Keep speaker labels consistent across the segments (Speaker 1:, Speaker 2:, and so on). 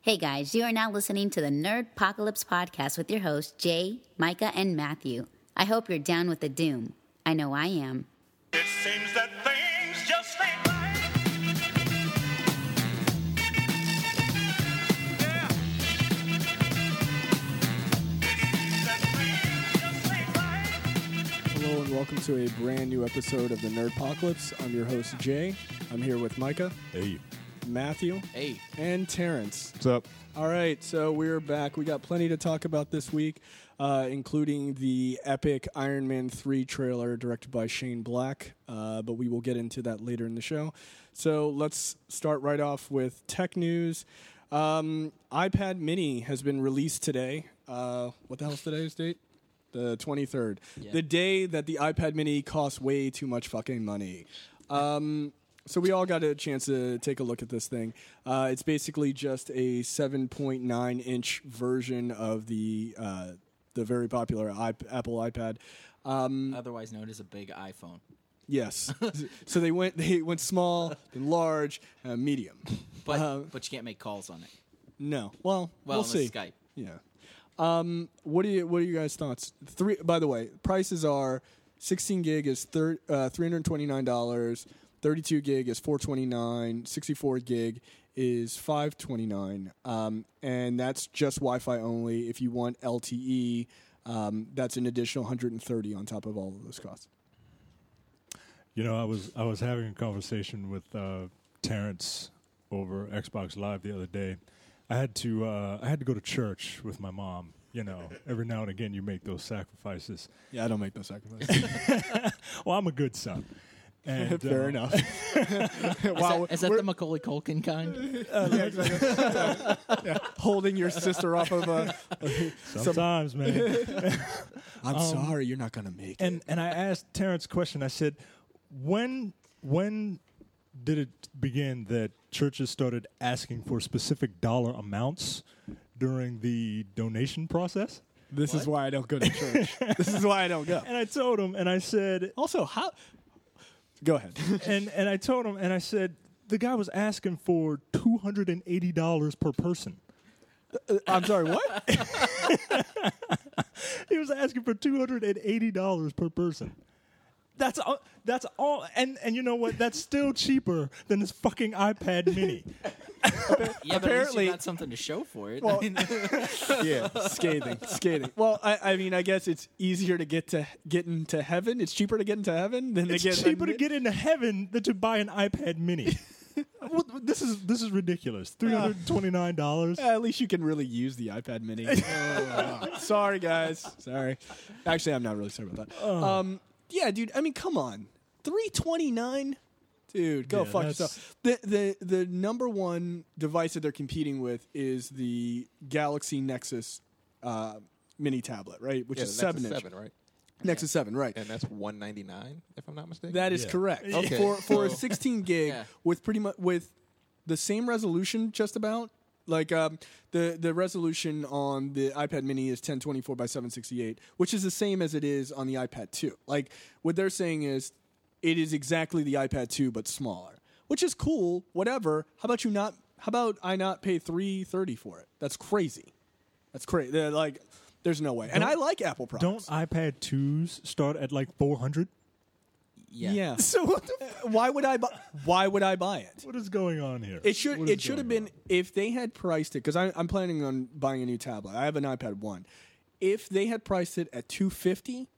Speaker 1: Hey guys, you are now listening to the Nerd Apocalypse podcast with your hosts Jay, Micah, and Matthew. I hope you're down with the doom. I know I am.
Speaker 2: It seems that things just ain't right. Yeah. It seems that things just ain't right.
Speaker 3: Hello and welcome to a brand new episode of the Nerdpocalypse. I'm your host Jay. I'm here with Micah,
Speaker 4: Hey.
Speaker 3: Matthew,
Speaker 5: Hey,
Speaker 3: and Terrence.
Speaker 4: What's up?
Speaker 3: All right, so we're back. We got plenty to talk about this week, uh, including the epic Iron Man 3 trailer directed by Shane Black, uh, but we will get into that later in the show. So let's start right off with tech news. Um, iPad Mini has been released today. Uh, what the hell's today's date? The 23rd. The day that the iPad Mini costs way too much fucking money. Um, So we all got a chance to take a look at this thing. Uh, it's basically just a 7.9 inch version of the uh, the very popular iP- Apple iPad.
Speaker 5: otherwise known as a big iPhone.
Speaker 3: Yes. so they went they went small, then large, uh, medium.
Speaker 5: But
Speaker 3: Uh-huh.
Speaker 5: but you can't make calls on it.
Speaker 3: No. Well, we'll
Speaker 5: Well, unless
Speaker 3: see.
Speaker 5: Skype.
Speaker 3: Yeah. Um, what do you What are you guys' thoughts? Three. By the way, prices are sixteen gig is thir- uh, three hundred twenty nine dollars. Thirty two gig is four twenty nine. Sixty four gig is five twenty nine. Um, and that's just Wi Fi only. If you want LTE, um, that's an additional hundred and thirty on top of all of those costs.
Speaker 4: You know, I was I was having a conversation with uh, Terrence over Xbox Live the other day. I had to uh, I had to go to church with my mom. You know, every now and again you make those sacrifices.
Speaker 3: Yeah, I don't make those sacrifices.
Speaker 4: Well, I'm a good son. And,
Speaker 3: Fair
Speaker 4: uh,
Speaker 3: enough.
Speaker 5: Is
Speaker 3: wow,
Speaker 5: that- is that the Macaulay Culkin kind?
Speaker 3: holding your sister off of a.
Speaker 4: Sometimes, man.
Speaker 3: I'm sorry, you're not gonna make it.
Speaker 4: and and I asked Terrence a question. I said, when when did it begin that churches started asking for specific dollar amounts during the donation process?
Speaker 3: This is why I don't go to church. this is why I don't go.
Speaker 4: And I told him, and I said,
Speaker 3: Also, how? Go ahead.
Speaker 4: and and I told him, and I said, the guy was asking for two hundred and eighty dollars per person.
Speaker 3: I'm sorry. What?
Speaker 4: He was asking for two hundred and eighty dollars per person. That's all. That's all. And and you know what? That's still cheaper than this fucking iPad Mini.
Speaker 5: yeah, but at least
Speaker 3: Apparently-
Speaker 5: you got something to show for it. I mean,
Speaker 3: yeah, scathing, scathing. Well, I, I mean, I guess it's easier to get to get into heaven. It's cheaper to get into heaven than
Speaker 4: It's
Speaker 3: to get
Speaker 4: cheaper to get into heaven than to buy an iPad Mini. What- what- this is this is ridiculous. Three hundred twenty nine dollars.
Speaker 3: At least you can really use the iPad Mini. Oh, sorry, guys. Sorry. Actually, I'm not really sorry about that.
Speaker 4: Oh.
Speaker 3: Um, yeah, dude. I mean, come on. Three twenty nine. Dude, go
Speaker 4: Yeah,
Speaker 3: fuck
Speaker 4: that's-
Speaker 3: yourself. The, the the number one device that they're competing with is the Galaxy Nexus uh, mini tablet, right? Which
Speaker 6: Yeah,
Speaker 3: is
Speaker 6: the Nexus
Speaker 3: seven inch.
Speaker 6: seven, right?
Speaker 3: Nexus seven, right?
Speaker 6: And that's one ninety nine, if I'm not mistaken.
Speaker 3: That is
Speaker 4: Yeah.
Speaker 3: correct.
Speaker 6: Okay,
Speaker 3: For for a
Speaker 6: so-
Speaker 3: 16 gig
Speaker 5: Yeah.
Speaker 3: with pretty much with the same resolution, just about like um, the the resolution on the iPad Mini is 1024 by 768, which is the same as it is on the iPad 2. Like what they're saying is, it is exactly the iPad 2 but smaller, which is cool. Whatever. How about you not? How about I not pay 330 for it? That's crazy. That's crazy. Like. There's no way, and I like Apple
Speaker 4: Don't
Speaker 3: products.
Speaker 4: iPad twos start at like four hundred?
Speaker 5: yeah.
Speaker 3: yeah.
Speaker 4: So what the
Speaker 3: why would I? Bu- why would I buy it?
Speaker 4: What is going on here?
Speaker 3: It should
Speaker 4: What is
Speaker 3: it should have
Speaker 4: going
Speaker 3: been if they had priced it because I'm planning on buying a new tablet. I have an iPad one. If they had priced it at 250,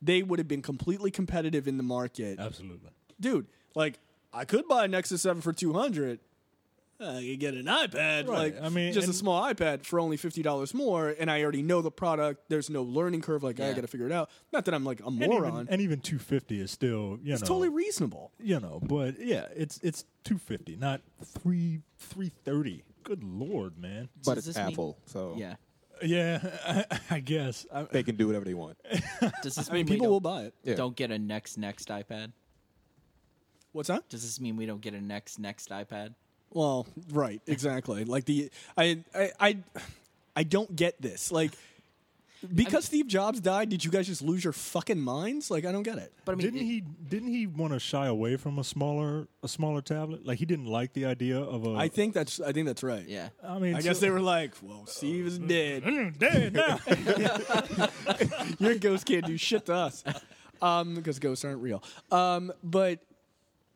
Speaker 3: they would have been completely competitive in the market,
Speaker 4: on? Absolutely.
Speaker 3: dude. Like I could buy a Nexus Seven for 200. I could get an iPad,
Speaker 4: Right,
Speaker 3: like
Speaker 4: I mean,
Speaker 3: just a
Speaker 4: and-
Speaker 3: small iPad for only fifty dollars more, and I already know the product. There's no learning curve. Like I
Speaker 5: Yeah.
Speaker 3: got to figure it out. Not that I'm like a
Speaker 4: And
Speaker 3: moron.
Speaker 4: even, and even two fifty is still you
Speaker 3: it's
Speaker 4: know
Speaker 3: totally reasonable.
Speaker 4: you know, but yeah, it's it's two fifty, not three three thirty. Good lord, man.
Speaker 6: but
Speaker 5: Does
Speaker 6: it's
Speaker 5: this mean-
Speaker 6: Apple, so
Speaker 5: Yeah.
Speaker 4: Yeah, I, I guess. I,
Speaker 6: they can do whatever they want.
Speaker 5: Does this
Speaker 3: I mean,
Speaker 5: mean
Speaker 3: people
Speaker 5: we
Speaker 3: will
Speaker 5: don't,
Speaker 3: buy it.
Speaker 6: Yeah.
Speaker 5: don't get a next next iPad?
Speaker 3: What's that?
Speaker 5: Does this mean we don't get a next next iPad?
Speaker 3: Well, right, exactly. Like the I I I, I don't get this. Like because Steve Jobs died, did you guys just lose your fucking minds? Like, I don't get it.
Speaker 5: But I mean,
Speaker 4: didn't
Speaker 5: it-
Speaker 4: he didn't he want to shy away from a smaller a smaller tablet? Like he didn't like the idea of a.
Speaker 3: I think that's I think that's right.
Speaker 5: Yeah.
Speaker 4: I mean,
Speaker 3: I guess they were like, "Well, Steve is dead.
Speaker 4: were dead now.
Speaker 3: Your ghost can't do shit to us, um, because ghosts aren't real." Um, but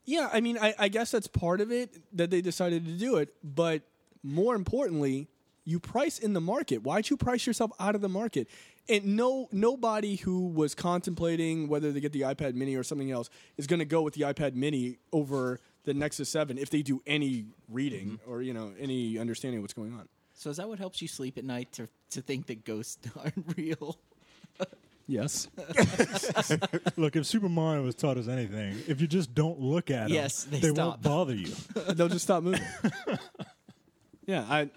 Speaker 3: yeah, I mean, I, I guess that's part of it that they decided to do it. But more importantly, you price in the market. Why'd you price yourself out of the market? And no, nobody who was contemplating whether they get the iPad Mini or something else is going to go with the iPad Mini over the Nexus Seven if they do any reading or you know any understanding of what's going on.
Speaker 5: So is that what helps you sleep at night to to think that ghosts aren't real?
Speaker 3: Yes.
Speaker 4: Look, if Super Mario was taught us anything, if you just don't look at 'em,
Speaker 5: Yes, they
Speaker 4: won't
Speaker 5: stop.
Speaker 4: bother you.
Speaker 3: they'll just stop moving. yeah, I.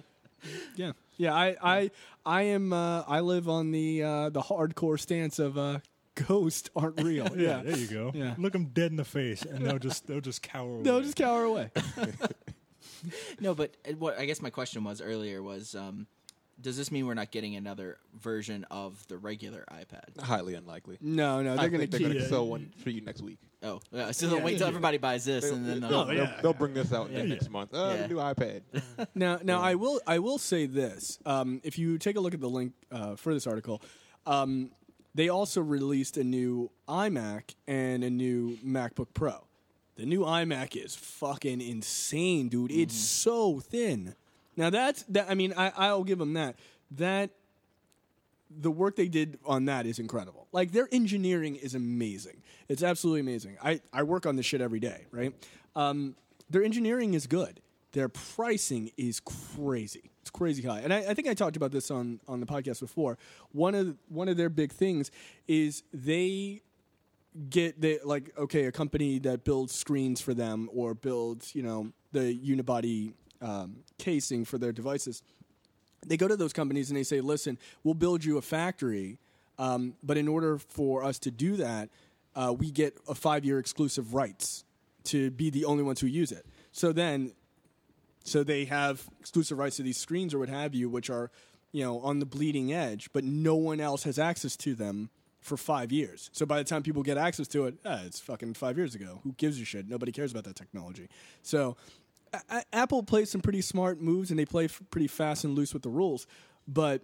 Speaker 3: Yeah, yeah. I, I, I am. Uh, I live on the uh, the hardcore stance of uh, ghosts aren't real.
Speaker 4: Yeah,
Speaker 3: Yeah,
Speaker 4: there you go.
Speaker 3: Yeah.
Speaker 4: Look them dead in the face, and they'll just they'll just cower.
Speaker 3: they'll
Speaker 4: away.
Speaker 3: just cower away.
Speaker 5: No, but uh, what I guess my question was earlier was, um, does this mean we're not getting another version of the regular iPad?
Speaker 6: Highly unlikely.
Speaker 3: No, no, they're
Speaker 6: I
Speaker 3: gonna
Speaker 6: think they're
Speaker 3: keep.
Speaker 6: gonna
Speaker 4: Yeah.
Speaker 6: sell one for you next week.
Speaker 5: Oh, yeah, so they'll wait till everybody buys this, and then they'll,
Speaker 6: they'll, they'll bring this out
Speaker 4: Yeah.
Speaker 6: next month. Oh,
Speaker 5: Yeah.
Speaker 6: the new iPad.
Speaker 3: Now, now I will. I will say this. Um, if you take a look at the link uh, for this article, um, they also released a new iMac and a new MacBook Pro. The new iMac is fucking insane, dude. It's so thin. Now that's that. I mean, I, I'll give them that. That the work they did on that is incredible. Like their engineering is amazing. It's absolutely amazing. I, I work on this shit every day, right? Um, their engineering is good. Their pricing is crazy. It's crazy high. And I, I think I talked about this on, on the podcast before. One of one of their big things is they get the like okay a company that builds screens for them or builds you know the unibody um, casing for their devices they go to those companies and they say, "Listen, we'll build you a factory, um, but in order for us to do that, uh, we get a five-year exclusive rights to be the only ones who use it." So then, so they have exclusive rights to these screens or what have you, which are, you know, on the bleeding edge, but no one else has access to them for five years. So by the time people get access to it, ah, it's fucking five years ago. Who gives a shit? Nobody cares about that technology. So I- I- Apple plays some pretty smart moves and they play f- pretty fast and loose with the rules, but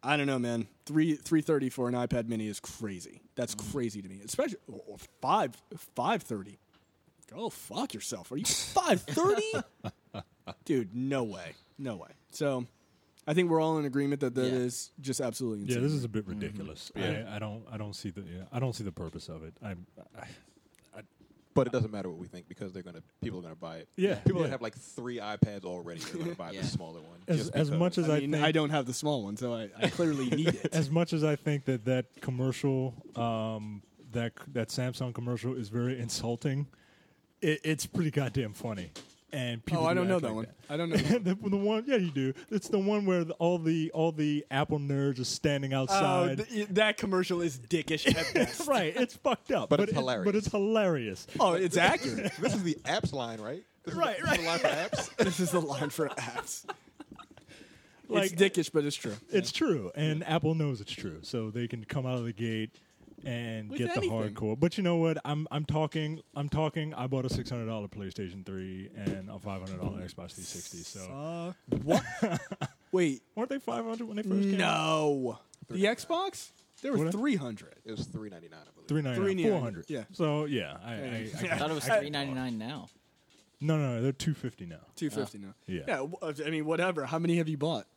Speaker 3: I don't know, man. Three three thirty for an iPad Mini is crazy. That's crazy to me. Especially or or five five thirty. Go fuck yourself. Are you five thirty? Dude, no way, no way. So, I think we're all in agreement that that is
Speaker 5: Yeah.
Speaker 3: just absolutely insane.
Speaker 4: Yeah, this is a bit
Speaker 3: Mm-hmm.
Speaker 4: ridiculous. I, I don't I don't see the yeah, I don't see the purpose of it. I, I
Speaker 6: But it doesn't matter what we think because they're gonna people are gonna buy it.
Speaker 4: Yeah,
Speaker 6: people
Speaker 4: yeah.
Speaker 6: that have like three iPads already are gonna buy
Speaker 5: Yeah.
Speaker 6: the smaller one.
Speaker 4: as
Speaker 6: just
Speaker 4: as
Speaker 6: because.
Speaker 4: much as I,
Speaker 3: I mean,
Speaker 4: think
Speaker 3: I don't have the small one, so I, I clearly need it.
Speaker 4: as much as I think that that commercial, um, that that Samsung commercial is very insulting. It, it's pretty goddamn funny, and people
Speaker 3: Oh, I
Speaker 4: do
Speaker 3: don't know
Speaker 4: act
Speaker 3: that
Speaker 4: like
Speaker 3: one. I don't know. that one.
Speaker 4: the, the one, yeah, you do. It's the one where the, all the all the Apple nerds are standing
Speaker 3: Oh,
Speaker 4: outside.
Speaker 3: th- that commercial is dickish at best.
Speaker 4: right, it's fucked up,
Speaker 6: But it's
Speaker 4: it-
Speaker 6: hilarious.
Speaker 4: but it's hilarious.
Speaker 3: Oh, it's accurate.
Speaker 6: this is the apps line, right? This is
Speaker 4: Right,
Speaker 6: the, this is the line for apps.
Speaker 3: this is the line for apps.
Speaker 4: Like-
Speaker 3: it's dickish, but it's true.
Speaker 4: It's true, and Apple knows it's true, so they can come out of the gate and
Speaker 3: With
Speaker 4: get the
Speaker 3: anything.
Speaker 4: hardcore. But you know what? I'm I'm talking. I'm talking. I bought a six hundred dollar PlayStation Three and a five hundred dollar Xbox Three Sixty. So
Speaker 3: Uh, what? Wait,
Speaker 4: weren't they five hundred when they first came? out?
Speaker 3: no. The Xbox? There were
Speaker 4: What?
Speaker 3: 300.
Speaker 6: It was three ninety nine, I believe.
Speaker 4: Three ninety
Speaker 3: $3.99,
Speaker 4: four hundred.
Speaker 3: yeah.
Speaker 4: So yeah, I, I, I,
Speaker 5: I thought it was three ninety nine now.
Speaker 4: no, no, no, they're two fifty now.
Speaker 3: 250 now.
Speaker 4: Ah. Yeah.
Speaker 3: Yeah, w- uh, I mean, whatever. How many have you bought?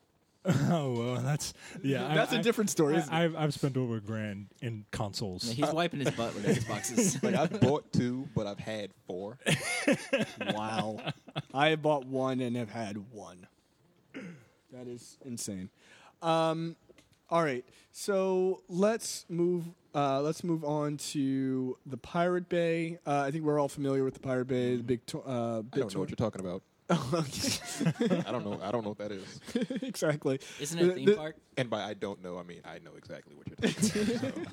Speaker 4: Oh well, that's yeah. I-
Speaker 3: That's a
Speaker 4: I-
Speaker 3: different story,
Speaker 4: I,
Speaker 3: isn't it?
Speaker 4: I've I've spent over a grand in consoles.
Speaker 5: Yeah, he's wiping his butt with Xboxes.
Speaker 6: Like I've bought two, but I've had four.
Speaker 3: Wow. I have bought one and have had one. That is insane. Um, all right, so let's move. Uh, let's move on to the Pirate Bay. Uh, I think we're all familiar with the Pirate Bay, the big, to- uh,
Speaker 6: I
Speaker 3: big
Speaker 6: don't know what you're talking about. I don't know. I don't know what that is.
Speaker 3: tour- exactly.
Speaker 5: Isn't it a
Speaker 3: The-
Speaker 5: theme
Speaker 3: the-
Speaker 5: park?
Speaker 6: And by I don't know, I mean I know exactly what you're talking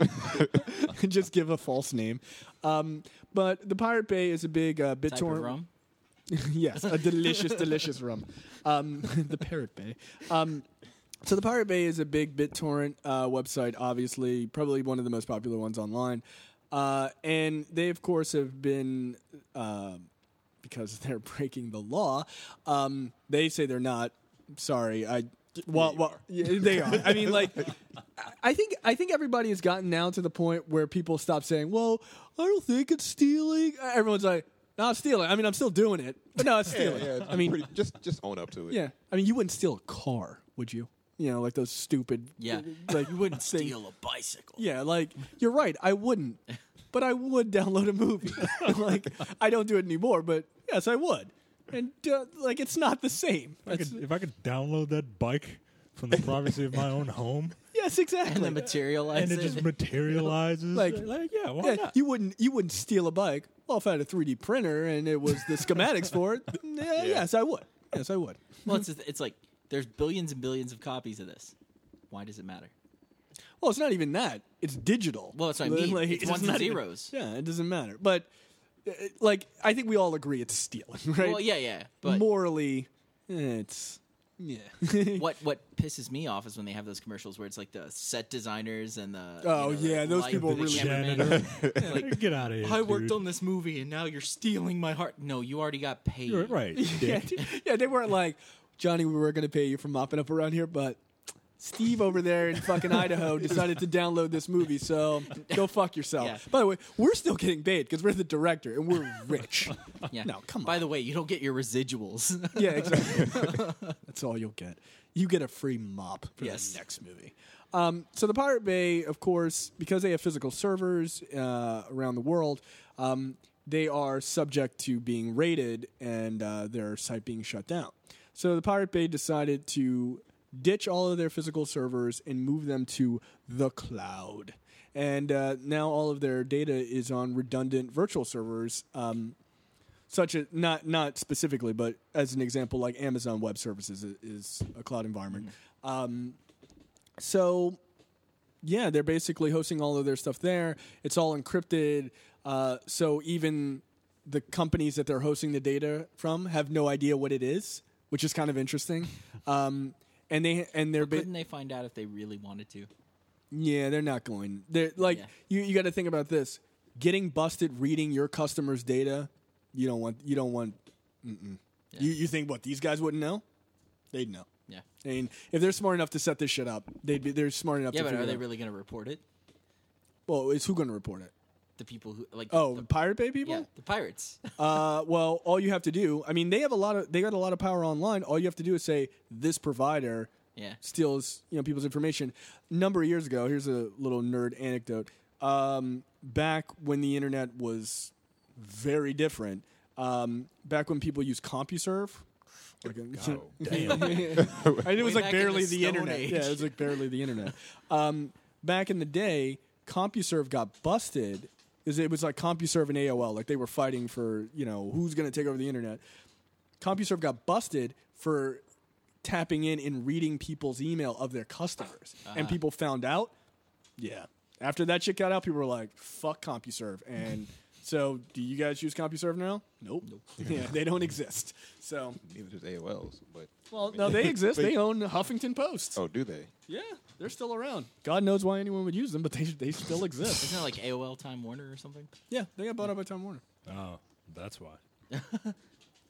Speaker 6: about. so.
Speaker 3: just give a false name. Um, but the Pirate Bay is a big uh,
Speaker 5: Type of
Speaker 3: BitTorrent.
Speaker 5: rum.
Speaker 3: yes, a delicious, delicious rum. Um, the Parrot Bay. Um, So the Pirate Bay is a big BitTorrent uh, website, obviously, probably one of the most popular ones online. Uh, and they, of course, have been, uh, because they're breaking the law, um, they say they're not. Sorry, I. Well, well, yeah, they are. I mean, like, I- I think I think everybody has gotten now to the point where people stop saying, "Well, I don't think it's stealing." Everyone's like, "No, it's stealing." I mean, I'm still doing it, but no, it's stealing. I mean,
Speaker 6: pretty, just just own up to it.
Speaker 3: yeah. I mean, you wouldn't steal a car, would you? You know, like those stupid.
Speaker 5: Yeah.
Speaker 3: Like you wouldn't
Speaker 5: Steal a bicycle.
Speaker 3: Yeah, like you're right. I wouldn't, but I would download a movie. like I don't do it anymore, but yes, I would. And uh, like it's not the same.
Speaker 4: If I,
Speaker 3: That's-
Speaker 4: could, if I could download that bike from the privacy of my own home
Speaker 3: yes, exactly.
Speaker 5: And then materialize
Speaker 4: and it
Speaker 5: it.
Speaker 4: just materializes,
Speaker 3: Like-
Speaker 4: like, yeah, why
Speaker 3: yeah,
Speaker 4: not?
Speaker 3: you wouldn't. You wouldn't steal a bike. Well, if I had a 3D printer and it was the schematics for it, yeah, yes, I would. Yes, I would.
Speaker 5: well, it's, just- it's like there's billions and billions of copies of this. Why does it matter?
Speaker 3: Well, it's not even that. It's digital.
Speaker 5: Well, that's what I
Speaker 3: Like,
Speaker 5: mean.
Speaker 3: like,
Speaker 5: It's ones
Speaker 3: not
Speaker 5: and
Speaker 3: even-
Speaker 5: zeros.
Speaker 3: yeah, it doesn't matter. But uh, like, I think we all agree it's stealing, right?
Speaker 5: Well, yeah, yeah. But
Speaker 3: morally, eh, it's yeah.
Speaker 5: what what pisses me off is when they have those commercials where it's like the set designers and the
Speaker 3: Oh,
Speaker 5: you know,
Speaker 3: yeah,
Speaker 5: the
Speaker 3: those
Speaker 5: light-
Speaker 3: people
Speaker 5: the
Speaker 3: really-
Speaker 5: cameraman.
Speaker 4: Like, get out of here.
Speaker 5: I worked
Speaker 4: dude.
Speaker 5: on this movie and now you're stealing my heart. No, you already got paid.
Speaker 4: You're right.
Speaker 3: yeah,
Speaker 4: dick.
Speaker 3: yeah, they weren't like Johnny. We were going to pay you for mopping up around here, but Steve over there in fucking Idaho decided to download this movie. So go fuck yourself.
Speaker 5: Yeah.
Speaker 3: By the way, we're still getting paid because we're the director and we're rich.
Speaker 5: Yeah.
Speaker 3: No, come
Speaker 5: By
Speaker 3: on.
Speaker 5: the way, you don't get your residuals.
Speaker 3: yeah, exactly. That's all you'll get. You get a free mop for
Speaker 5: Yes.
Speaker 3: the next movie. Um, so the Pirate Bay, of course, because they have physical servers uh, around the world, um, they are subject to being raided and uh, their site being shut down. So the Pirate Bay decided to ditch all of their physical servers and move them to the cloud. And uh, now all of their data is on redundant virtual servers um, such as not not specifically, but as an example, like Amazon Web Services i- is a cloud environment. Um, so, yeah, they're basically hosting all of their stuff there. It's all encrypted, uh, so even the companies that they're hosting the data from have no idea what it is, which is kind of interesting. Um, and they and they're ba-
Speaker 5: Couldn't they find out if they really wanted to?
Speaker 3: yeah, they're not going. They're like
Speaker 5: Yeah.
Speaker 3: you. You got to think about this: getting busted reading your customers' data. You don't want. You don't want. Mm-mm. You you think what these guys wouldn't know? They'd know.
Speaker 5: Yeah.
Speaker 3: I mean, if they're smart enough to set this shit up, they'd be. They're smart enough.
Speaker 5: Yeah,
Speaker 3: to
Speaker 5: but
Speaker 3: figure
Speaker 5: are
Speaker 3: it
Speaker 5: they
Speaker 3: out.
Speaker 5: really going to report it?
Speaker 3: Well, it's who going to report it?
Speaker 5: The people who like
Speaker 3: Oh,
Speaker 5: the,
Speaker 3: Pirate Bay people.
Speaker 5: yeah, the pirates.
Speaker 3: Uh, well, all you have to do. I mean, they have a lot of. They got a lot of power online. All you have to do is say this provider.
Speaker 5: Yeah.
Speaker 3: steals you know people's information. number of years ago, here's a little nerd anecdote. Um, back when the internet was very different, um, back when people used CompuServe, like a- and it was
Speaker 5: Way
Speaker 3: like
Speaker 5: back in
Speaker 3: barely the,
Speaker 5: the Stone
Speaker 3: internet.
Speaker 5: Age.
Speaker 3: Yeah, it was like barely the internet. Um, back in the day, CompuServe got busted. Is it was like CompuServe and AOL, like they were fighting for you know who's going to take over the internet. CompuServe got busted for tapping in and reading people's email of their customers,
Speaker 5: Uh-huh.
Speaker 3: and people found out. Yeah, after that shit got out, people were like, "Fuck CompuServe," and so do you guys use CompuServe now? Nope. Yeah, they don't exist. So
Speaker 6: Neither does AOL's, but
Speaker 3: well, no, they exist. They own Huffington Post.
Speaker 6: oh, do they?
Speaker 3: Yeah, they're still around. God knows why anyone would use them, but they they still exist.
Speaker 5: Isn't it like AOL Time Warner or something?
Speaker 3: yeah, they got bought out by Time Warner.
Speaker 4: Oh, that's why.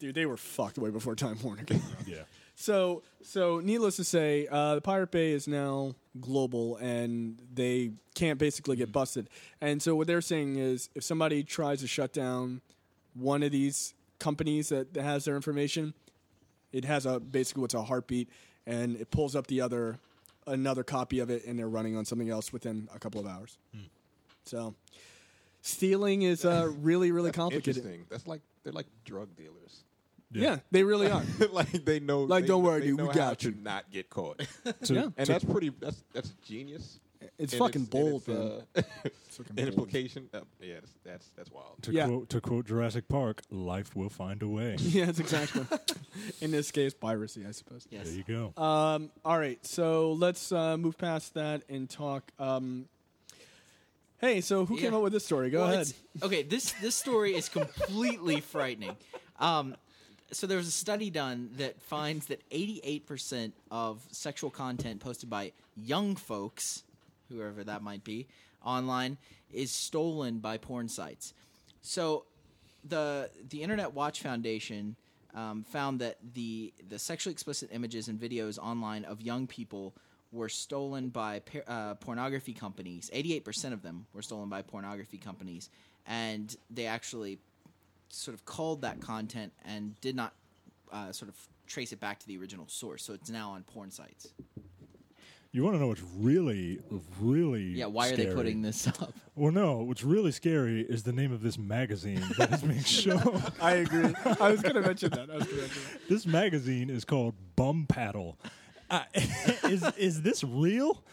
Speaker 3: Dude, they were fucked way before Time Warner. Came around.
Speaker 4: Yeah.
Speaker 3: so, so needless to say, uh, the Pirate Bay is now global, and they can't basically
Speaker 6: Hmm.
Speaker 3: get busted. And so, what they're saying is, if somebody tries to shut down one of these companies that, that has their information, it has a basically what's a heartbeat, and it pulls up the other another copy of it, and they're running on something else within a couple of hours.
Speaker 6: Hmm.
Speaker 3: So, stealing is uh, really, really complicated.
Speaker 6: Interesting. That's like they're like drug dealers.
Speaker 3: Yeah. they really are.
Speaker 6: like they know.
Speaker 3: Like,
Speaker 6: they-
Speaker 3: don't worry,
Speaker 6: they
Speaker 3: dude, we
Speaker 6: know how
Speaker 3: got
Speaker 6: to
Speaker 3: you.
Speaker 6: Not get caught.
Speaker 4: To,
Speaker 3: Yeah.
Speaker 6: and
Speaker 4: to-
Speaker 6: that's pretty. That's that's genius.
Speaker 3: It's
Speaker 6: And
Speaker 3: fucking
Speaker 6: and
Speaker 3: bold, man.
Speaker 6: it's, uh,
Speaker 3: fucking
Speaker 6: an
Speaker 3: bold.
Speaker 6: implication. Uh, yeah, that's, that's that's wild.
Speaker 4: to
Speaker 3: yeah.
Speaker 4: quote to quote Jurassic Park, life will find a way.
Speaker 3: yes, exactly. In this case, piracy, I suppose.
Speaker 5: Yes.
Speaker 4: There you go.
Speaker 3: Um, all right, so let's uh, move past that and talk. Um, hey, so who came
Speaker 5: Yeah.
Speaker 3: up with this story? Go
Speaker 5: Well,
Speaker 3: ahead.
Speaker 5: it's- Okay, this this story is completely frightening. Um, so there was a study done that finds that 88% of sexual content posted by young folks, whoever that might be, online is stolen by porn sites. So the the Internet Watch Foundation um, found that the the sexually explicit images and videos online of young people were stolen by par- uh, pornography companies. 88% of them were stolen by pornography companies, and they actually sort of called that content and did not uh, sort of trace it back to the original source. So it's now on porn sites.
Speaker 4: You want to know what's really, really
Speaker 5: Yeah, why are
Speaker 4: scary?
Speaker 5: they putting this up?
Speaker 4: Well, no, what's really scary is the name of this magazine that is being shown.
Speaker 3: I agree. I was going to mention that. I was gonna mention that.
Speaker 4: this magazine is called Bum Paddle. Uh, is is this real?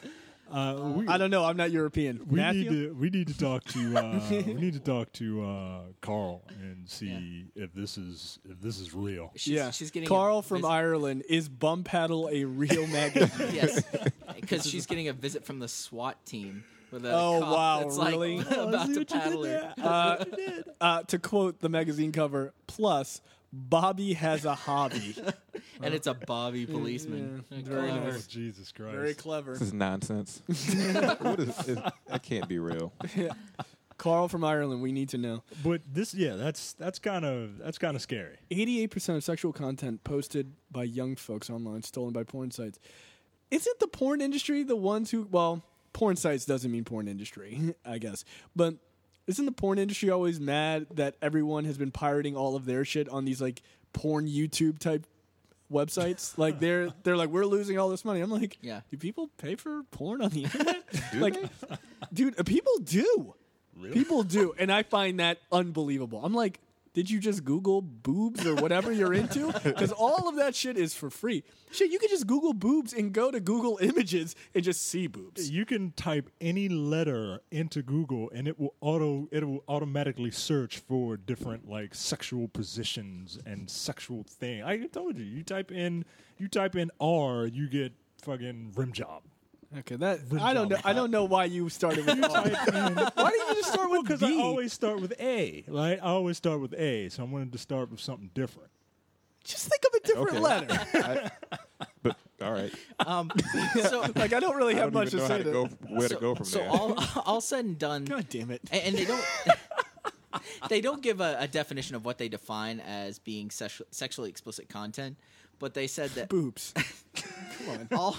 Speaker 4: Uh, we,
Speaker 3: I don't know. I'm not European.
Speaker 4: we
Speaker 3: Matthew?
Speaker 4: need to we need to talk to uh, we need to talk to uh, Carl and see if this is if this is real.
Speaker 5: She's,
Speaker 3: yeah,
Speaker 5: she's getting a
Speaker 3: Carl from
Speaker 5: visit-
Speaker 3: Ireland. Is Bum Paddle a real magazine?
Speaker 5: Yes, because she's getting a visit from the SWAT team with a
Speaker 3: Oh,
Speaker 5: cop
Speaker 3: wow,
Speaker 5: that's
Speaker 3: really?
Speaker 5: like
Speaker 3: Oh,
Speaker 5: about to paddle her.
Speaker 3: uh, uh, to quote the magazine cover, plus Bobby has a hobby.
Speaker 5: and it's a Bobby policeman.
Speaker 3: Very
Speaker 5: Clever.
Speaker 4: Oh, Jesus Christ!
Speaker 3: Very clever.
Speaker 6: This is nonsense. what is, is, that can't be real.
Speaker 3: Carl from Ireland. We need to know.
Speaker 4: but this, yeah, that's that's kind of that's kind of scary.
Speaker 3: 88% of sexual content posted by young folks online stolen by porn sites. Isn't the porn industry the ones who, well, porn sites doesn't mean porn industry, I guess. But isn't the porn industry always mad that everyone has been pirating all of their shit on these like porn YouTube type websites? like they're they're like we're losing all this money. I'm like,
Speaker 5: Yeah.
Speaker 3: do people pay for porn on the internet? like dude, uh, people do. People do, and I find that unbelievable. I'm like, did you just Google boobs or whatever you're into? Because all of that shit is for free. Shit, you can just Google boobs and go to Google Images and just see boobs.
Speaker 4: You can type any letter into Google, and it will auto it will automatically search for different like sexual positions and sexual thing. I told you, you type in you type in R, you get fucking rim job.
Speaker 3: Okay, that I don't know. I don't know why you started with. R. why did you just start with
Speaker 4: Because
Speaker 3: B?
Speaker 4: I always start with A, right? I always start with A, so I wanted to start with something different.
Speaker 3: just think of a different
Speaker 6: Okay.
Speaker 3: letter.
Speaker 6: I- but all right,
Speaker 5: Um, so
Speaker 3: Like I don't really
Speaker 6: I
Speaker 3: have
Speaker 6: don't
Speaker 3: much
Speaker 6: even
Speaker 3: to
Speaker 6: know
Speaker 3: say
Speaker 6: how to
Speaker 3: to.
Speaker 6: go, where to
Speaker 5: so-
Speaker 6: go from
Speaker 5: so
Speaker 6: there.
Speaker 5: all all said and done,
Speaker 3: God damn it!
Speaker 5: and, and they don't they don't give a, a definition of what they define as being sexu- sexually explicit content, but they said that
Speaker 3: Boobs.
Speaker 5: all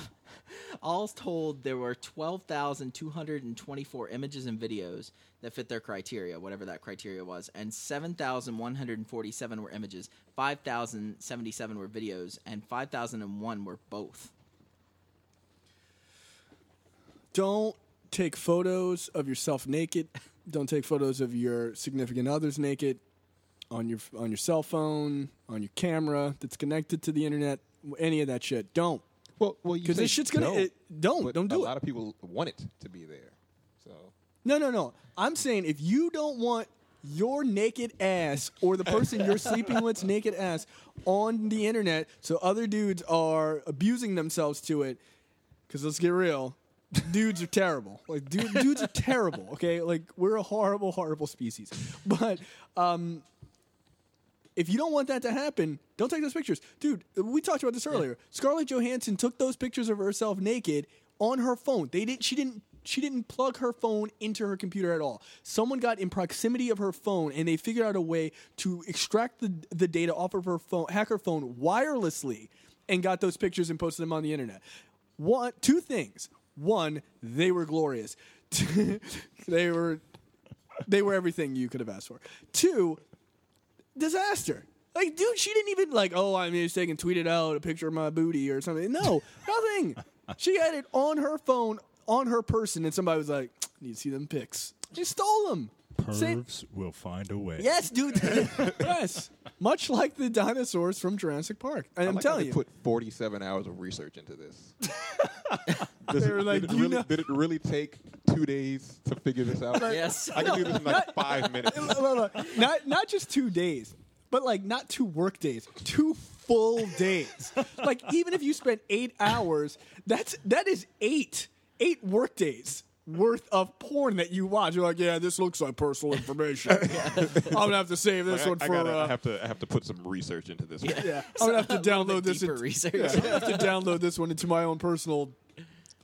Speaker 5: all told there were 12,224 images and videos that fit their criteria whatever that criteria was and 7,147 were images 5,077 were videos and 5,001 were both
Speaker 3: don't take photos of yourself naked. Don't take photos of your significant others naked on your on your cell phone, on your camera that's connected to the internet. Any of that shit. Don't
Speaker 6: well, well, you
Speaker 3: because
Speaker 6: say
Speaker 3: this shit's gonna
Speaker 6: don't,
Speaker 3: it- don't
Speaker 6: but
Speaker 3: don't
Speaker 6: a
Speaker 3: do
Speaker 6: lot
Speaker 3: it.
Speaker 6: of people want it to be there. So
Speaker 3: No, no, no. I'm saying if you don't want your naked ass or the person you're sleeping with's naked ass on the internet, so other dudes are abusing themselves to it. Because let's get real, dudes are terrible. Like dude, dudes are terrible. Okay, like we're a horrible, horrible species. But um, if you don't want that to happen, don't take those pictures, dude. We talked about this earlier. Scarlett Johansson took those pictures of herself naked on her phone. They didn't. She didn't. She didn't plug her phone into her computer at all. Someone got in proximity of her phone, and they figured out a way to extract the, the data off of her phone, hack her phone wirelessly, and got those pictures and posted them on the internet. One, two things. One, they were glorious. they were, they were everything you could have asked for. Two, disaster. Like, dude, she didn't even like. Oh, I'm mistaken. Tweeted out a picture of my booty or something. No, nothing. She had it on her phone, on her person, and somebody was like, "Need to see them pics." She stole them. Same-
Speaker 4: Pervs will find a way.
Speaker 3: yes, dude. yes, much like the dinosaurs from Jurassic Park. And
Speaker 6: I
Speaker 3: I'm
Speaker 6: like how
Speaker 3: telling
Speaker 6: they
Speaker 3: you,
Speaker 6: put 47 hours of research into this. Does
Speaker 3: They
Speaker 6: it-
Speaker 3: were like,
Speaker 6: did, it
Speaker 3: you
Speaker 6: really,
Speaker 3: know-
Speaker 6: did it really take two days to figure this out?
Speaker 5: Yes.
Speaker 6: I can do this in like five minutes.
Speaker 3: Look, look, look. not not just two days, but like not two work days, two full days. like even if you spent eight hours, that's that is eight eight work days. worth of porn that you watch. You're like, yeah, this looks like personal information. I'm gonna have to save this
Speaker 6: I,
Speaker 3: one
Speaker 6: I
Speaker 3: for.
Speaker 6: gotta- I
Speaker 3: uh,
Speaker 6: have to. I have to put some research into this. one.
Speaker 3: yeah, I'm gonna have to download this.
Speaker 5: deeper
Speaker 3: in-
Speaker 5: research.
Speaker 3: yeah, I'm gonna have to download this one into my own personal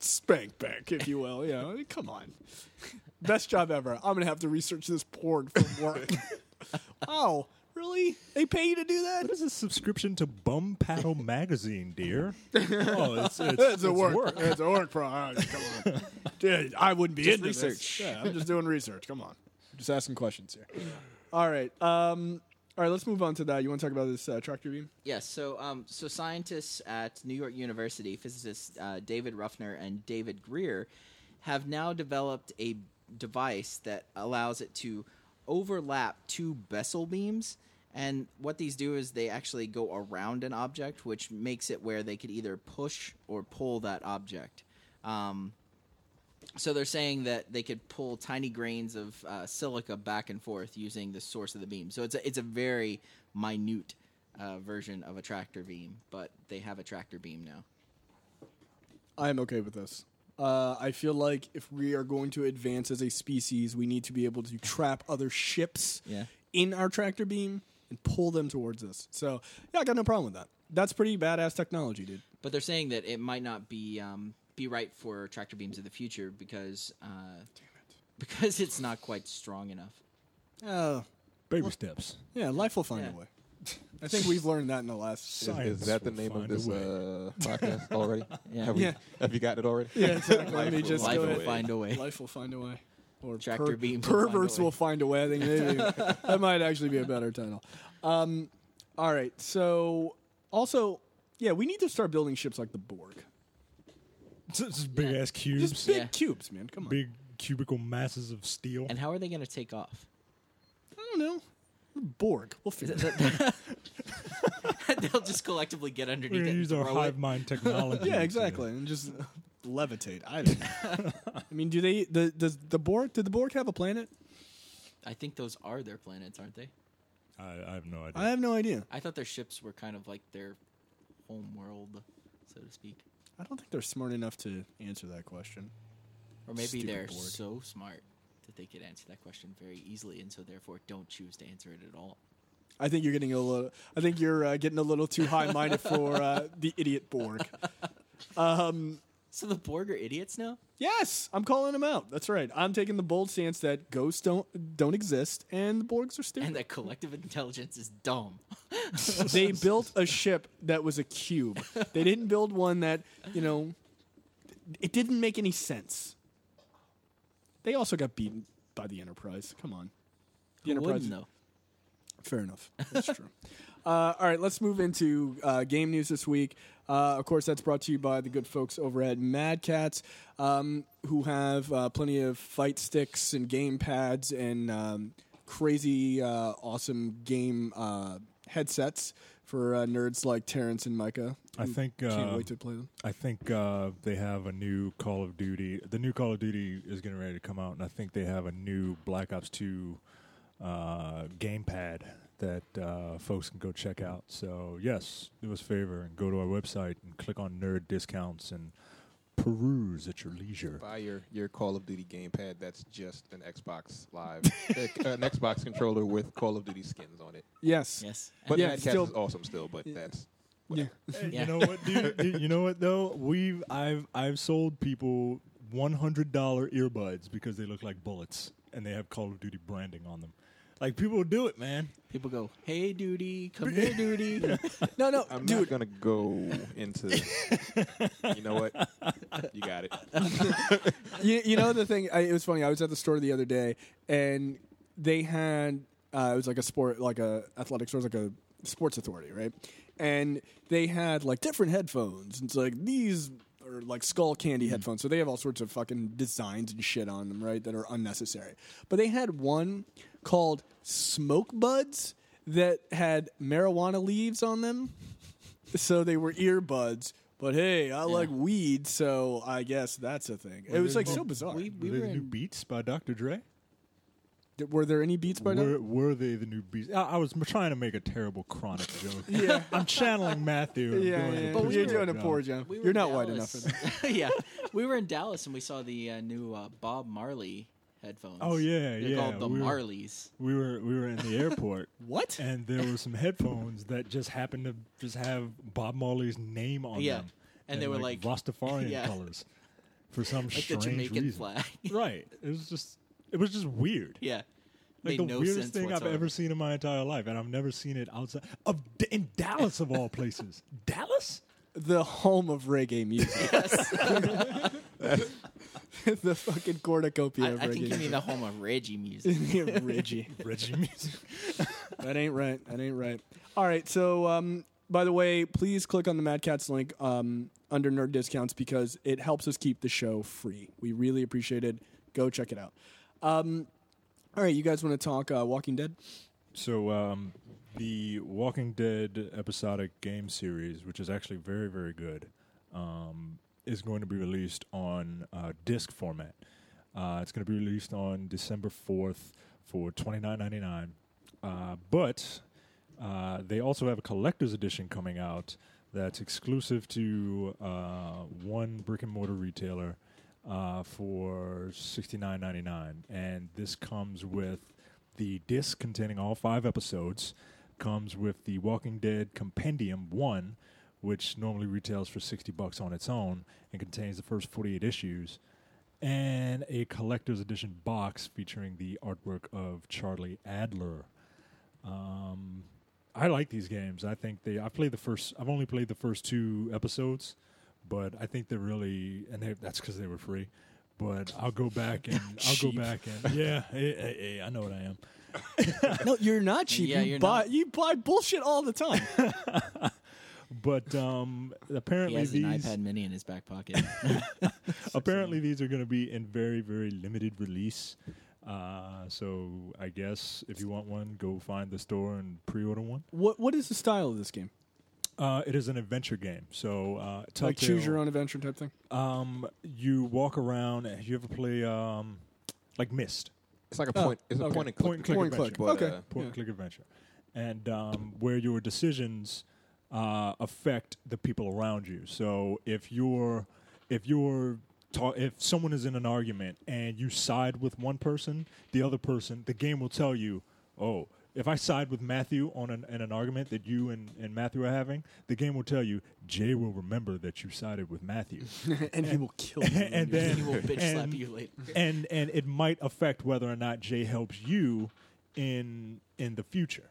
Speaker 3: spank bank, if you will. Yeah, I mean, come on. Best job ever. I'm gonna have to research this porn for work. oh, really? They pay you to do that?
Speaker 4: What is a subscription to Bum Paddle Magazine, dear? Oh, it's, it's,
Speaker 3: It's a
Speaker 4: it's
Speaker 3: work. It's a work product. Come on, Dude, I wouldn't be
Speaker 5: Just
Speaker 3: into this.
Speaker 5: research.
Speaker 3: Yeah, I'm just doing research. Come on, just asking questions here. All right, um, all right. Let's move on to that. You want to talk about this uh, tractor beam?
Speaker 5: Yes. So, um, so scientists at New York University, physicists uh, David Ruffner and David Greer, have now developed a device that allows it to overlap two Bessel beams. And what these do is they actually go around an object, which makes it where they could either push or pull that object. Um, so they're saying that they could pull tiny grains of uh, silica back and forth using the source of the beam. So it's a, it's a very minute uh, version of a tractor beam, but they have a tractor beam now.
Speaker 3: I am okay with this. Uh, I feel like if we are going to advance as a species, we need to be able to trap other ships
Speaker 5: Yeah.
Speaker 3: in our tractor beam and pull them towards us. So yeah, I got no problem with that. That's pretty badass technology, dude.
Speaker 5: But they're saying that it might not be um, be right for tractor beams of the future because uh, because it's not quite strong enough.
Speaker 3: Uh,
Speaker 4: Baby steps.
Speaker 3: yeah, life will find
Speaker 5: Yeah.
Speaker 3: a way. I think we've learned that in the last.
Speaker 6: Is- Is,
Speaker 4: Science
Speaker 6: that the
Speaker 4: will
Speaker 6: name of
Speaker 4: find a
Speaker 6: this
Speaker 4: way.
Speaker 6: uh, podcast already?
Speaker 5: Yeah.
Speaker 6: Have, we,
Speaker 3: Yeah.
Speaker 6: have you gotten it already?
Speaker 3: Yeah, exactly. Let
Speaker 6: Life
Speaker 3: me
Speaker 6: will-
Speaker 3: just
Speaker 5: life
Speaker 3: go
Speaker 5: will
Speaker 3: ahead.
Speaker 5: find a way.
Speaker 3: Life will find a way. Or
Speaker 5: Tractor beam will find a
Speaker 3: perverts
Speaker 5: way.
Speaker 3: will find a way. I think maybe that might actually be a better title. Um, all right. So also, yeah, we need to start building ships like the Borg.
Speaker 4: Just big ass
Speaker 3: Just
Speaker 4: cubes.
Speaker 3: big
Speaker 5: Yeah.
Speaker 3: cubes, man. Come on.
Speaker 4: Big cubical masses of steel.
Speaker 5: And how are they going to take off?
Speaker 3: I don't know. Borg. We'll figure it out.
Speaker 5: They'll just collectively get
Speaker 4: We're
Speaker 5: underneath
Speaker 4: gonna
Speaker 5: it. and
Speaker 4: use our
Speaker 5: throw it.
Speaker 4: hive mind technology.
Speaker 3: Yeah,
Speaker 4: to-
Speaker 3: exactly. And just levitate. I don't know. I mean, do they the does the Borg did the Borg have a planet?
Speaker 5: I think those are their planets, aren't they?
Speaker 4: I, I have no idea.
Speaker 3: I have no idea.
Speaker 5: I thought their ships were kind of like their home world, so to speak.
Speaker 3: I don't think they're smart enough to answer that question.
Speaker 5: Or maybe
Speaker 3: Stupid
Speaker 5: they're
Speaker 3: board.
Speaker 5: so smart that they could answer that question very easily, and so therefore don't choose to answer it at all.
Speaker 3: I think you're getting a little. I think you're uh, getting a little too high-minded for uh, the idiot Borg.
Speaker 5: So the Borg are idiots now.
Speaker 3: Yes, I'm calling him out. That's right. I'm taking the bold stance that ghosts don't don't exist and the Borgs are stupid.
Speaker 5: and that collective intelligence is dumb.
Speaker 3: they built a ship that was a cube. They didn't build one that you know. It didn't make any sense. They also got beaten by the Enterprise. Come on, the
Speaker 5: Who wouldn't though?
Speaker 3: Fair enough. That's true. Uh, all right, let's move into uh, game news this week. Uh, of course, that's brought to you by the good folks over at Mad Cats, um, who have uh, plenty of fight sticks and game pads and um, crazy, uh, awesome game uh, headsets for uh, nerds like Terrence and Micah.
Speaker 4: I
Speaker 3: who
Speaker 4: think,
Speaker 3: can't
Speaker 4: uh,
Speaker 3: wait to play them.
Speaker 4: I think uh, they have a new Call of Duty. The new Call of Duty is getting ready to come out, and I think they have a new Black Ops 2 uh, gamepad that uh, folks can go check out. So, yes, do us a favor and go to our website and click on Nerd Discounts and peruse at your leisure.
Speaker 6: Buy your, your Call of Duty gamepad. That's just an Xbox Live, uh, an Xbox controller with Call of Duty skins on it.
Speaker 3: Yes.
Speaker 5: Yes.
Speaker 6: But
Speaker 3: Yeah,
Speaker 6: Mad
Speaker 3: it's
Speaker 6: Cats
Speaker 3: still-
Speaker 6: is awesome still. But that's
Speaker 3: Yeah.
Speaker 5: Yeah.
Speaker 4: You know what, dude? Dude, You know what though? We've I've I've sold people one hundred dollar earbuds because they look like bullets and they have Call of Duty branding on them. Like people do it, man.
Speaker 5: People go, "Hey, duty, come here, duty."
Speaker 3: No, no,
Speaker 6: I'm
Speaker 3: dude.
Speaker 6: not gonna go into. you know what? You got it.
Speaker 3: you, you know the thing I, it was funny i was at the store the other day and they had uh, it was like a sport like a athletic store it was like a sports authority right and they had like different headphones it's like these are like skull candy headphones so they have all sorts of fucking designs and shit on them right that are unnecessary but they had one called smoke buds that had marijuana leaves on them so they were earbuds but hey, I like weed, so I guess that's a thing. It was like so bizarre.
Speaker 5: we we
Speaker 4: were they
Speaker 5: were
Speaker 4: the new
Speaker 5: in,
Speaker 4: Beats by Dr. Dre?
Speaker 3: D- Were there any beats by now?
Speaker 4: Were, were they the new Beats? I, I was m- trying to make a terrible chronic joke.
Speaker 3: Yeah.
Speaker 4: I'm channeling Matthew. and
Speaker 3: Yeah,
Speaker 4: doing
Speaker 3: yeah,
Speaker 4: a
Speaker 3: but
Speaker 4: pretty
Speaker 3: you're
Speaker 4: good
Speaker 3: doing a
Speaker 4: job.
Speaker 3: poor job.
Speaker 5: we were
Speaker 3: You're not
Speaker 5: Dallas.
Speaker 3: white enough for that.
Speaker 5: yeah, we were in Dallas and we saw the uh, new uh, Bob Marley headphones.
Speaker 4: Oh, yeah,
Speaker 5: They're
Speaker 4: yeah,
Speaker 5: called the
Speaker 4: we were-
Speaker 5: Marleys.
Speaker 4: We were we were in the airport.
Speaker 5: What?
Speaker 4: And there were some headphones that just happened to just have Bob Marley's name on
Speaker 5: Yeah.
Speaker 4: them.
Speaker 5: And they were like-
Speaker 4: Rastafarian
Speaker 5: yeah.
Speaker 4: colors for some
Speaker 5: Like the
Speaker 4: strange
Speaker 5: Jamaican
Speaker 4: reason.
Speaker 5: flag.
Speaker 4: Right. It was just it was just weird.
Speaker 5: yeah, made
Speaker 4: Like the
Speaker 5: no sense
Speaker 4: weirdest thing I've
Speaker 5: whatsoever.
Speaker 4: ever seen in my entire life, and I've never seen it outside of in Dallas of all places. Dallas?
Speaker 7: the home of reggae music. the fucking cornucopia
Speaker 5: I,
Speaker 7: of
Speaker 5: I
Speaker 7: reggae
Speaker 5: think you mean
Speaker 7: music.
Speaker 5: the home of Reggie music.
Speaker 7: Reggie.
Speaker 4: Reggie music.
Speaker 7: That ain't right. That ain't right. All right. So, um, by the way, please click on the Mad Cats link um, under Nerd Discounts because it helps us keep the show free. We really appreciate it. Go check it out. Um, all right. You guys want to talk uh, Walking Dead?
Speaker 4: So um, the Walking Dead episodic game series, which is actually very very good, um, is going to be released on uh, disc format. Uh, it's going to be released on December fourth for twenty nine ninety nine, uh, but uh, they also have a collector's edition coming out that's exclusive to uh, one brick and mortar retailer uh, for sixty nine ninety nine, and this comes with the disc containing all five episodes. Comes with the Walking Dead Compendium One, which normally retails for sixty bucks on its own, and contains the first forty eight issues, and a collector's edition box featuring the artwork of Charlie Adler. Um, I like these games. I think they. I played the first. I've only played the first two episodes, but I think they're really. And they, that's because they were free. But I'll go back and I'll go
Speaker 7: Cheap.
Speaker 4: back and yeah. Hey, hey, hey, I know what I am.
Speaker 7: No, you're not cheap.
Speaker 5: Yeah,
Speaker 7: you
Speaker 5: you're
Speaker 7: buy
Speaker 5: not.
Speaker 7: you buy bullshit all the time.
Speaker 4: But um,
Speaker 5: He
Speaker 4: apparently
Speaker 5: has an
Speaker 4: these
Speaker 5: iPad Mini in his back pocket.
Speaker 4: apparently these are going to be in very very limited release. Uh, so I guess if you want one, go find the store and pre-order one.
Speaker 7: what what is the style of this game?
Speaker 4: Uh, it is an adventure game, so uh,
Speaker 7: Like choose
Speaker 4: Telltale-
Speaker 7: your own adventure type thing.
Speaker 4: Um, you walk around. You ever play um, like Mist?
Speaker 6: It's like a point. It's a
Speaker 7: okay.
Speaker 6: Oh, point and click.
Speaker 4: Point and click
Speaker 7: Point and
Speaker 4: adventure.
Speaker 7: click.
Speaker 6: But,
Speaker 7: Okay.
Speaker 6: uh,
Speaker 4: Point and
Speaker 7: Yeah.
Speaker 4: click adventure, and um, where your decisions uh, affect the people around you. So if you're if you're ta- if someone is in an argument and you side with one person, the other person, the game will tell you, oh. If I side with Matthew on an, in an argument that you and, and Matthew are having, the game will tell you, Jay will remember that you sided with Matthew.
Speaker 7: and he will kill you.
Speaker 4: and then
Speaker 5: he will bitch slap
Speaker 4: and-
Speaker 5: you later.
Speaker 4: and and it might affect whether or not Jay helps you in in the future.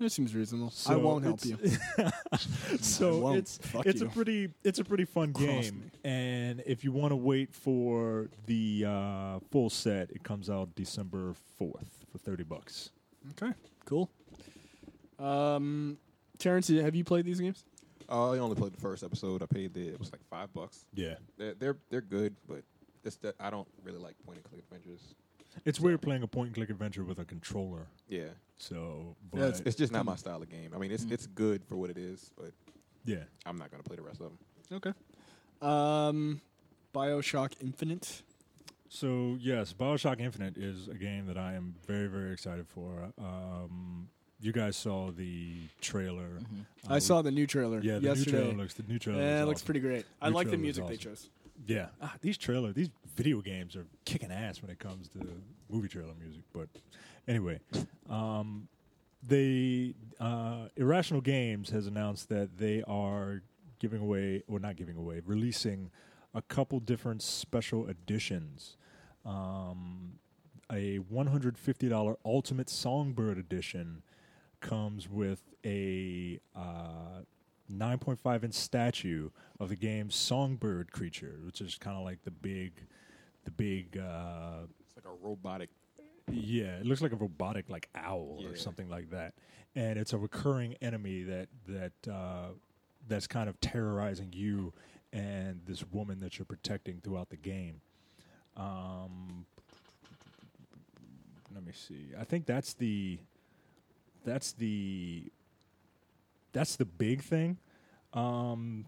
Speaker 7: that seems reasonable. I
Speaker 4: So
Speaker 7: won't help
Speaker 4: it's-
Speaker 7: you. I
Speaker 4: So
Speaker 7: won't.
Speaker 4: it's
Speaker 7: Fuck
Speaker 4: it's
Speaker 7: you.
Speaker 4: a pretty it's a pretty fun
Speaker 7: Cross
Speaker 4: game. And if you want to wait for the uh, full set, it comes out December fourth for thirty bucks.
Speaker 7: Okay, cool. Um, Terrence, have you played these games?
Speaker 6: uh, I only played the first episode. I paid the. It was like five bucks.
Speaker 4: Yeah,
Speaker 6: They're they're, they're good, but it's that I don't really like point and click adventures.
Speaker 4: it's weird playing a point and click adventure with a controller.
Speaker 6: Yeah,
Speaker 4: So, but
Speaker 7: Yeah, it's-
Speaker 6: it's just not my style of game. I mean, it's it's good for what it is, but
Speaker 4: yeah.
Speaker 6: I'm not gonna play the rest of them.
Speaker 7: Okay. Um, Bioshock Infinite.
Speaker 4: So yes, Bioshock Infinite is a game that I am very very excited for. Um, you guys saw the trailer. Uh,
Speaker 7: Mm-hmm. I
Speaker 4: we-
Speaker 7: saw the new trailer
Speaker 4: Yeah, the
Speaker 7: yesterday.
Speaker 4: new trailer looks the new trailer.
Speaker 7: yeah, it
Speaker 4: is
Speaker 7: looks
Speaker 4: awesome.
Speaker 7: pretty great. I
Speaker 4: New
Speaker 7: like the
Speaker 4: trailer was
Speaker 7: music they
Speaker 4: awesome.
Speaker 7: chose.
Speaker 4: Yeah, ah, these trailer, these video games are kicking ass when it comes to movie trailer music. But anyway, um, they uh, Irrational Games has announced that they are giving away, or not giving away, releasing a couple different special editions. Um, a $150 Ultimate Songbird Edition comes with a uh, 9.5 inch statue of the game's songbird creature, which is kind of like the big, the big, uh,
Speaker 6: It's like a robotic.
Speaker 4: yeah, it looks like a robotic like owl or
Speaker 6: Yeah.
Speaker 4: something like that, and it's a recurring enemy that that uh, that's kind of terrorizing you and this woman that you're protecting throughout the game. Um, let me see. I think that's the that's the that's the big thing. Um,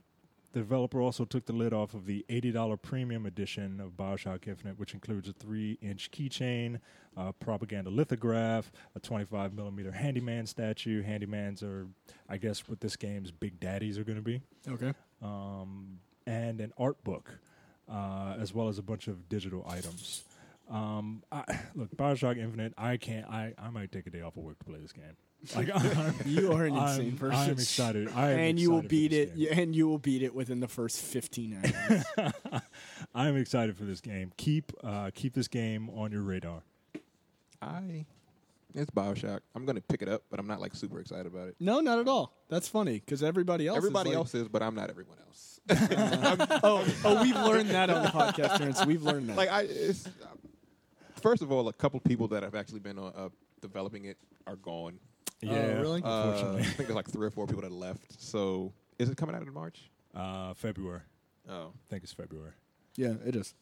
Speaker 4: the developer also took the lid off of the $80 premium edition of Bioshock Infinite, which includes a 3 inch keychain, a propaganda lithograph, a 25 millimeter handyman statue. Handymans are, I guess, what this game's big daddies are going to be
Speaker 7: Okay.
Speaker 4: um, and an art book. uh, as well as a bunch of digital items. Um, I, look, Bioshock Infinite. I can't. I, I might take a day off of work to play this game. Like I'm,
Speaker 7: You are an
Speaker 4: I'm-
Speaker 7: insane person.
Speaker 4: I'm excited. I am
Speaker 7: and you will
Speaker 4: excited for
Speaker 7: beat
Speaker 4: this
Speaker 7: it.
Speaker 4: game.
Speaker 7: And you will beat it within the first fifteen hours.
Speaker 4: I'm excited for this game. Keep uh, keep this game on your
Speaker 7: Oh,
Speaker 4: radar.
Speaker 6: I. It's Bioshock. I'm going to pick it up, but I'm not like super excited about it.
Speaker 7: no, not at all. That's funny because everybody else. is
Speaker 6: Everybody
Speaker 7: like-
Speaker 6: else is, but I'm not everyone else.
Speaker 7: Oh, oh, we've learned that on the podcast, Terrence. We've learned that.
Speaker 6: like I, it's, um, first of all, a couple people that have actually been uh, uh, developing it are gone.
Speaker 4: yeah,
Speaker 7: really?
Speaker 6: Uh, I
Speaker 4: Unfortunately,
Speaker 6: think there's like three or four people that left. So is it coming out in March?
Speaker 4: uh, February.
Speaker 6: Oh,
Speaker 4: I think it's February.
Speaker 7: yeah, it is.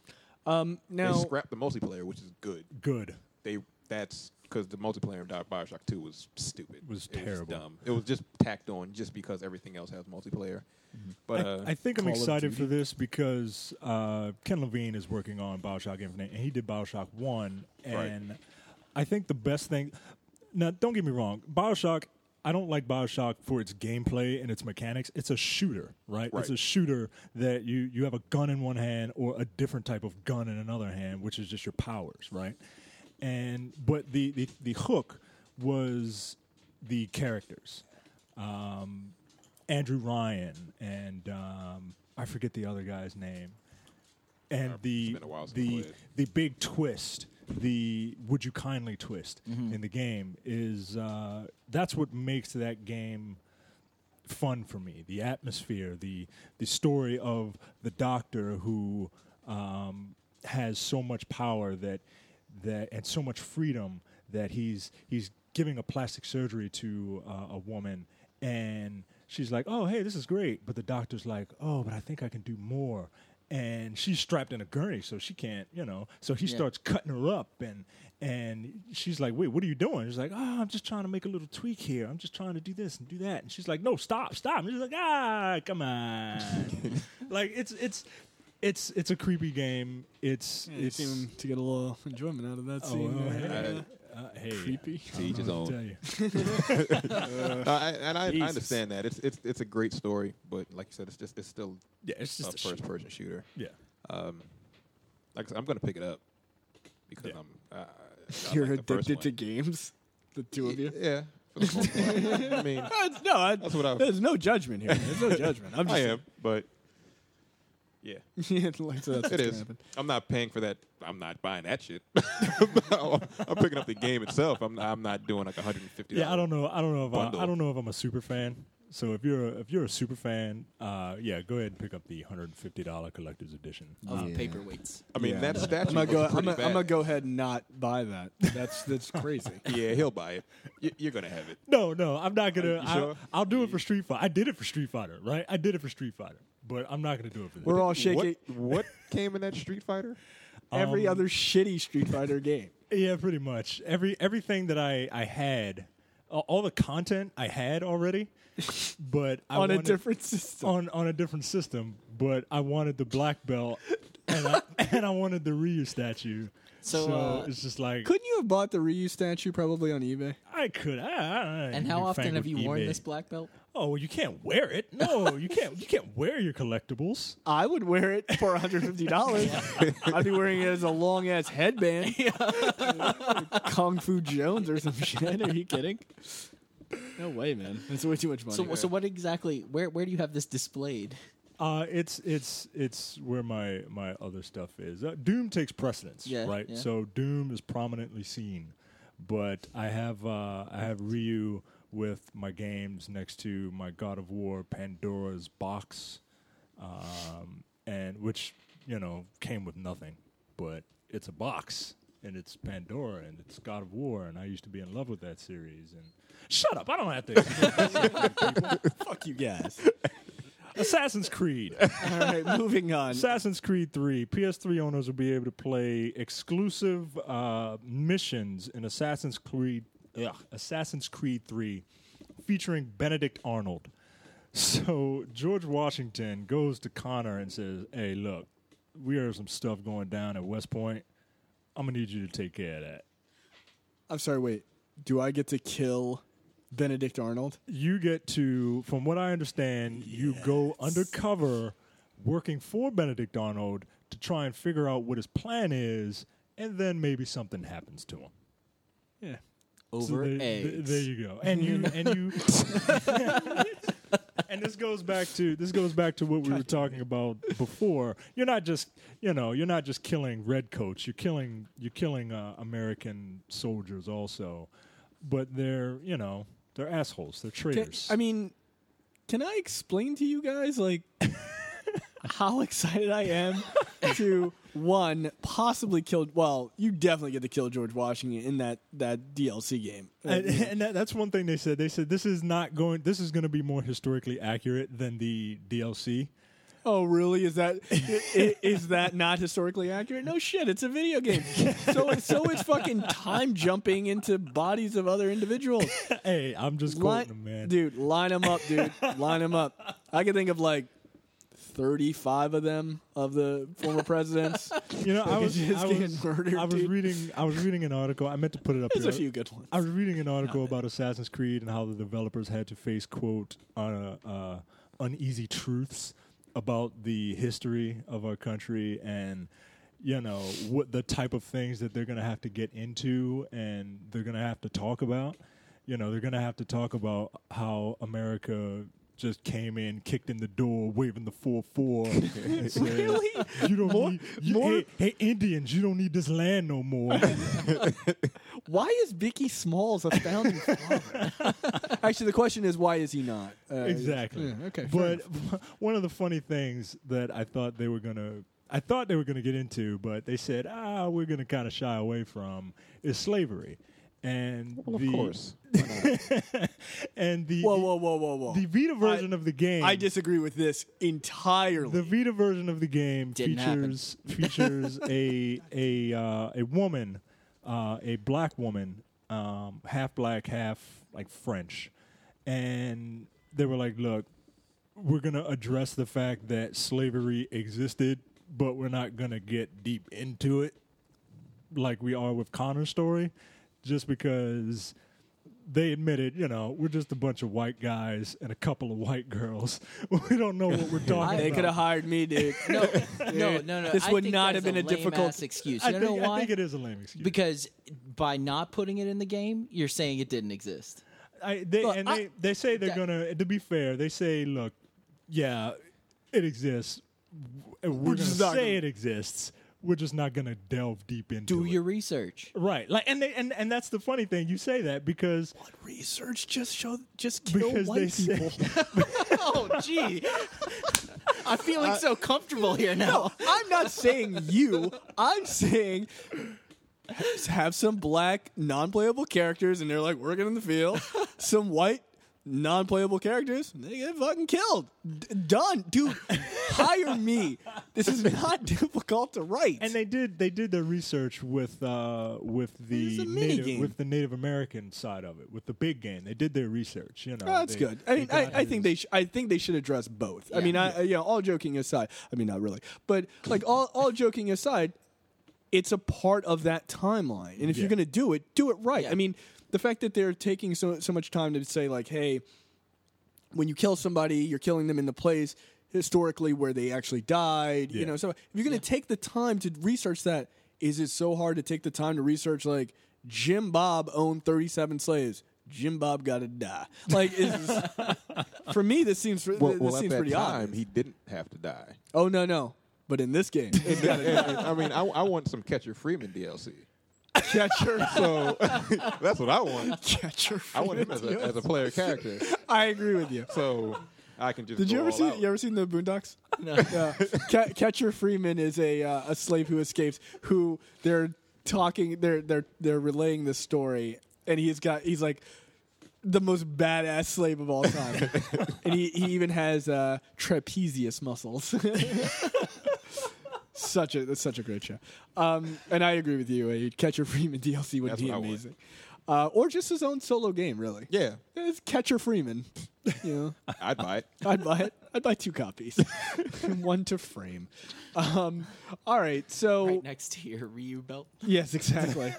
Speaker 7: Um, now,
Speaker 6: they scrapped the multiplayer, which is good.
Speaker 4: Good.
Speaker 6: They that's because the multiplayer in Di- Bioshock Two was stupid.
Speaker 4: Was
Speaker 6: It
Speaker 4: terrible.
Speaker 6: dumb. It was just tacked on just because everything else has multiplayer. But
Speaker 4: Mm-hmm. I-
Speaker 6: uh,
Speaker 4: I, think I'm
Speaker 7: Call of
Speaker 4: excited
Speaker 7: Duty.
Speaker 4: for this because uh, Ken Levine is working on Bioshock Infinite, and he did Bioshock One,
Speaker 6: Right.
Speaker 4: and I think the best thing. Now, don't get me wrong, Bioshock. I don't like Bioshock for its gameplay and its mechanics. It's a shooter, right? It's
Speaker 6: Right.
Speaker 4: a shooter that you you have a gun in one hand or a different type of gun in another hand, which is just your powers, right? And but the the, the hook was the characters. Um, Andrew Ryan and um, I forget the other guy's name. And the
Speaker 6: been a while since I
Speaker 4: the
Speaker 6: played.
Speaker 4: the big twist, the would you kindly twist
Speaker 6: Mm-hmm.
Speaker 4: in the game is uh, that's what makes that game fun for me. The atmosphere, the the story of the doctor who um, has so much power that that and so much freedom that he's he's giving a plastic surgery to uh, a woman and she's like, "Oh, hey, this is great," but the doctor's like, "Oh, but I think I can do more." And she's strapped in a gurney, so she can't, you know. So he starts cutting her up, and and she's like, "Wait, what are you doing?" He's like, "Oh, I'm just trying to make a little tweak here. I'm just trying to do this and do that." And she's like, "No, stop, stop." And he's like, "Ah, come on." like it's it's it's it's a creepy game. It's
Speaker 7: you
Speaker 4: it's
Speaker 7: seem to get a little enjoyment out of that
Speaker 4: oh,
Speaker 7: scene.
Speaker 4: oh,
Speaker 7: there.
Speaker 4: hey, uh, hey,
Speaker 7: Creepy.
Speaker 4: I don't
Speaker 6: To each his
Speaker 4: know what to
Speaker 6: own.
Speaker 4: tell you.
Speaker 6: uh, I, and I, I
Speaker 4: Jesus.
Speaker 6: understand that it's it's it's a great story, but like you said, it's just it's still
Speaker 4: Yeah, it's
Speaker 6: a
Speaker 4: just a
Speaker 6: first
Speaker 4: shooter.
Speaker 6: person shooter.
Speaker 4: Yeah,
Speaker 6: Like I said, I'm going to pick it up because
Speaker 4: Yeah.
Speaker 6: I'm uh,
Speaker 7: You're
Speaker 6: like the first
Speaker 7: addicted to
Speaker 6: one.
Speaker 7: games. The two of you.
Speaker 6: Yeah. for the most part. I mean,
Speaker 7: That's- no, I-
Speaker 6: That's what I- Oh,
Speaker 7: there's no judgment here. There's no judgment. I'm just
Speaker 6: I am, but yeah,
Speaker 7: Yeah, like, so that's
Speaker 6: it
Speaker 7: what's
Speaker 6: is.
Speaker 7: Happen.
Speaker 6: I'm not paying for that. I'm not buying that shit. I'm picking up the game itself. I'm I'm not doing like 150.
Speaker 4: yeah. I don't know. I don't know if I, I
Speaker 6: Bundle.
Speaker 4: don't know if I'm a super fan. So if you're a, if you're a super fan, uh, yeah, go ahead and pick up the 150 dollar collector's edition.
Speaker 5: of
Speaker 7: Yeah.
Speaker 5: paperweights.
Speaker 6: I mean,
Speaker 7: Yeah.
Speaker 6: that statue.
Speaker 7: I'm gonna go.
Speaker 6: looks
Speaker 7: I'm
Speaker 6: pretty
Speaker 7: gonna, I'm gonna
Speaker 6: bad.
Speaker 7: go ahead and not buy that. That's that's crazy.
Speaker 6: Yeah, he'll buy it. You, you're gonna have it.
Speaker 4: No, no, I'm not gonna.
Speaker 6: you
Speaker 4: I,
Speaker 6: sure?
Speaker 4: I'll do it for Street Fighter. I did it for Street Fighter, right? I did it for Street Fighter, but I'm not gonna do it for. This.
Speaker 7: We're all shaking.
Speaker 6: What, what came in that Street Fighter?
Speaker 7: Every
Speaker 4: Um,
Speaker 7: other shitty Street Fighter game.
Speaker 4: Yeah, pretty much. Every everything that I I had, a- all the content I had already, but I
Speaker 7: on a
Speaker 4: wanted-
Speaker 7: different system.
Speaker 4: on on a different system. But I wanted the black belt, and I, and I wanted the Ryu statue.
Speaker 5: So,
Speaker 4: So,
Speaker 5: uh,
Speaker 4: it's just like
Speaker 7: Couldn't you have bought the Ryu statue probably on eBay?
Speaker 4: I could. I, I, I
Speaker 5: And how often have you
Speaker 4: newfangled
Speaker 5: worn
Speaker 4: eBay.
Speaker 5: this black belt?
Speaker 4: Oh, you can't wear it. No, you can't. You can't wear your collectibles.
Speaker 7: I would wear it for 150 dollars. I'd be wearing it as a long ass headband. Kung Fu Jones or some shit. Are you kidding? No way, man. That's way too much money.
Speaker 5: So, so what exactly? Where where do you have this displayed?
Speaker 4: Uh, it's it's it's where my my other stuff is. Uh, Doom takes precedence,
Speaker 5: Yeah,
Speaker 4: right?
Speaker 5: yeah.
Speaker 4: So Doom is prominently seen, but I have uh, I have Ryu with my games next to my God of War Pandora's box, um, and which you know came with nothing, but it's a box and it's Pandora and it's God of War, and I used to be in love with that series. And shut up, I don't have to. explain
Speaker 7: Fuck you guys.
Speaker 4: Assassin's Creed.
Speaker 7: All right, moving on.
Speaker 4: Assassin's Creed 3, PS3 owners will be able to play exclusive uh, missions in Assassin's Creed ugh, Assassin's Creed 3 featuring Benedict Arnold. So George Washington goes to Connor and says, "Hey, look, we have some stuff going down at West Point. I'm going to need you to take care of that."
Speaker 7: I'm sorry. Wait, do I get to kill Benedict Arnold?
Speaker 4: you get to, from what I understand, you go undercover working for Benedict Arnold to try and figure out what his plan is, and then maybe something happens to him.
Speaker 3: Yeah.
Speaker 4: So
Speaker 5: over
Speaker 4: there, th-
Speaker 5: eggs.
Speaker 4: there you go. And you and you And this goes back to this goes back to what we were talking about before. You're not just you know you're not just killing redcoats. You're killing you're killing uh, American soldiers also, but they're you know they're assholes. They're
Speaker 3: Can-
Speaker 4: traitors.
Speaker 3: I mean, can I explain to you guys like how excited I am to one possibly kill? Well, you definitely get to kill George Washington in that that DLC game.
Speaker 4: and, and that, that's one thing they said. They said this is not going. This is going to be more historically accurate than the DLC.
Speaker 3: oh, really? Is that i- i- is that not historically accurate? No shit, it's a video game. so so it's fucking time jumping into bodies of other individuals.
Speaker 4: Hey, I'm just
Speaker 3: Line-
Speaker 4: quoting them, man.
Speaker 3: Dude, line them up, dude. line them up. I can think of like 35 of them of the former presidents.
Speaker 4: You know, I
Speaker 3: Like,
Speaker 4: was,
Speaker 3: it's just
Speaker 4: I was,
Speaker 3: getting murdered,
Speaker 4: I was
Speaker 3: dude.
Speaker 4: reading I was reading an article. I meant to put it up
Speaker 3: There's
Speaker 4: here.
Speaker 3: a few good ones.
Speaker 4: I was reading an article about Assassin's Creed and how the developers had to face quote uh, uh, uneasy truths about the history of our country and you know what the type of things that they're going to have to get into and they're going to have to talk about. You know, they're going to have to talk about how America just came in, kicked in the door, waving the four four. really? You don't need you, Hey, hey, Indians, you don't need this land no more.
Speaker 3: Why is Vicky Smalls a founding father? Actually, the question is, why is he not? Uh,
Speaker 4: exactly.
Speaker 3: yeah, okay, fair
Speaker 4: But one of the funny things that I thought they were gonna, I thought they were gonna get into, but they said, ah, we're gonna kind of shy away from is slavery, and the,
Speaker 6: of course.
Speaker 4: and the
Speaker 3: Whoa, whoa, whoa, whoa, whoa.
Speaker 4: the Vita version of the game.
Speaker 3: I disagree with this entirely.
Speaker 4: The Vita version of the game
Speaker 5: Didn't happen.
Speaker 4: features features a a uh, a woman, uh, a black woman, um, half black, half like French, and they were like, "Look, we're gonna address the fact that slavery existed, but we're not gonna get deep into it like we are with Connor's story, just because." they admitted, you know, we're just a bunch of white guys and a couple of white girls. We don't know what we're talking
Speaker 3: they
Speaker 4: about.
Speaker 3: could have hired me, dude.
Speaker 5: no, no, no, no.
Speaker 3: This
Speaker 5: I
Speaker 3: would
Speaker 5: think
Speaker 3: not
Speaker 5: that's
Speaker 3: have been a
Speaker 5: lame
Speaker 3: difficult-
Speaker 5: ass excuse.
Speaker 4: I,
Speaker 5: You know
Speaker 4: think, I
Speaker 5: why?
Speaker 4: think it is a lame excuse.
Speaker 5: Because by not putting it in the game, you're saying it didn't exist.
Speaker 4: I, they,
Speaker 3: Look,
Speaker 4: and
Speaker 3: I-
Speaker 4: they, they say they're
Speaker 5: that-
Speaker 4: gonna. To be fair, they say, look, yeah, it exists. W- We're, gonna
Speaker 3: just
Speaker 4: say
Speaker 3: not gonna-
Speaker 4: it exists. We're just not gonna delve deep into
Speaker 5: Do
Speaker 4: it.
Speaker 5: your research.
Speaker 4: right. Like, and they, and and that's the funny thing. You say that because
Speaker 3: Research just show, just kill
Speaker 4: because they
Speaker 3: white people.
Speaker 4: say,
Speaker 5: Oh, gee. I'm feeling so comfortable here now.
Speaker 3: I'm not saying you. I'm saying have some black non-playable characters, and they're like working in the field. Some white non-playable characters, and they get fucking killed. D- done, dude. Hire me. This is not difficult to write.
Speaker 4: and they did they did their research with uh, with the
Speaker 3: It's a mini
Speaker 4: native,
Speaker 3: game.
Speaker 4: with the Native American side of it, with the big game. They did their research. You
Speaker 3: Oh,
Speaker 4: know,
Speaker 3: that's
Speaker 4: They-
Speaker 3: good. I
Speaker 4: they
Speaker 3: mean, I,
Speaker 4: got
Speaker 3: I think
Speaker 4: his-
Speaker 3: they sh- I think they should address both. I
Speaker 5: Yeah.
Speaker 3: mean, I, yeah. All joking aside, I mean, not really, but like all all joking aside, it's a part of that timeline. And if you're
Speaker 4: Yeah.
Speaker 3: going to do it, do it right.
Speaker 5: Yeah.
Speaker 3: I mean, the fact that they're taking so so much time to say like, hey, when you kill somebody, you're killing them in the place historically where they actually died. You
Speaker 4: Yeah.
Speaker 3: know, so if you're going to take the time to research that, is it so hard to take the time to research like Jim Bob owned 37 slaves? Jim Bob got to die. Like, is this- for me, this seems this
Speaker 6: Well, well at
Speaker 3: seems
Speaker 6: that
Speaker 3: pretty
Speaker 6: time,
Speaker 3: obvious.
Speaker 6: he didn't have to die.
Speaker 3: Oh no, no. But in this game, it's got
Speaker 6: I mean, I, I want some Catcher Freeman DLC.
Speaker 3: catcher,
Speaker 6: So that's what I want.
Speaker 3: catcher.
Speaker 6: I want him as a, as a player character.
Speaker 3: I agree with you.
Speaker 6: So I can just.
Speaker 3: Did you
Speaker 6: go
Speaker 3: ever
Speaker 6: all
Speaker 3: see?
Speaker 6: out.
Speaker 3: You ever seen the Boondocks?
Speaker 5: No.
Speaker 3: Yeah. Ca- Catcher Freeman is a uh, a slave who escapes. Who they're talking, they're they're they're relaying this story, and he's got he's like the most badass slave of all time, and he he even has uh, trapezius muscles. such a that's such a great show, um, and I agree with you. A Catcher Freeman DLC would
Speaker 6: That's
Speaker 3: be
Speaker 6: what I want.
Speaker 3: amazing. uh, or just his own solo game. Really,
Speaker 6: Yeah,
Speaker 3: it's Catcher Freeman. You know,
Speaker 6: I'd buy it.
Speaker 3: I'd buy it. I'd buy two copies, one to frame. Um, all right, so
Speaker 5: Right next to your Ryu belt.
Speaker 3: Yes, exactly.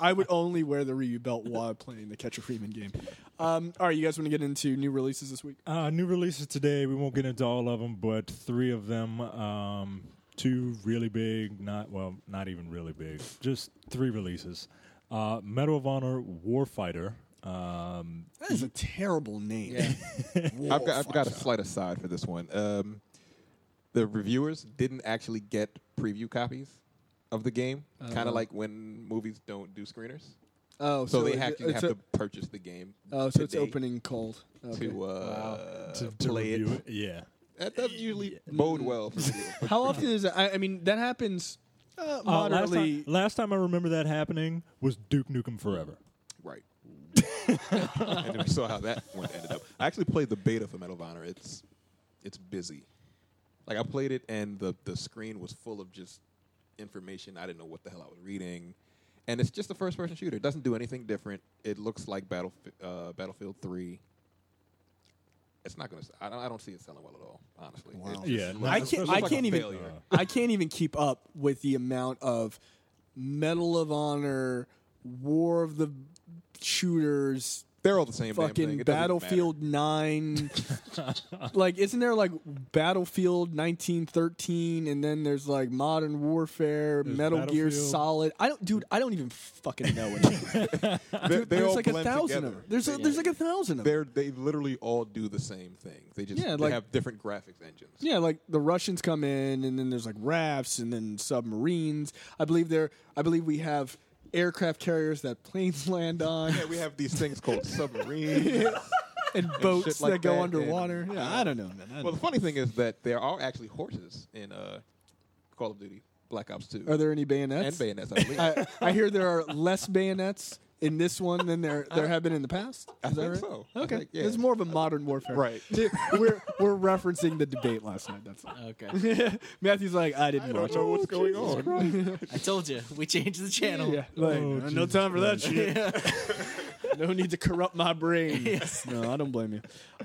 Speaker 3: I would only wear the Ryu belt while playing the Catcher Freeman game. Um, all right, you guys want to get into new releases this week?
Speaker 4: Uh, new releases today. We won't get into all of them, but three of them. Um, two really big, not well, not even really big. Just three releases. Uh, Medal of Honor Warfighter. Um,
Speaker 3: That is a terrible name.
Speaker 6: I've got, I've got a slight aside for this one. Um, the reviewers didn't actually get preview copies of the game, kind of like when movies don't do screeners.
Speaker 3: Oh,
Speaker 6: So, they
Speaker 3: it-
Speaker 6: actually
Speaker 3: it's
Speaker 6: have
Speaker 3: a-
Speaker 6: to purchase the game.
Speaker 3: Oh, so it's
Speaker 6: today
Speaker 3: opening cold. Okay.
Speaker 6: to, uh,
Speaker 4: to, to
Speaker 6: play
Speaker 4: review
Speaker 6: it. Uh,
Speaker 4: it. Yeah.
Speaker 6: That doesn't usually bode well for people.
Speaker 3: How often is it? I, I mean, that happens uh,
Speaker 4: Uh, last,
Speaker 3: moderately.
Speaker 4: time, last time I remember that happening was Duke Nukem Forever.
Speaker 6: right. and then we saw how that one ended up. I actually played the beta for Medal of Honor. It's it's busy. Like I played it, and the the screen was full of just information. I didn't know what the hell I was reading, and it's just a first person shooter. It doesn't do anything different. It looks like Battle uh, Battlefield Three. It's not gonna. s- I don't, I don't see it selling well at all. Honestly, It just
Speaker 4: Yeah,
Speaker 6: looks-
Speaker 4: no,
Speaker 3: I
Speaker 6: it
Speaker 3: can't.
Speaker 6: looks
Speaker 3: I
Speaker 6: like a
Speaker 3: can't even.
Speaker 6: failure.
Speaker 3: I can't even keep up with the amount of Medal of Honor, War of the Shooters,
Speaker 6: They're all the same. damn thing.
Speaker 3: fucking
Speaker 6: It doesn't matter.
Speaker 3: Battlefield Nine. like, isn't there like Battlefield nineteen thirteen, and then there's like Modern Warfare,
Speaker 4: There's
Speaker 3: Metal Gear
Speaker 4: Battlefield.
Speaker 3: Solid. I don't, dude. I don't even fucking know anymore.
Speaker 6: They- they
Speaker 3: there's
Speaker 6: all
Speaker 3: like a
Speaker 6: blend
Speaker 3: thousand of
Speaker 6: together.
Speaker 3: them. There's a,
Speaker 6: They-
Speaker 3: there's like a thousand of them.
Speaker 6: They're they literally all do the same thing. They just
Speaker 3: Yeah,
Speaker 6: they
Speaker 3: like-
Speaker 6: have different graphics engines.
Speaker 3: Yeah, like the Russians come in, and then there's like rafts, and then submarines. I believe there. I believe we have aircraft carriers that planes land on,
Speaker 6: Yeah, we have these things called submarines.
Speaker 3: and boats
Speaker 6: like
Speaker 3: that go
Speaker 6: that, and-
Speaker 3: underwater. yeah, I don't know, man. I don't
Speaker 6: well, the
Speaker 3: know.
Speaker 6: funny thing is that there are actually horses in uh, Call of Duty Black Ops Two
Speaker 3: Are there any
Speaker 6: and
Speaker 3: bayonets?
Speaker 6: bayonets. I believe.
Speaker 3: I, I hear there are less bayonets in this one than there there have been in the past.
Speaker 6: I
Speaker 3: Is that
Speaker 6: think
Speaker 3: right?
Speaker 6: so. I
Speaker 3: Okay,
Speaker 6: think, yeah.
Speaker 3: it's more of a modern warfare.
Speaker 6: Right.
Speaker 3: Dude, we're we're referencing the debate last night. That's
Speaker 6: Uh,
Speaker 3: all.
Speaker 5: Okay.
Speaker 3: Matthew's like, I didn't watch. it.
Speaker 6: what's going on.
Speaker 5: I told you we changed the channel.
Speaker 3: Yeah, like,
Speaker 4: Oh,
Speaker 3: no
Speaker 4: Jesus
Speaker 3: time for that shit. no need to corrupt my brain. No, I don't blame you.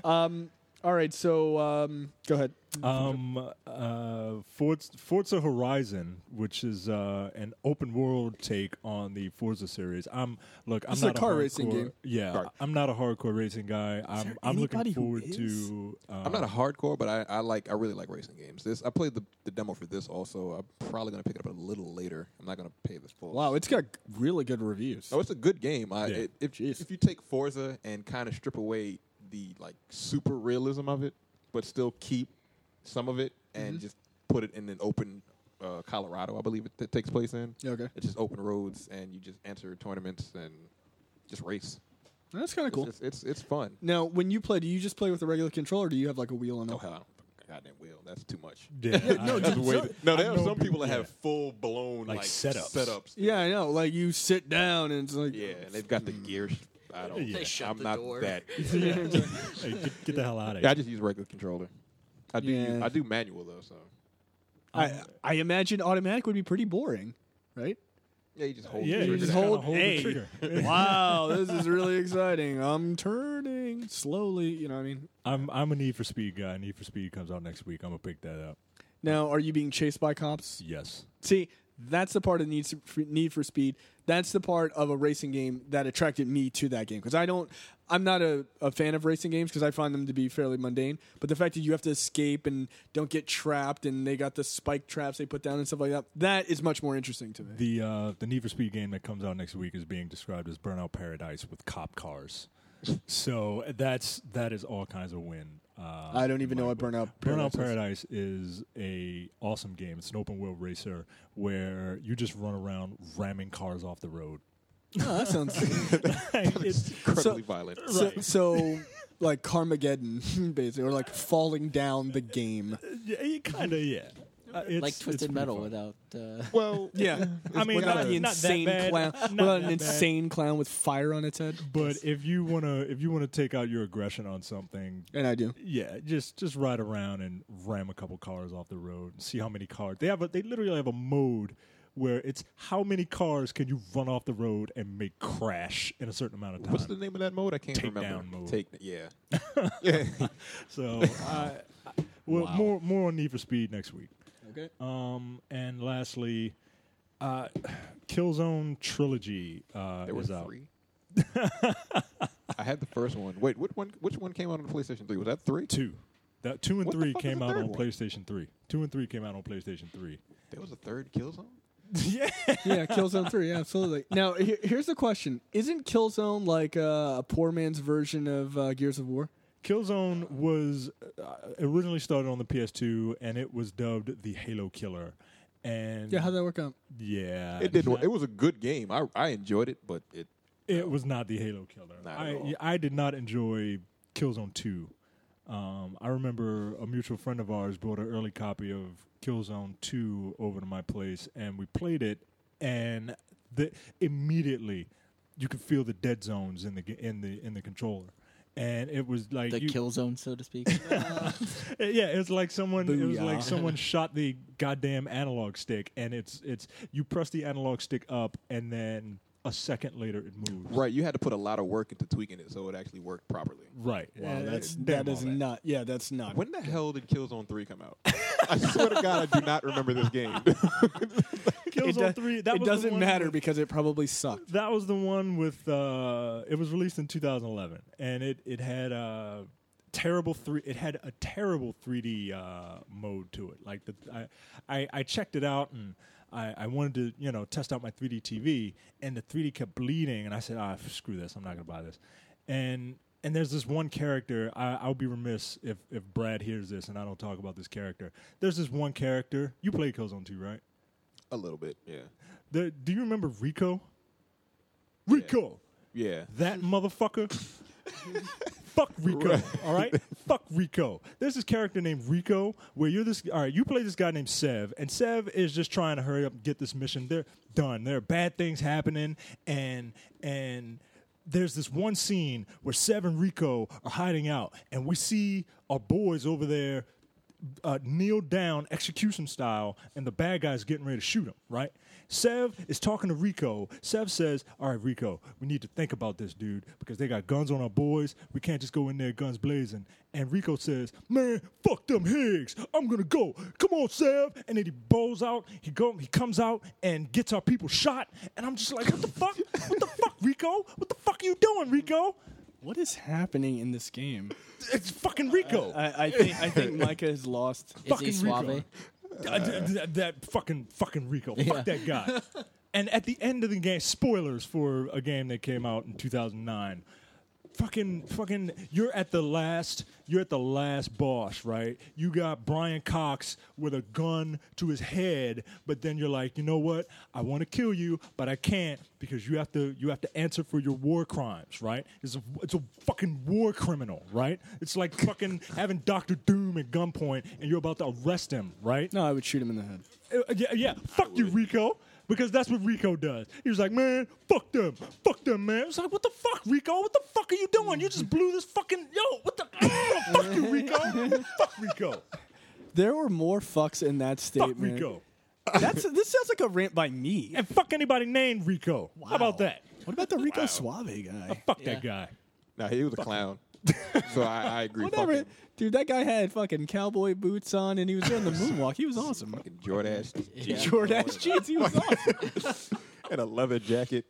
Speaker 3: Um, all right, so um, go ahead.
Speaker 4: Um, uh, Forza, Forza Horizon, which is uh, an open world take on the Forza series. I'm look. I'm
Speaker 3: It's a
Speaker 4: not
Speaker 3: car
Speaker 4: hardcore,
Speaker 3: racing game.
Speaker 4: Yeah,
Speaker 6: Car.
Speaker 4: I'm not a hardcore racing guy. I'm,
Speaker 3: there
Speaker 4: I'm
Speaker 3: anybody
Speaker 4: looking
Speaker 3: who
Speaker 4: forward
Speaker 3: is?
Speaker 4: to. Uh,
Speaker 6: I'm not a hardcore, but I, I like I really like racing games. This I played the, the demo for this also. I'm probably gonna pick it up a little later. I'm not gonna pay this full.
Speaker 3: Wow, it's got really good reviews.
Speaker 6: Oh, it's a good game. I,
Speaker 4: Yeah.
Speaker 6: it, if
Speaker 3: Jeez.
Speaker 6: if you take Forza and kind of strip away the like super realism of it, but still keep some of it and just put it in an open uh, Colorado, I believe it that takes place in.
Speaker 3: Okay,
Speaker 6: It's just open roads and you just enter tournaments and just race.
Speaker 3: that's kind of cool.
Speaker 6: It's, it's it's fun.
Speaker 3: Now, when you play, do you just play with a regular controller? or Do you have like a wheel on?
Speaker 6: Oh
Speaker 3: the
Speaker 6: hell, I don't fucking goddamn will. That's too much.
Speaker 4: Yeah, I-
Speaker 6: That's way too- no, there
Speaker 4: I
Speaker 6: are
Speaker 4: know
Speaker 6: some people that
Speaker 4: yeah.
Speaker 6: have full blown
Speaker 4: Like
Speaker 6: like,
Speaker 4: setups.
Speaker 6: Setups.
Speaker 3: Yeah, I know. Like you sit down and it's like
Speaker 6: Yeah, and they've got the
Speaker 4: Mm.
Speaker 6: gear. sh- I don't.
Speaker 4: They
Speaker 5: shut
Speaker 6: I'm
Speaker 5: the
Speaker 6: not
Speaker 5: door.
Speaker 6: that.
Speaker 4: Hey, get, get the hell out of
Speaker 6: Yeah, I
Speaker 4: here.
Speaker 6: just use regular controller. I do.
Speaker 3: Yeah.
Speaker 6: Use, I do manual though, so Um,
Speaker 3: I I imagine automatic would be pretty boring, right?
Speaker 6: yeah, you just hold.
Speaker 4: Yeah,
Speaker 6: the
Speaker 4: you
Speaker 6: trigger
Speaker 4: just
Speaker 6: down.
Speaker 4: hold, hold the trigger.
Speaker 3: wow, this is really exciting. I'm turning slowly. You know what I mean?
Speaker 4: I'm I'm a Need for Speed guy. Need for Speed comes out next week. I'm gonna pick that up.
Speaker 3: Now, are you being chased by cops?
Speaker 4: Yes.
Speaker 3: See, that's the part of Need for, Need for Speed. That's the part of a racing game that attracted me to that game because I don't, I'm not a, a fan of racing games because I find them to be fairly mundane. But the fact that you have to escape and don't get trapped, and they got the spike traps they put down and stuff like that, that is much more interesting to me.
Speaker 4: The uh, the Need for Speed game that comes out next week is being described as Burnout Paradise with cop cars. so that's that is all kinds of win. Uh,
Speaker 3: I don't even
Speaker 4: in
Speaker 3: know
Speaker 4: my
Speaker 3: what
Speaker 4: book.
Speaker 3: Burnout
Speaker 4: Burnout
Speaker 3: Paradise
Speaker 4: Paradise is a awesome game. It's an open world racer where you just run around ramming cars off the road.
Speaker 3: Oh, that sounds
Speaker 4: It's-
Speaker 6: incredibly violent.
Speaker 3: so, so like Carmageddon, basically, or like falling down the game.
Speaker 4: yeah, kind of yeah. Uh, it's-
Speaker 5: Like
Speaker 4: it's
Speaker 5: Twisted
Speaker 4: pretty
Speaker 5: Metal
Speaker 4: fun.
Speaker 5: without. Uh,
Speaker 6: Well,
Speaker 3: Yeah,
Speaker 4: I mean,
Speaker 3: without
Speaker 4: not,
Speaker 3: the
Speaker 4: not that
Speaker 3: insane
Speaker 4: bad.
Speaker 3: clown,
Speaker 4: Not
Speaker 3: without an
Speaker 4: that bad.
Speaker 3: insane clown with fire on its head.
Speaker 4: But if you wanna if you wanna take out your aggression on something,
Speaker 3: And I do.
Speaker 4: Yeah, just just ride around and ram a couple cars off the road and see how many cars they have. A, they literally have a mode where it's how many cars can you run off the road and make crash in a certain amount of time.
Speaker 6: What's the name of that mode? I can't
Speaker 4: Takedown
Speaker 6: remember.
Speaker 4: mode.
Speaker 6: Take yeah.
Speaker 4: So, uh, well, more more on Need for Speed next week.
Speaker 7: Okay.
Speaker 4: Um, and lastly, uh, Killzone Trilogy uh,
Speaker 6: There were
Speaker 4: is out.
Speaker 6: three. I had the first one. Wait, which one? Which one came out on PlayStation Three? Was that three?
Speaker 4: Two. That two and
Speaker 6: What the
Speaker 4: three
Speaker 6: fuck is
Speaker 4: came
Speaker 6: the
Speaker 4: out
Speaker 6: third
Speaker 4: on
Speaker 6: one?
Speaker 4: PlayStation Three. Two and three came out on PlayStation Three.
Speaker 6: There was a third Killzone.
Speaker 4: yeah.
Speaker 7: yeah, Killzone Three, yeah, absolutely. Now, he- here's the question: Isn't Killzone like uh, a poor man's version of uh, Gears of War?
Speaker 4: Killzone was uh, originally started on the PS2, and it was dubbed the Halo Killer. And
Speaker 7: Yeah, how'd that work out?
Speaker 4: yeah,
Speaker 6: It did.
Speaker 4: not-
Speaker 6: It was a good game. I I enjoyed it, but it
Speaker 4: It was not the Halo killer.
Speaker 6: Not at
Speaker 4: I
Speaker 6: all.
Speaker 4: I did not enjoy Killzone Two. Um, I remember a mutual friend of ours brought an early copy of Killzone Two over to my place, and we played it, and the, immediately you could feel the dead zones in the g- in the in the controller, and it was like
Speaker 5: The
Speaker 4: you,
Speaker 5: kill zone, so to speak.
Speaker 4: it- Uh, yeah, it's like someone. It was
Speaker 7: Booyah.
Speaker 4: like someone shot the goddamn analog stick, and it's it's you press the analog stick up, and then a second later it moves.
Speaker 6: right. You had to put a lot of work into tweaking it so it actually worked properly.
Speaker 4: Right.
Speaker 7: Yeah,
Speaker 4: Wow, that's
Speaker 7: Eh, that
Speaker 4: damn
Speaker 7: is
Speaker 4: all
Speaker 7: not. Yeah, that's not.
Speaker 6: When the hell did Killzone Three come out? I swear to God, I do not remember this game.
Speaker 4: Killzone
Speaker 7: it do-
Speaker 4: Three. That
Speaker 7: it
Speaker 4: was the
Speaker 7: doesn't
Speaker 4: one
Speaker 7: matter
Speaker 4: With,
Speaker 7: because it probably sucked.
Speaker 4: that was the one with. Uh, it was released in 2011, and it it had a terrible three. It had a terrible 3D uh, mode to it. Like the I, I I checked it out and. I, I wanted to, you know, test out my 3D TV, and the 3D kept bleeding, and I said, "Ah, screw this! I'm not gonna buy this." And and there's this one character. I, I'll be remiss if if Brad hears this and I don't talk about this character. There's this one character. You played Killzone 2, right?
Speaker 6: a little bit, yeah,
Speaker 4: The, do you remember Rico? Rico,
Speaker 6: yeah.
Speaker 4: that motherfucker. Fuck Rico, all right? Fuck Rico. There's this character named Rico where you're this. All right, you play this guy named Sev, and Sev is just trying to hurry up and get this mission. They're done. There are bad things happening, and and there's this one scene where Sev and Rico are hiding out, and we see our boys over there uh, kneel down execution style, and the bad guy's getting ready to shoot him, right? Sev is talking to Rico. Sev says, All right, Rico, we need to think about this, dude, because they got guns on our boys. We can't just go in there guns blazing. And Rico says, Man, fuck them Higgs. I'm going to go. Come on, Sev. And then he bowls out. He, go, he comes out and gets our people shot. And I'm just like, What the fuck? What the fuck, Rico? What the fuck are you doing, Rico?
Speaker 7: What is happening in this game?
Speaker 4: It's fucking Rico.
Speaker 7: I, I think I think Micah has lost.
Speaker 5: Is he
Speaker 4: fucking Rico.
Speaker 5: suave?
Speaker 4: Uh, th- th- that, fucking fucking Rico. Fuck that guy. and at the end of the game, spoilers for a game that came out in 2009. Fucking, fucking, you're at the last, you're at the last boss, right? You got Brian Cox with a gun to his head, but then you're like, you know what? I want to kill you, but I can't because you have to, you have to answer for your war crimes, right? It's a, it's a fucking war criminal, right? It's like fucking having Doctor Doom at gunpoint and you're about to arrest him, right?
Speaker 7: No, I would shoot him in the head.
Speaker 4: Uh, yeah, yeah. Fuck you, Rico. Because that's what Rico does. He was like, man, fuck them. Fuck them, man. It's like, what the fuck, Rico? What the fuck are you doing? You just blew this fucking. Yo, what the. fuck you, Rico. fuck Rico.
Speaker 7: There were more fucks in that
Speaker 4: Fuck
Speaker 7: statement.
Speaker 4: Rico.
Speaker 7: That's this sounds like a rant by me.
Speaker 4: And fuck anybody named Rico. How about that?
Speaker 7: What about the Rico Suave guy?
Speaker 4: Fuck that guy.
Speaker 6: Now he was a clown, so I, I agree.
Speaker 7: Whatever,
Speaker 6: Fucking,
Speaker 7: dude. That guy had fucking cowboy boots on, and he was doing the moonwalk. He was awesome.
Speaker 6: fucking Jordache
Speaker 5: Yeah.
Speaker 7: Short ass jeans. He was awesome.
Speaker 6: and a leather jacket.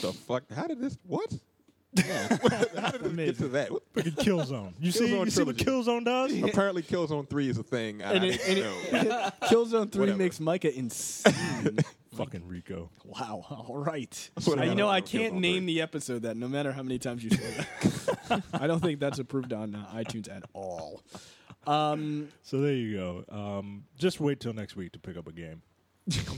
Speaker 6: The fuck? How did this? What? Get to
Speaker 7: Amazing.
Speaker 6: that. What?
Speaker 4: Fucking Killzone. You see,
Speaker 6: Killzone
Speaker 4: you see what
Speaker 6: trilogy.
Speaker 4: Killzone does?
Speaker 6: Apparently, Killzone Three is a thing. I,
Speaker 7: And
Speaker 6: I
Speaker 7: it-
Speaker 6: didn't know.
Speaker 7: Killzone Three
Speaker 6: Whatever.
Speaker 7: makes Micah insane.
Speaker 4: Fucking Rico.
Speaker 7: wow. All right.
Speaker 6: what I
Speaker 7: I, you
Speaker 6: got
Speaker 7: know
Speaker 6: out
Speaker 7: I
Speaker 6: of Killzone
Speaker 7: can't
Speaker 6: three.
Speaker 7: name the episode that, no matter how many times you say that. I don't think that's approved on uh, iTunes at all. Um,
Speaker 4: So there you go. Um, just wait till next week to pick up a game.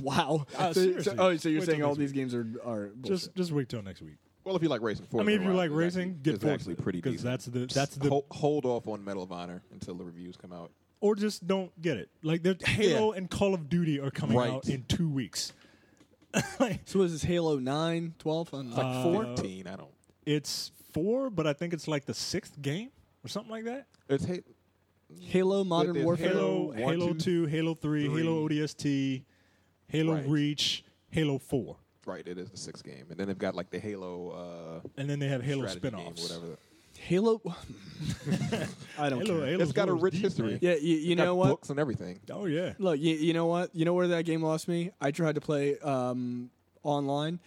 Speaker 7: wow. So-
Speaker 4: Uh,
Speaker 7: so-
Speaker 4: seriously.
Speaker 7: oh, so you're
Speaker 4: Wait
Speaker 7: saying
Speaker 4: till
Speaker 7: all
Speaker 4: next
Speaker 7: these games are are bullshit.
Speaker 4: Just, just wait till next week.
Speaker 6: Well, if you like racing,
Speaker 4: I
Speaker 6: Forza
Speaker 4: mean, if you
Speaker 6: Horizon
Speaker 4: like
Speaker 6: is
Speaker 4: racing,
Speaker 6: actually,
Speaker 4: get
Speaker 6: is
Speaker 4: Forza,
Speaker 6: actually pretty
Speaker 4: because
Speaker 6: decent.
Speaker 4: that's the that's the
Speaker 6: Hol- hold off on Medal of Honor until the reviews come out.
Speaker 4: or just don't get it. Like the Halo and Call of Duty are coming
Speaker 6: Right.
Speaker 4: out in two weeks.
Speaker 7: So was this Halo 9, 12, and like
Speaker 4: Uh,
Speaker 7: four?
Speaker 6: Fourteen, I don't.
Speaker 4: It's four, but I think it's like the sixth game or something like that.
Speaker 6: It's hate.
Speaker 7: Halo Modern
Speaker 6: there's
Speaker 7: Warfare.
Speaker 4: Halo,
Speaker 6: Halo
Speaker 4: Halo,
Speaker 6: one,
Speaker 4: two,
Speaker 6: two,
Speaker 4: Halo three, Halo ODST, Halo
Speaker 6: Right.
Speaker 4: Reach, Halo Four,
Speaker 6: Right, it is the sixth game, and then they've got like the Halo uh,
Speaker 4: and then they have Halo
Speaker 6: strategy game or
Speaker 4: spin-offs.
Speaker 6: whatever.
Speaker 3: Halo. I don't
Speaker 4: Halo,
Speaker 3: care.
Speaker 4: Halo
Speaker 6: It's got a
Speaker 4: Four is
Speaker 6: rich
Speaker 4: deep,
Speaker 6: history.
Speaker 4: man.
Speaker 3: Yeah, you, you
Speaker 6: It's got
Speaker 3: know what?
Speaker 6: Books and everything.
Speaker 4: Oh yeah.
Speaker 3: Look, you, you know what? You know where that game lost me? I tried to play um, online.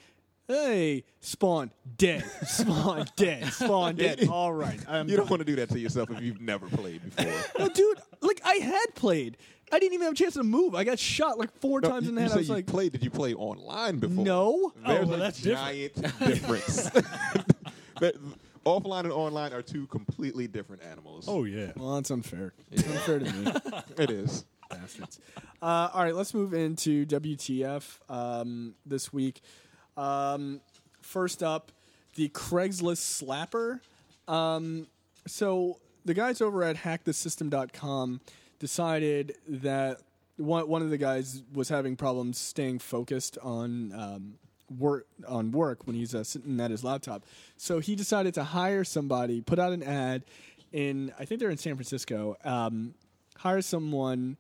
Speaker 3: Hey, spawn dead, spawn dead, spawn dead. All right, Um, I'm
Speaker 6: You don't
Speaker 3: done.
Speaker 6: want to do that to yourself if you've never played before.
Speaker 3: No, dude, like I had played. I didn't even have a chance to move. I got shot like four
Speaker 6: No,
Speaker 3: times
Speaker 6: you,
Speaker 3: in the
Speaker 6: you
Speaker 3: head.
Speaker 6: say
Speaker 3: I was
Speaker 6: you
Speaker 3: like,
Speaker 6: played. Did you play online before?
Speaker 3: no.
Speaker 6: There's
Speaker 4: well,
Speaker 6: a
Speaker 4: that's
Speaker 6: giant difference. But offline and online are two completely different animals.
Speaker 4: Oh yeah.
Speaker 3: Well, that's unfair. It's unfair to me.
Speaker 6: it is.
Speaker 3: bastards. Uh, all right, let's move into WTF um, this week. Um, first up, the Craigslist slapper. Um, so the guys over at hackthesystem.com decided that one, one of the guys was having problems staying focused on um, work on work when he's uh, sitting at his laptop. So he decided to hire somebody, put out an ad in I think they're in San Francisco. Um, hire someone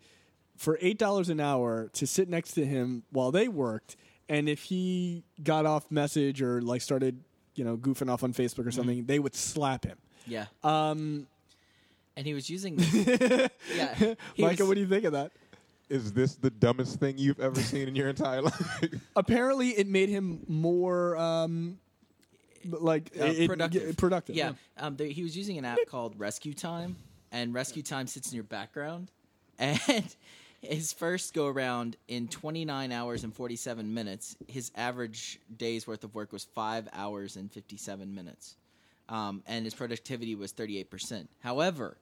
Speaker 3: for eight dollars an hour to sit next to him while they worked, and if he got off message or like started, you know, goofing off on Facebook or something, they would slap him.
Speaker 5: Yeah. Um, and he was using. This, yeah. he
Speaker 3: Micah,
Speaker 5: was-
Speaker 3: what do you think of that?
Speaker 6: Is this the dumbest thing you've ever seen in your entire life?
Speaker 3: Apparently, it made him more um, like
Speaker 5: uh,
Speaker 3: it- it-
Speaker 5: productive.
Speaker 3: yeah, productive.
Speaker 5: Yeah, Um, there, he was using an app called Rescue Time, and Rescue Time sits in your background. And his first go around in 29 hours and 47 minutes, his average day's worth of work was five hours and 57 minutes, um, and his productivity was 38 percent. However,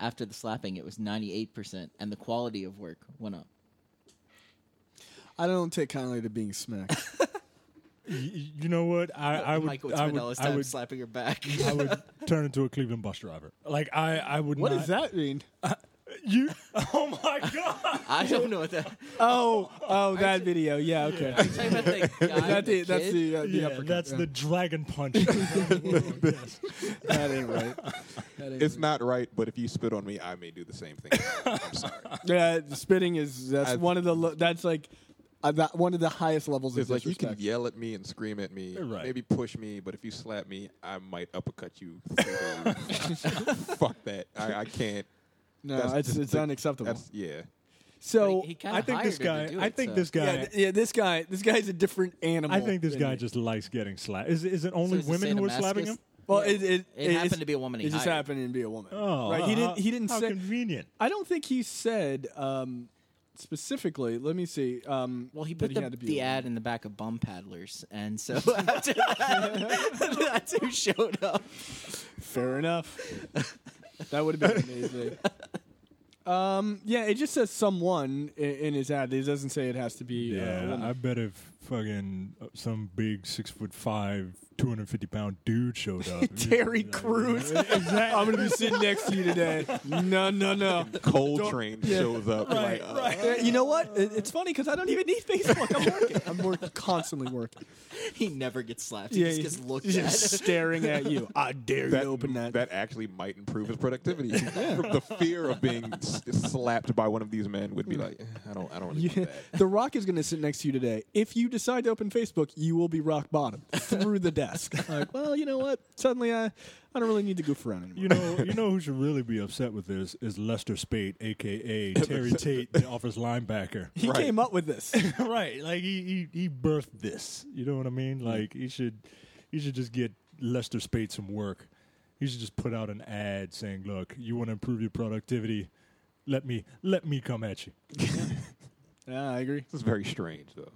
Speaker 5: after the slapping, it was 98 percent, and the quality of work went up.
Speaker 3: I don't take kindly to being smacked.
Speaker 4: Y- You know what? I, I would.
Speaker 5: Michael would
Speaker 4: I
Speaker 5: spend
Speaker 4: would.
Speaker 5: all his
Speaker 4: I
Speaker 5: time
Speaker 4: would.
Speaker 5: slapping her back.
Speaker 4: I would turn into a Cleveland bus driver. Like I. I would.
Speaker 3: What
Speaker 4: not,
Speaker 3: does that mean?
Speaker 4: You. Oh my god.
Speaker 5: I don't know what that.
Speaker 3: Oh, oh, that video. Yeah, okay.
Speaker 5: Talking about the guy,
Speaker 3: That's the
Speaker 5: the
Speaker 3: that's
Speaker 5: kid?
Speaker 3: the, uh, the
Speaker 4: yeah,
Speaker 3: uppercut.
Speaker 4: that's
Speaker 3: Yeah.
Speaker 4: the dragon punch. Yes.
Speaker 3: that ain't right. That ain't
Speaker 6: it's not right, but if you spit on me, I may do the same thing. I'm sorry.
Speaker 3: Yeah, spitting is that's
Speaker 6: I-
Speaker 3: one of the lo- that's like uh, that one of the highest levels of
Speaker 6: It's like you
Speaker 3: disrespect.
Speaker 6: can yell at me and scream at me,
Speaker 4: You're right.
Speaker 6: maybe push me, but if you slap me, I might uppercut you. through the roof. Fuck that! I, I can't.
Speaker 3: no,
Speaker 6: That's
Speaker 3: it's
Speaker 6: just
Speaker 3: it's
Speaker 6: the-
Speaker 3: unacceptable.
Speaker 6: That's yeah.
Speaker 3: So
Speaker 5: He- he kinda
Speaker 4: I think this
Speaker 5: hired her
Speaker 4: guy.
Speaker 5: to do
Speaker 4: I
Speaker 5: it,
Speaker 4: think
Speaker 5: so-
Speaker 4: this guy.
Speaker 3: yeah, th- yeah, this guy this guy's a different animal.
Speaker 4: I think this
Speaker 3: than
Speaker 4: guy
Speaker 3: me.
Speaker 4: just likes getting slapped. Is is it only
Speaker 5: is it
Speaker 4: women who are
Speaker 5: sadomasochist?
Speaker 4: slapping him?
Speaker 3: well it it,
Speaker 5: It
Speaker 3: it's-
Speaker 5: happened to be a woman he
Speaker 3: It just
Speaker 5: hired.
Speaker 3: happened to be a woman.
Speaker 4: Oh,
Speaker 3: right. He
Speaker 4: uh,
Speaker 3: didn't he didn't
Speaker 4: how
Speaker 3: say.
Speaker 4: convenient.
Speaker 3: I don't think he said um, specifically. Let me see. Um,
Speaker 5: Well, he
Speaker 3: that
Speaker 5: put the,
Speaker 3: had to be
Speaker 5: the
Speaker 3: a woman.
Speaker 5: ad in the back of Bum Paddlers, and so after that, that's who showed up.
Speaker 3: Fair enough. that would have been amazing. Um, yeah, it just says someone in, in his ad. It doesn't say it has to be. uh, a
Speaker 4: Yeah,
Speaker 3: woman.
Speaker 4: I bet if fucking uh, some big six foot five, two hundred fifty pound dude showed up, he'd be
Speaker 3: Terry
Speaker 4: like,
Speaker 3: Crews.
Speaker 4: Exactly.
Speaker 3: I'm gonna be sitting next to you today. No, no, no.
Speaker 6: Cold train shows up.
Speaker 4: Right,
Speaker 6: like, uh,
Speaker 4: right.
Speaker 3: Uh, You know what? It- It's funny because I don't even need Facebook. I'm working. I'm working constantly working.
Speaker 5: He never gets slapped. He
Speaker 3: Yeah,
Speaker 5: just
Speaker 3: yeah.
Speaker 5: gets looked
Speaker 3: He's
Speaker 5: at.
Speaker 3: just staring at you. I dare you
Speaker 6: That,
Speaker 3: to open that.
Speaker 6: that actually might improve his productivity. From the fear of being s- slapped by one of these men would be like, "Eh, I don't, I don't really
Speaker 3: Yeah.
Speaker 6: want that.
Speaker 3: The Rock is going to sit next to you today. If you decide to open Facebook, you will be rock bottom through the desk. Like, well, you know what? Suddenly, I, I don't really need to goof around anymore.
Speaker 4: You know, you know who should really be upset with this is Lester Spate, aka Terry Tate, the office linebacker.
Speaker 3: he
Speaker 6: Right.
Speaker 3: came up with this.
Speaker 4: right, like he, he he birthed this. You know what I mean? Like he should he should just get Lester Spate some work. He should just put out an ad saying, "Look, you want to improve your productivity? Let me let me come at you."
Speaker 3: Yeah, I agree.
Speaker 6: This is very strange, though.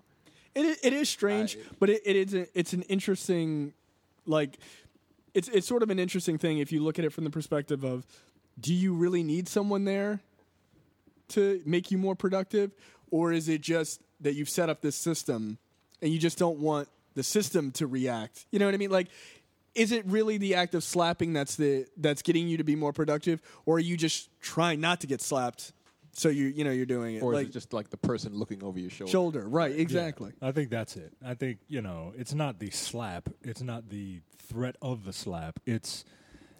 Speaker 3: It is, it is strange,
Speaker 6: I-
Speaker 3: but it, it is a, it's an interesting, like, it's it's sort of an interesting thing if you look at it from the perspective of, do you really need someone there to make you more productive, or is it just that you've set up this system and you just don't want the system to react? You know what I mean? Like, is it really the act of slapping that's the that's getting you to be more productive, or are you just trying not to get slapped? So you you know you're doing it
Speaker 6: Or
Speaker 3: like
Speaker 6: is it just like the person looking over your shoulder?
Speaker 3: shoulder right exactly.
Speaker 4: I think that's it. I think you know, it's not the slap. It's not the threat of the slap. It's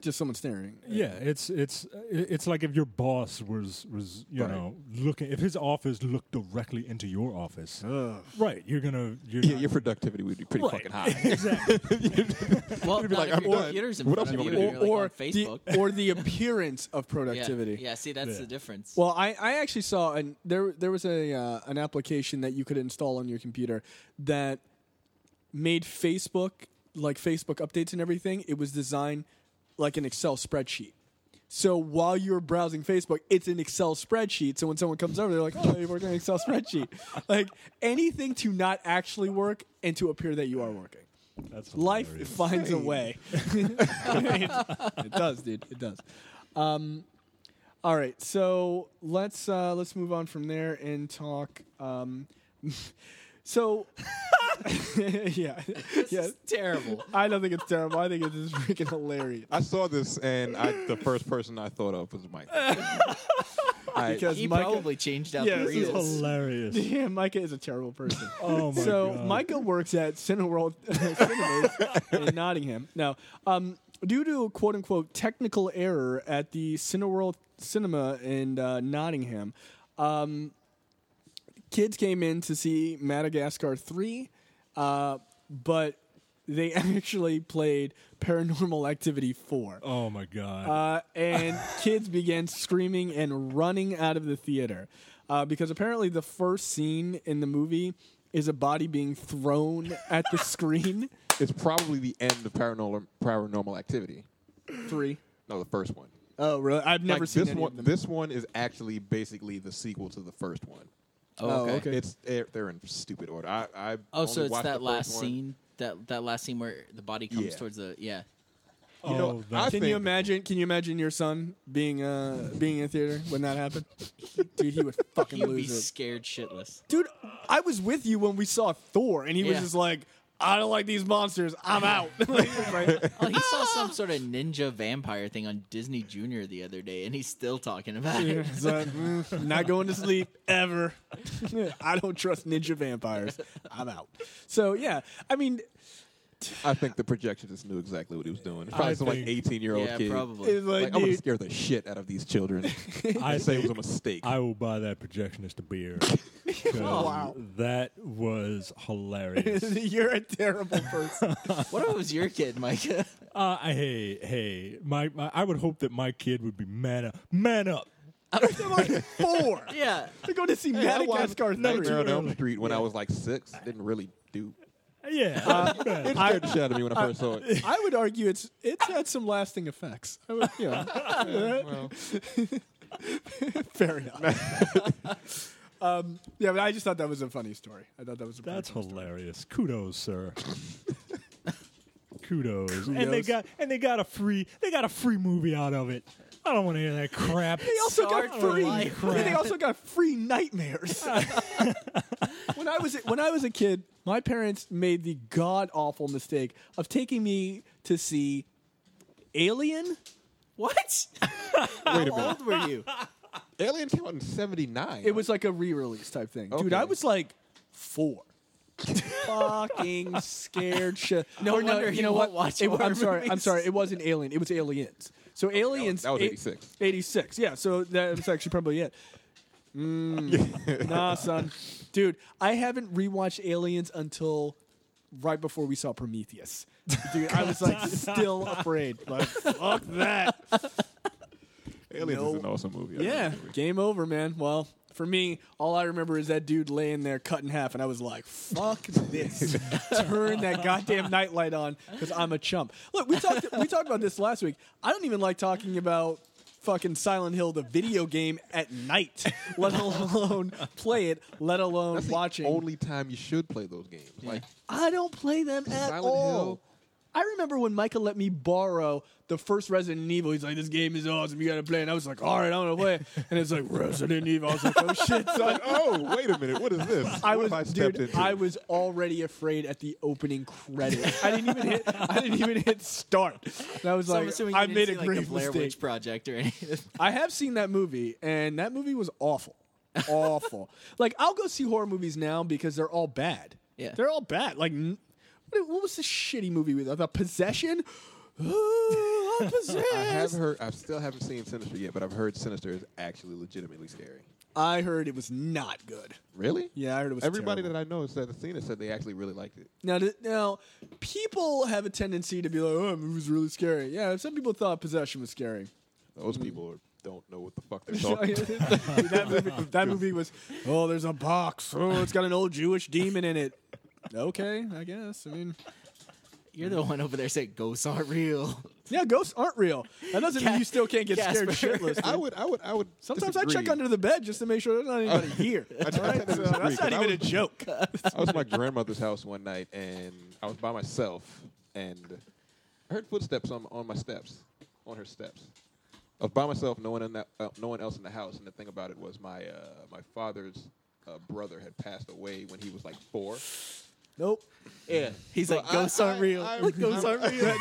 Speaker 3: just someone staring.
Speaker 4: Yeah, it's it's i- it's like if your boss was was you
Speaker 3: Right.
Speaker 4: know looking if his office looked directly into your office.
Speaker 3: Ugh.
Speaker 4: Right, you're gonna you're
Speaker 6: Yeah,
Speaker 4: not-
Speaker 6: your productivity would be pretty
Speaker 4: Right.
Speaker 6: fucking high.
Speaker 4: exactly.
Speaker 5: Well,
Speaker 6: You'd be
Speaker 5: not
Speaker 6: like,
Speaker 5: if
Speaker 6: I'm
Speaker 5: your
Speaker 6: done.
Speaker 5: computer's in
Speaker 6: What
Speaker 5: front
Speaker 6: else
Speaker 5: of
Speaker 6: you
Speaker 5: you
Speaker 6: want me
Speaker 5: and
Speaker 6: to
Speaker 5: you're like on Facebook.
Speaker 3: the or the appearance of
Speaker 5: Yeah.
Speaker 3: productivity.
Speaker 5: Yeah, see, that's
Speaker 4: Yeah.
Speaker 5: the difference.
Speaker 3: Well, I, I actually saw and there there was a uh, an application that you could install on your computer that made Facebook like Facebook updates and everything. It was designed like an Excel spreadsheet. So while you're browsing Facebook, it's an Excel spreadsheet. So when someone comes over, they're like, "Oh, you're working on an Excel spreadsheet." like anything to not actually work and to appear that you are working.
Speaker 4: That's
Speaker 3: Life
Speaker 4: hilarious.
Speaker 3: finds a way. it does, dude. It does. Um, all right, so let's uh, let's move on from there and talk. Um, so, yeah, yeah.
Speaker 5: It's terrible.
Speaker 3: I don't think it's terrible. I think it's just freaking hilarious
Speaker 6: I saw this, and I, the first person I thought of was Mike. I,
Speaker 3: because
Speaker 5: He
Speaker 3: Micah,
Speaker 5: probably changed out
Speaker 3: Yeah,
Speaker 5: the
Speaker 3: this is
Speaker 4: This is
Speaker 5: reels.
Speaker 4: hilarious.
Speaker 3: yeah, Micah is a terrible person.
Speaker 4: Oh my
Speaker 3: so
Speaker 4: god.
Speaker 3: Micah works at Cineworld Cinemas in Nottingham. No, um, due to quote unquote technical error at the Cineworld Cinema in uh, Nottingham, um, kids came in to see Madagascar three, uh, but they actually played Paranormal Activity four.
Speaker 4: Oh my god.
Speaker 3: Uh, and kids began screaming and running out of the theater uh, because apparently the first scene in the movie is a body being thrown at the screen.
Speaker 6: it's probably the end of paranormal paranormal activity.
Speaker 3: Three.
Speaker 6: No, the first one.
Speaker 3: Oh, really? I've never
Speaker 6: Like,
Speaker 3: seen
Speaker 6: this
Speaker 3: any
Speaker 6: one.
Speaker 3: of them.
Speaker 6: This one is actually basically the sequel to the first one.
Speaker 5: Oh, okay.
Speaker 6: It's they're, they're in stupid order. I, I
Speaker 5: Oh, so
Speaker 6: only
Speaker 5: it's
Speaker 6: watched the
Speaker 5: that
Speaker 6: first
Speaker 5: last
Speaker 6: one.
Speaker 5: scene, that that last scene where the body comes
Speaker 6: Yeah.
Speaker 5: towards the yeah.
Speaker 4: oh,
Speaker 6: you know,
Speaker 4: that's-
Speaker 6: I-
Speaker 3: Can you
Speaker 6: thing.
Speaker 3: imagine? Can you imagine your son being uh being in a theater when that happened? Dude, he would fucking
Speaker 5: He'd be
Speaker 3: lose it.
Speaker 5: scared shitless.
Speaker 3: Dude, I was with you when we saw Thor, and he was
Speaker 5: Yeah.
Speaker 3: just like, "I don't like these monsters. I'm out." Right?
Speaker 5: Oh, he saw some sort of ninja vampire thing on Disney Junior the other day, and he's still talking about
Speaker 3: Yeah,
Speaker 5: it.
Speaker 3: it's like, mm, not going to sleep ever. I don't trust ninja vampires. I'm out. So yeah, I mean,
Speaker 6: I think the projectionist knew exactly what he was doing. Probably some like
Speaker 4: think-
Speaker 6: eighteen year old
Speaker 5: Yeah,
Speaker 6: kid.
Speaker 5: probably.
Speaker 3: it's like,
Speaker 6: Like, I'm gonna
Speaker 3: dude,
Speaker 6: scare the shit out of these children.
Speaker 4: I
Speaker 6: I say it was
Speaker 4: think
Speaker 6: a mistake.
Speaker 4: I will buy that projectionist a beer. 'cause
Speaker 3: Wow.
Speaker 4: That was hilarious.
Speaker 3: you're a terrible person.
Speaker 5: What if it was your kid, Micah?
Speaker 4: Uh, I, hey, hey, my, my, I would hope that my kid would be man up. Man up.
Speaker 3: I'm like four.
Speaker 5: yeah.
Speaker 3: They're going to see
Speaker 6: I watched
Speaker 3: Madagascar
Speaker 6: Nightmare on
Speaker 3: three.
Speaker 6: Elm Street when I was like six. Didn't really do.
Speaker 4: Yeah.
Speaker 6: It scared the shit out of me when I first saw it.
Speaker 3: I would argue it's it's had some lasting effects. I would, you know. Fair enough. um, yeah, but I just thought that was a funny story. I thought that was a pretty
Speaker 4: That's
Speaker 3: cool story.
Speaker 4: hilarious. Kudos, sir. Kudos. And they
Speaker 3: Kudos.
Speaker 4: got and they got a free they got a free movie out of it. I don't want to hear that crap.
Speaker 3: They also
Speaker 5: Scarred
Speaker 3: got
Speaker 5: for
Speaker 3: free.
Speaker 5: life.
Speaker 3: and They also got free nightmares. when I was when I was a kid, my parents made the god awful mistake of taking me to see Alien.
Speaker 5: What?
Speaker 6: Wait a
Speaker 5: How
Speaker 6: minute.
Speaker 5: old were you?
Speaker 6: Alien came out in '79.
Speaker 3: It was like a re-release type thing, dude.
Speaker 6: Okay.
Speaker 3: I was like four. Fucking scared shit.
Speaker 5: No
Speaker 3: Or
Speaker 5: wonder he
Speaker 3: you know
Speaker 5: won't
Speaker 3: what?
Speaker 5: watch
Speaker 3: It wa-
Speaker 5: horror
Speaker 3: I'm sorry. I'm
Speaker 5: movies.
Speaker 3: sorry. It wasn't Alien. It was Aliens. So Aliens.
Speaker 6: that was
Speaker 3: eight-
Speaker 6: 86.
Speaker 3: 86. Yeah. So that's actually probably it. Mm, nah, son, dude. I haven't rewatched Aliens until right before we saw Prometheus. Dude, I was like still afraid. Like fuck that.
Speaker 6: Aliens
Speaker 3: No.
Speaker 6: is an awesome movie. I
Speaker 3: Yeah,
Speaker 6: love that movie.
Speaker 3: game over, man. Well, for me, all I remember is that dude laying there cut in half, and I was like, "Fuck this! Turn that goddamn nightlight on, because I'm a chump." Look, we talked we talked about this last week. I don't even like talking about fucking Silent Hill, the video game, at night, let alone play it, let alone
Speaker 6: That's
Speaker 3: watching.
Speaker 6: the only time you should play those games. Like
Speaker 3: I don't play them at
Speaker 6: Silent
Speaker 3: all.
Speaker 6: Hill.
Speaker 3: I remember when Michael let me borrow the first Resident Evil. He's like, "This game is awesome. You gotta play." it." And I was like, "All right, I'm gonna play." it." And it's like Resident Evil. I was like, "Oh shit!" So I,
Speaker 6: oh, wait a minute. What is this?
Speaker 3: I
Speaker 6: What
Speaker 3: was,
Speaker 6: have I stepped
Speaker 3: dude,
Speaker 6: into?
Speaker 3: I was already afraid at the opening credits. I didn't even hit. I didn't even hit start. And I was
Speaker 5: So I'm
Speaker 3: like,
Speaker 5: assuming you
Speaker 3: "I
Speaker 5: didn't
Speaker 3: made
Speaker 5: see,
Speaker 3: a
Speaker 5: like,
Speaker 3: grave
Speaker 5: the Blair
Speaker 3: mistake."
Speaker 5: Witch Project or anything.
Speaker 3: I have seen that movie, and that movie was awful. Awful. like I'll go see horror movies now because they're all bad.
Speaker 5: Yeah.
Speaker 3: they're all bad. Like, n- what, what was the shitty movie with the possession? Ooh, I'm possessed.
Speaker 6: I have heard. I still haven't seen Sinister yet, but I've heard Sinister is actually legitimately scary.
Speaker 3: I heard it was not good.
Speaker 6: Really?
Speaker 3: Yeah, I heard it was
Speaker 6: Everybody
Speaker 3: terrible.
Speaker 6: that I know has said- that's seen it said they actually really liked it.
Speaker 3: Now, th- now, people have a tendency to be like, "Oh, that movie was really scary." Yeah, some people thought Possession was scary. Mm-hmm.
Speaker 6: Those people are- don't know what the fuck they're talking. about.
Speaker 3: that, movie, that movie was, "Oh, there's a box. Oh, it's got an old Jewish demon in it." Okay, I guess. I mean,
Speaker 5: You're the one over there saying ghosts aren't real.
Speaker 3: yeah, ghosts aren't real. That doesn't mean you still can't get
Speaker 5: Casper.
Speaker 3: scared shitless. dude.
Speaker 6: I would. I would. I would.
Speaker 3: Sometimes I check
Speaker 6: disagree.
Speaker 3: under the bed just to make sure there's not anybody here.
Speaker 6: I
Speaker 3: All right?
Speaker 6: tend to
Speaker 3: So
Speaker 6: disagree,
Speaker 3: that's not
Speaker 6: 'cause I
Speaker 3: even a
Speaker 6: was-
Speaker 3: joke.
Speaker 6: I was at my grandmother's house one night, and I was by myself, and I heard footsteps on, on my steps, on her steps. I was by myself, no one in that, uh, no one else in the house. And the thing about it was, my uh, my father's uh, brother had passed away when he was like four.
Speaker 3: nope.
Speaker 5: Yeah. He's
Speaker 6: So
Speaker 5: like,
Speaker 6: I-
Speaker 5: ghosts aren't
Speaker 6: I-
Speaker 5: real.
Speaker 6: I-
Speaker 5: Like, ghosts
Speaker 6: I'm-
Speaker 5: aren't real.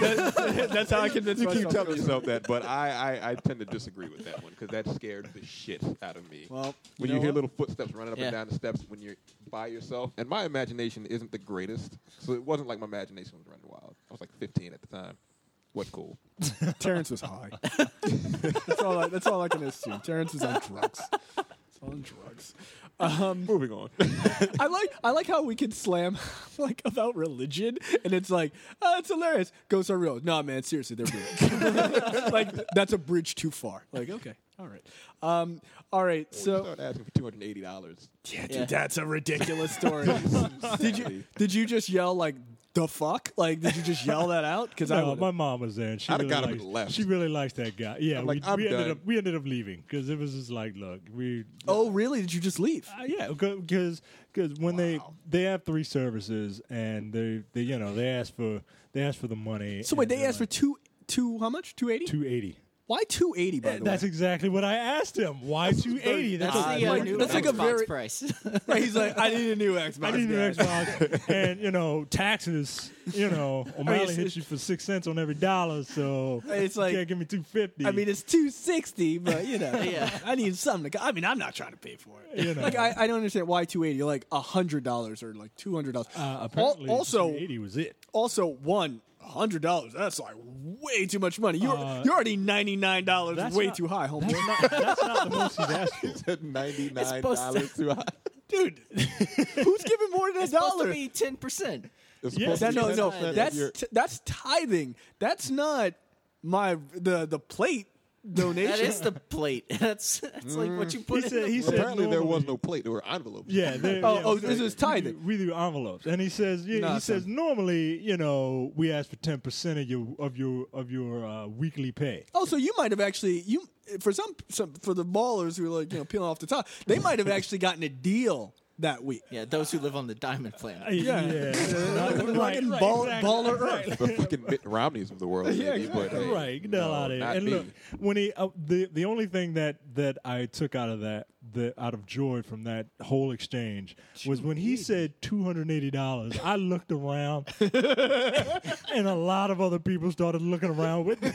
Speaker 3: That's how I convinced
Speaker 6: You keep
Speaker 3: myself.
Speaker 6: telling yourself that, but I, I, I tend to disagree with that one because that scared the shit out of me.
Speaker 3: Well,
Speaker 6: when
Speaker 3: you
Speaker 6: you
Speaker 3: know
Speaker 6: hear
Speaker 3: what?
Speaker 6: little footsteps running up
Speaker 5: Yeah.
Speaker 6: and down the steps when you're by yourself, and my imagination isn't the greatest, so it wasn't like my imagination was running wild. I was like 15 at the time. What cool?
Speaker 3: Terrence was high. that's all. I, that's all I can assume. Terrence was on drugs. It's all on drugs. Um,
Speaker 6: Moving on.
Speaker 3: I like. I like how we can slam like about religion, and it's like, oh, it's hilarious. Ghosts are real. Nah, man, seriously, they're real. like that's a bridge too far. Like, okay, all right, um, all right. So
Speaker 6: so start asking for 280 dollars.
Speaker 3: yeah, dude,
Speaker 5: Yeah.
Speaker 3: that's a ridiculous story. did you did you just yell like the fuck? Like, did you just yell that out? Because I
Speaker 4: No,
Speaker 3: would've-
Speaker 4: my mom was there. And she
Speaker 6: I'd have
Speaker 4: really
Speaker 6: got him
Speaker 4: likes,
Speaker 6: and left.
Speaker 4: She really likes that guy. Yeah,
Speaker 6: I'm
Speaker 4: we,
Speaker 6: like, I'm
Speaker 4: we ended
Speaker 6: done.
Speaker 4: up we ended up leaving because it was just like, look, we.
Speaker 3: oh really? Did you just leave?
Speaker 4: Uh, yeah, because because when they they have three services and they, they you know they ask for they ask for the money.
Speaker 3: So wait, they asked for two two how much? Two eighty?
Speaker 4: two eighty.
Speaker 3: Why two eighty? By the
Speaker 4: That's
Speaker 3: way,
Speaker 4: exactly what I asked him. Why two eighty?
Speaker 5: That's,
Speaker 4: That's
Speaker 3: Ah,
Speaker 5: the, uh,
Speaker 3: like-
Speaker 5: new
Speaker 3: that's like a
Speaker 5: Xbox
Speaker 3: very-
Speaker 5: price.
Speaker 3: right, he's like, I need a new Xbox.
Speaker 4: I need an
Speaker 3: guys."
Speaker 4: Xbox, and you know taxes. You know O'Malley
Speaker 3: it's-
Speaker 4: hits you for six cents on every dollar, so
Speaker 3: It's
Speaker 4: you
Speaker 3: like-
Speaker 4: can't give me two fifty.
Speaker 3: I mean, it's two sixty, but you know,
Speaker 5: Yeah.
Speaker 3: I need something. To, I mean, I'm not trying to pay for it.
Speaker 4: You know.
Speaker 3: Like, I, I don't understand why two eighty. Like hundred dollars or like two hundred dollars.
Speaker 4: uh, apparently
Speaker 3: also,
Speaker 4: eighty was it.
Speaker 3: also one. Hundred dollars. That's like way too much money. You're
Speaker 4: Uh,
Speaker 3: you're already ninety nine dollars.
Speaker 4: That's
Speaker 3: Way
Speaker 4: not-
Speaker 3: too high, homeboy.
Speaker 4: That's not, that's not the most he's asked for.
Speaker 6: said 99
Speaker 5: supposed
Speaker 6: dollars too high.
Speaker 3: dude. who's giving more than a
Speaker 5: It's supposed to
Speaker 3: dollar?
Speaker 5: be 10%.
Speaker 6: It's
Speaker 4: Yes,
Speaker 6: supposed
Speaker 3: That,
Speaker 6: to
Speaker 3: no,
Speaker 6: be
Speaker 3: no,
Speaker 6: 10% of
Speaker 3: that's
Speaker 6: your-
Speaker 3: t- that's tithing. That's not my the the plate donation.
Speaker 5: That is the plate. That's, that's like
Speaker 3: Mm.
Speaker 5: what you put
Speaker 4: He
Speaker 5: in
Speaker 4: said.
Speaker 5: the
Speaker 4: He
Speaker 5: plate.
Speaker 4: said.
Speaker 6: apparently there was
Speaker 4: normally-
Speaker 6: no plate. There were envelopes.
Speaker 4: Yeah. They,
Speaker 3: Oh,
Speaker 4: yeah,
Speaker 3: oh,
Speaker 4: we-
Speaker 3: this is
Speaker 4: we
Speaker 3: tithing.
Speaker 4: do- We do envelopes, and he says. Yeah,
Speaker 3: Nah,
Speaker 4: he says
Speaker 3: son.
Speaker 4: normally, you know, we ask for ten percent of your of your of your uh, weekly pay.
Speaker 3: Oh, so you might have actually you for some, some for the ballers who are like you know peeling off the top, they might have actually gotten a deal that week.
Speaker 5: Yeah, those who live on the diamond planet.
Speaker 4: Yeah. right,
Speaker 3: Fucking
Speaker 4: right,
Speaker 3: ball,
Speaker 4: exactly.
Speaker 3: baller Earth.
Speaker 6: the fucking Mitt Romneys of the world.
Speaker 3: Yeah,
Speaker 6: maybe, but, hey,
Speaker 4: Right, get the hell
Speaker 6: no,
Speaker 4: out of here.
Speaker 6: not
Speaker 4: And
Speaker 6: me.
Speaker 4: look, when he uh, the the only thing that that I took out of that that out of joy from that whole exchange was when he said two hundred and eighty dollars. I looked around, and a lot of other people started looking around with me.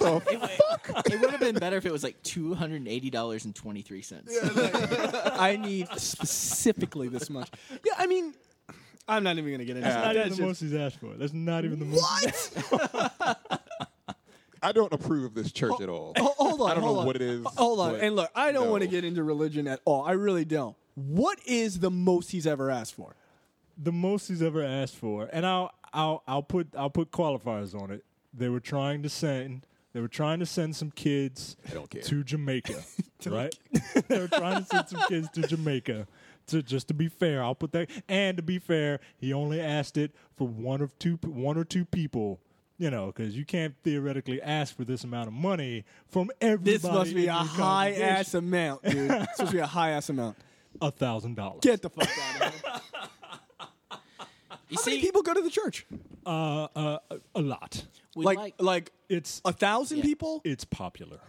Speaker 5: It would have been better if it was like two hundred and eighty dollars and twenty three cents.
Speaker 3: I need specifically this much. Yeah, I mean, I'm not even gonna get into
Speaker 4: That's
Speaker 3: that.
Speaker 4: not even
Speaker 3: That's
Speaker 4: the most
Speaker 3: just-
Speaker 4: he's asked for. That's not even the most.
Speaker 3: what?
Speaker 6: I don't approve of this church at all.
Speaker 3: Ho- Oh, hold on.
Speaker 6: I don't
Speaker 3: hold
Speaker 6: know
Speaker 3: on. Uh,
Speaker 6: what it is,
Speaker 3: Hold on.
Speaker 6: but
Speaker 3: And look, I don't
Speaker 6: no.
Speaker 3: want to get into religion at all. I really don't. What is the most he's ever asked for?
Speaker 4: the most he's ever asked for, and I'll I'll I'll put I'll put qualifiers on it. They were trying to send they were trying to send some kids
Speaker 6: don't care.
Speaker 4: to Jamaica, right? they were trying to send some kids to Jamaica. To just to be fair, I'll put that. And to be fair, he only asked it for one of two one or two people. You know, because you can't theoretically ask for this amount of money from everybody.
Speaker 3: This must be
Speaker 4: in
Speaker 3: a
Speaker 4: your
Speaker 3: high ass
Speaker 4: congregation.
Speaker 3: amount, dude. This must be a high ass amount.
Speaker 4: a thousand dollars.
Speaker 3: Get the fuck out of here.
Speaker 5: You
Speaker 3: How many
Speaker 5: see,
Speaker 3: people go to the church?
Speaker 4: uh, uh, a lot.
Speaker 5: we
Speaker 3: like,
Speaker 5: like,
Speaker 3: like
Speaker 4: It's
Speaker 3: a thousand
Speaker 5: Yeah.
Speaker 3: people.
Speaker 4: it's popular.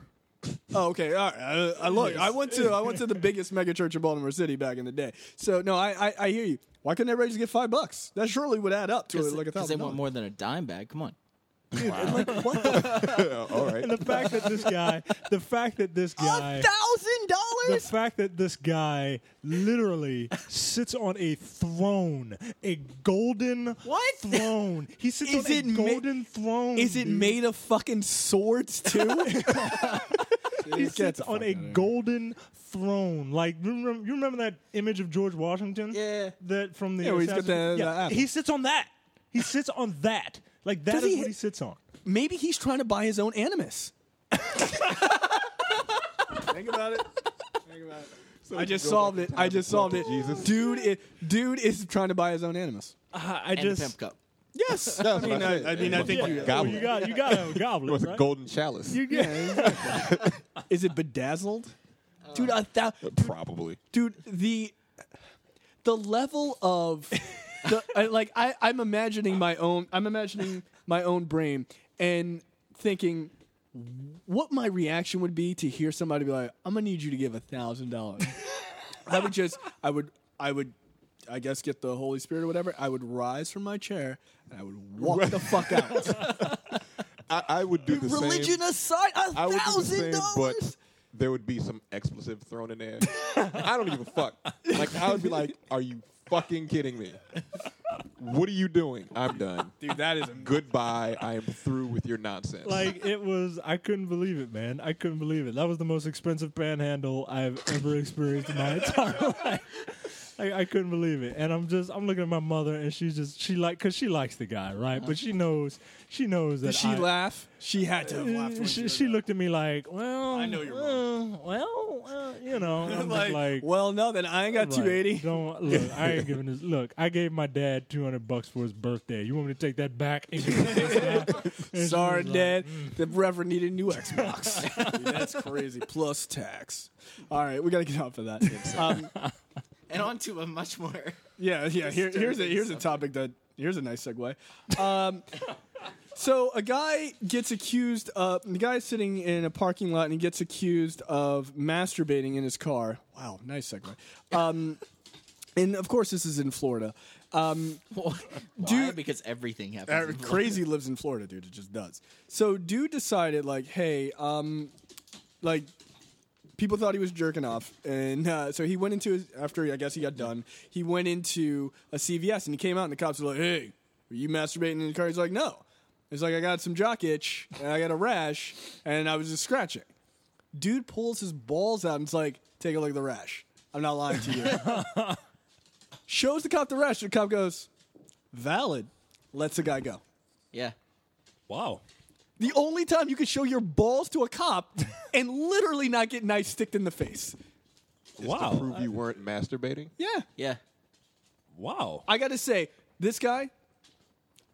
Speaker 3: Oh, okay, all right. I, I look, I went to I went to the biggest mega church in Baltimore City back in the day. So no, I I, I hear you. Why couldn't everybody just get five bucks? That surely would add up to
Speaker 5: because
Speaker 3: like a
Speaker 5: they
Speaker 3: thousand.
Speaker 5: want more than a dime bag. Come on,
Speaker 6: all right.
Speaker 4: And the fact that this guy, the fact that this guy,
Speaker 3: thousand
Speaker 4: The fact that this guy literally sits on a throne, a golden
Speaker 5: What?
Speaker 4: throne. He sits
Speaker 3: Is
Speaker 4: on a
Speaker 3: it ma-
Speaker 4: golden throne.
Speaker 3: Is it
Speaker 4: dude.
Speaker 3: made of fucking swords too?
Speaker 4: He
Speaker 7: Get
Speaker 4: sits
Speaker 7: the fuck
Speaker 4: on a
Speaker 7: outta here.
Speaker 4: golden throne. Like you remember, you remember that image of George Washington?
Speaker 5: Yeah.
Speaker 4: That from the
Speaker 7: Yeah, where he's got
Speaker 4: assassin-
Speaker 7: the-
Speaker 4: yeah,
Speaker 7: the apple.
Speaker 4: He sits on that. He sits on that. Like that is
Speaker 3: Does he-
Speaker 4: what he sits on.
Speaker 3: Maybe he's trying to buy his own animus.
Speaker 7: Think about it. Think about it.
Speaker 3: I just solved it. I just solved it. Dude, it, dude is trying to buy his own animus.
Speaker 4: I
Speaker 5: and a pimp cup.
Speaker 3: Yes.
Speaker 6: That was what
Speaker 7: mean, I-
Speaker 6: said.
Speaker 7: I mean, I
Speaker 6: It
Speaker 7: think
Speaker 6: was a
Speaker 7: you-
Speaker 6: fucking
Speaker 4: Well, you
Speaker 6: goblet.
Speaker 4: got you got a
Speaker 6: It
Speaker 4: goblin,
Speaker 6: was a
Speaker 4: right?
Speaker 6: golden chalice.
Speaker 4: You get
Speaker 7: Is it bedazzled?
Speaker 3: dude, a thou-
Speaker 6: uh, Probably.
Speaker 3: dude, the the level of the I, like I, I'm imagining my own I'm imagining my own brain and thinking what my reaction would be to hear somebody be like, I'm gonna need you to give a thousand dollars. I would just I would I would I guess get the Holy Spirit or whatever. I would rise from my chair and I would walk the fuck out.
Speaker 6: I, I would do the same.
Speaker 3: Religion aside, a
Speaker 6: I would do the
Speaker 3: thousand
Speaker 6: same,
Speaker 3: dollars.
Speaker 6: but there would be some expletive thrown in there. I don't even fuck. Like I would be like, "Are you fucking kidding me? What are you doing? I'm done.
Speaker 3: Dude, that is
Speaker 6: Goodbye. I am through with your nonsense."
Speaker 4: like it was I couldn't believe it, man. I couldn't believe it. That was the most expensive panhandle I've ever experienced in my entire life. I, I couldn't believe it. And I'm just I'm looking at my mother and she's just she like cause she likes the guy, right? But she knows she knows that
Speaker 3: Did she
Speaker 4: I,
Speaker 3: laugh? She had to have laughed. when
Speaker 4: she,
Speaker 3: heard
Speaker 4: she
Speaker 3: that.
Speaker 4: looked at me like, well,
Speaker 3: I know you're
Speaker 4: uh, well, uh, you know, I'm
Speaker 3: like,
Speaker 4: like, like
Speaker 3: well, no, then I ain't got
Speaker 4: like,
Speaker 3: two eighty.
Speaker 4: Don't look. I ain't giving this. Look, I gave my dad two hundred bucks for his birthday. You want me to take that back? And give it to this guy?
Speaker 3: Sorry,
Speaker 4: And she was like,
Speaker 3: Dad. The Reverend needed a new Xbox. Dude, mm. that's crazy. Plus tax. All right, we got to get off of that. Um,
Speaker 5: And on to a much more.
Speaker 3: yeah, yeah. Here, here's a here's a topic that here's a nice segue. Um, so a guy gets accused. Of, the guy's sitting in a parking lot and he gets accused of masturbating in his car. Wow, nice segue. Um, and of course, this is in Florida. Um,
Speaker 5: Why? Because everything happens.
Speaker 3: Uh,
Speaker 5: in Florida.
Speaker 3: crazy lives in Florida, dude. It just does. So, dude decided, like, hey, um, like, people thought he was jerking off, and uh, so he went into his after I guess he got done. He went into a CVS and he came out, and the cops were like, "Hey, are you masturbating in the car?" He's like, "No." He's like, "I got some jock itch, and I got a rash, and I was just scratching." Dude pulls his balls out and it's like, "Take a look at the rash." I'm not lying to you. Shows the cop the rash. The cop goes, "Valid." Lets the guy go.
Speaker 5: Yeah.
Speaker 4: Wow.
Speaker 3: The only time you can show your balls to a cop and literally not get knife sticked in the face.
Speaker 6: Just
Speaker 4: wow.
Speaker 6: To prove you weren't masturbating.
Speaker 3: Yeah.
Speaker 5: Yeah.
Speaker 4: Wow.
Speaker 3: I got to say, this guy,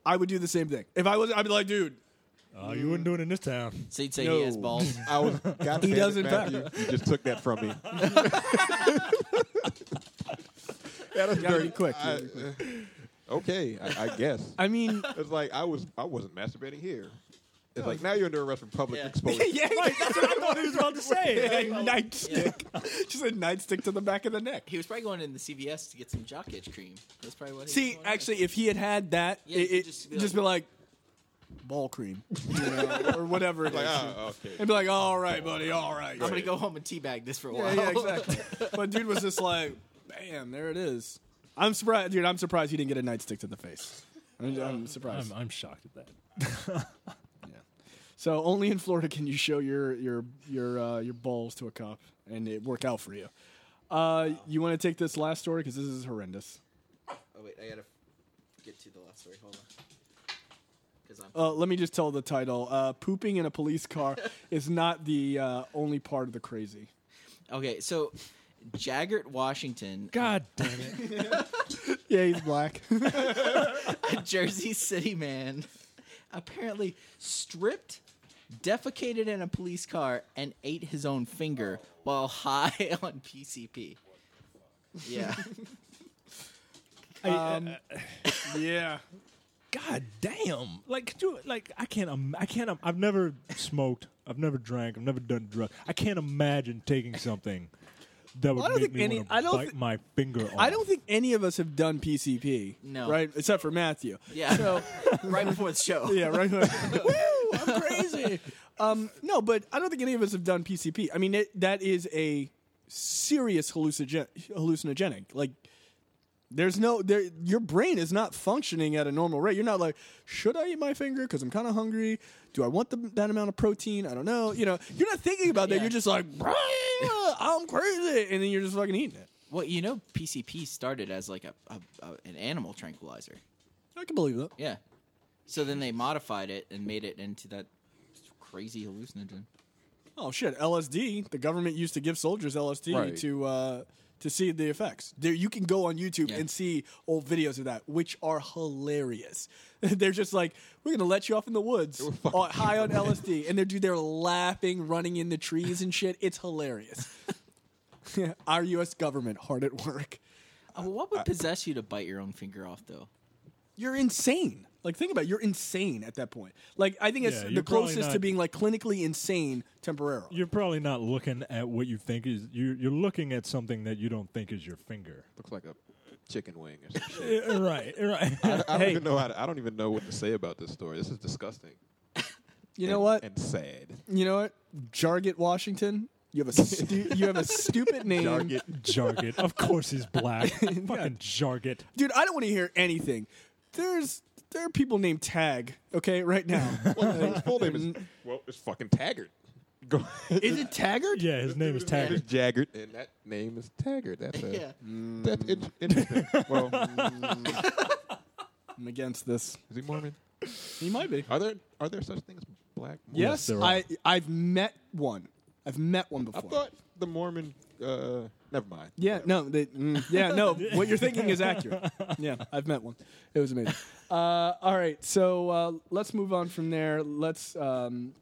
Speaker 3: I would do the same thing. If I was, I'd be like, dude,
Speaker 4: Uh, you wouldn't do it in this town.
Speaker 5: So you'd say
Speaker 3: No.
Speaker 5: he has balls.
Speaker 6: I was. God
Speaker 3: He
Speaker 6: damn
Speaker 3: does
Speaker 6: it,
Speaker 3: in fact.
Speaker 6: Matthew, You just took that from me. that is
Speaker 3: gotta
Speaker 6: very
Speaker 3: be quick,
Speaker 6: I- okay, I, I guess.
Speaker 3: I mean,
Speaker 6: It's like I was. I wasn't masturbating here. It's like now you're under arrest for public
Speaker 5: Yeah.
Speaker 6: exposure.
Speaker 3: yeah, that's what I thought he was about
Speaker 4: to say.
Speaker 3: night stick. Just a night stick to the back of the neck.
Speaker 5: He was probably going in the CVS to get some jock itch cream. That's probably what. He was
Speaker 3: See,
Speaker 5: going in.
Speaker 3: actually, if he had had that,
Speaker 5: Yeah,
Speaker 3: it,
Speaker 5: you
Speaker 3: it- just,
Speaker 5: just
Speaker 3: be
Speaker 5: be
Speaker 3: like,
Speaker 5: like-
Speaker 3: ball cream you know, or whatever it is.
Speaker 6: Like, ah, okay.
Speaker 3: and be like, all right, buddy, all right.
Speaker 5: I'm gonna go home and teabag this for a
Speaker 3: Yeah,
Speaker 5: while.
Speaker 3: yeah, exactly. but dude was just like, bam, there it is. I'm surprised, dude. I'm surprised he didn't get a nightstick to the face. I'm, I'm surprised.
Speaker 4: I'm, I'm shocked at that.
Speaker 3: So only in Florida can you show your your your uh, your balls to a cop and it work out for you. Uh, you want to take this last story because this is horrendous.
Speaker 5: oh wait, I gotta get to the last story. Hold on. Because I'm.
Speaker 3: Uh, let me just tell the title. Uh, pooping in a police car is not the uh, only part of the crazy.
Speaker 5: Okay, so Jaggert Washington,
Speaker 4: God damn it.
Speaker 3: Yeah, he's black.
Speaker 5: a Jersey City man, apparently stripped, defecated in a police car, and ate his own finger while high on PCP. Yeah.
Speaker 3: yeah.
Speaker 4: God damn! Like, could you like? I can't. Um, I can't. Um, I've never smoked. I've never drank. I've never done drugs. I can't imagine taking something that would
Speaker 3: I don't
Speaker 4: make
Speaker 3: think
Speaker 4: me
Speaker 3: any-
Speaker 4: want
Speaker 3: I
Speaker 4: to
Speaker 3: don't
Speaker 4: bite
Speaker 3: thi-
Speaker 4: my finger off.
Speaker 3: I don't think any of us have done PCP.
Speaker 5: No.
Speaker 3: Right? Except for Matthew.
Speaker 5: Yeah.
Speaker 3: So,
Speaker 5: right before the show.
Speaker 3: yeah, right. Woo! I'm crazy. Um, no, but I don't think any of us have done PCP. I mean, it, that is a serious hallucinogen- hallucinogenic. Like there's no there your brain is not functioning at a normal rate. You're not like, should I eat my finger cuz I'm kind of hungry? Do I want the, that amount of protein? I don't know. You know, you're not thinking about that.
Speaker 5: Yeah.
Speaker 3: You're just like, I'm crazy and then you're just fucking eating it.
Speaker 5: Well, you know, PCP started as like a, a, a an animal tranquilizer.
Speaker 3: I can believe that.
Speaker 5: Yeah. So then they modified it and made it into that crazy hallucinogen.
Speaker 3: Oh shit, LSD. The government used to give soldiers LSD
Speaker 6: Right.
Speaker 3: to uh, to see the effects. There, you can go on YouTube
Speaker 5: Yeah.
Speaker 3: and see old videos of that, which are hilarious. they're just like, we're gonna let you off in the woods,
Speaker 6: fucking
Speaker 3: uh, high on LSD, and they're dude, they're laughing, running in the trees and shit. It's hilarious. Our U.S. government hard at work.
Speaker 5: Uh, well, what would possess you to bite your own finger off, though?
Speaker 3: You're insane. Like think about it, you're insane at that point. Like I think it's
Speaker 4: Yeah,
Speaker 3: the
Speaker 4: you're probably
Speaker 3: closest to
Speaker 4: not-
Speaker 3: being like clinically insane temporarily.
Speaker 4: You're probably not looking at what you think is. You're, you're looking at something that you don't think is your finger.
Speaker 6: Looks like a chicken wing or some shit.
Speaker 4: right, right.
Speaker 6: I don't even know how to, I don't even know what to say about this story. This is disgusting.
Speaker 3: you know what?
Speaker 6: And sad.
Speaker 3: You know what? Jarget Washington. You have a stu- you have a stupid name,
Speaker 6: Jarget.
Speaker 4: Jarget. Of course he's black. Fucking Jarget.
Speaker 3: dude. I don't want to hear anything. There's there are people named Tag. Okay, right now.
Speaker 6: Well, his full name is well, it's fucking Taggart. Go.
Speaker 3: Is it Taggart?
Speaker 4: Yeah, his name is Taggart.
Speaker 6: Jaggart, and that name is Taggart. That's a,
Speaker 5: Yeah.
Speaker 6: That's in- interesting. well,
Speaker 3: I'm against this.
Speaker 6: is he Mormon?
Speaker 3: He might be.
Speaker 6: Are there are there such things as black?
Speaker 3: Yes,
Speaker 6: Mormons?
Speaker 4: Oh, there are.
Speaker 3: I I've met one. I've met one
Speaker 6: I
Speaker 3: before.
Speaker 6: thought the Mormon. Uh, never mind.
Speaker 3: yeah, no, they, mm, yeah, no. What you're thinking is accurate. Yeah, I've met one. It was amazing. Uh, all right, so uh, let's move on from there. Let's um,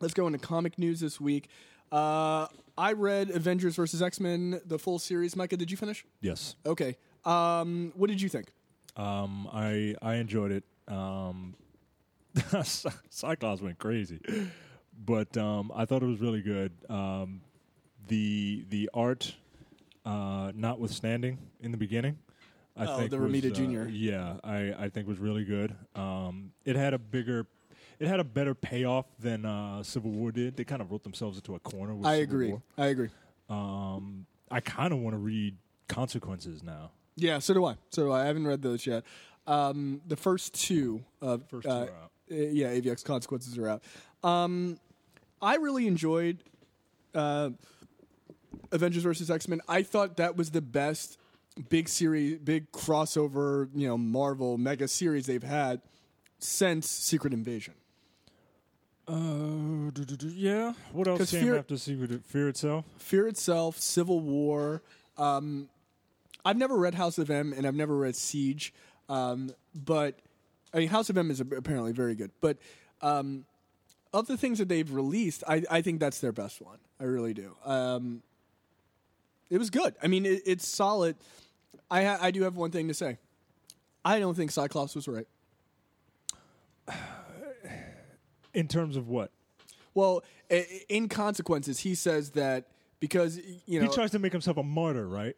Speaker 3: Let's go into comic news this week. Uh, I read Avengers versus X Men, the full series. Micah, did you finish?
Speaker 4: Yes.
Speaker 3: Okay. Um, what did you think?
Speaker 4: Um, I I enjoyed it. Um, Cy- Cyclops went crazy, but um, I thought it was really good. Um, the the art, uh, notwithstanding, in the beginning, I
Speaker 3: Oh,
Speaker 4: think
Speaker 3: the
Speaker 4: was,
Speaker 3: Romita
Speaker 4: uh,
Speaker 3: Jr..
Speaker 4: Yeah, I, I think was really good. Um, it had a bigger. It had a better payoff than uh, Civil War did. They kind of wrote themselves into a corner. With
Speaker 3: I
Speaker 4: Civil
Speaker 3: agree.
Speaker 4: War.
Speaker 3: I agree.
Speaker 4: Um, I kind of want to read Consequences now.
Speaker 3: Yeah, so do I. So do I. I haven't read those yet. Um, the first two of
Speaker 4: First two
Speaker 3: uh,
Speaker 4: are out.
Speaker 3: uh, yeah, AVX consequences are out. Um, I really enjoyed uh, Avengers versus X Men. I thought that was the best big series, big crossover, you know, Marvel mega series they've had since Secret Invasion.
Speaker 4: Uh, do, do, do, yeah. What else
Speaker 3: 'Cause
Speaker 4: came
Speaker 3: fear-
Speaker 4: after Secret Fear itself?
Speaker 3: Fear itself, Civil War. Um, I've never read House of M, and I've never read Siege, um, but I mean House of M is ap- apparently very good. But um, of the things that they've released, I, I think that's their best one. I really do. Um, it was good. I mean, it, it's solid. I ha- I do have one thing to say. I don't think Cyclops was right.
Speaker 4: In terms of what?
Speaker 3: Well, i- i- in consequences, he says that because you know
Speaker 4: He tries to make himself a martyr, right?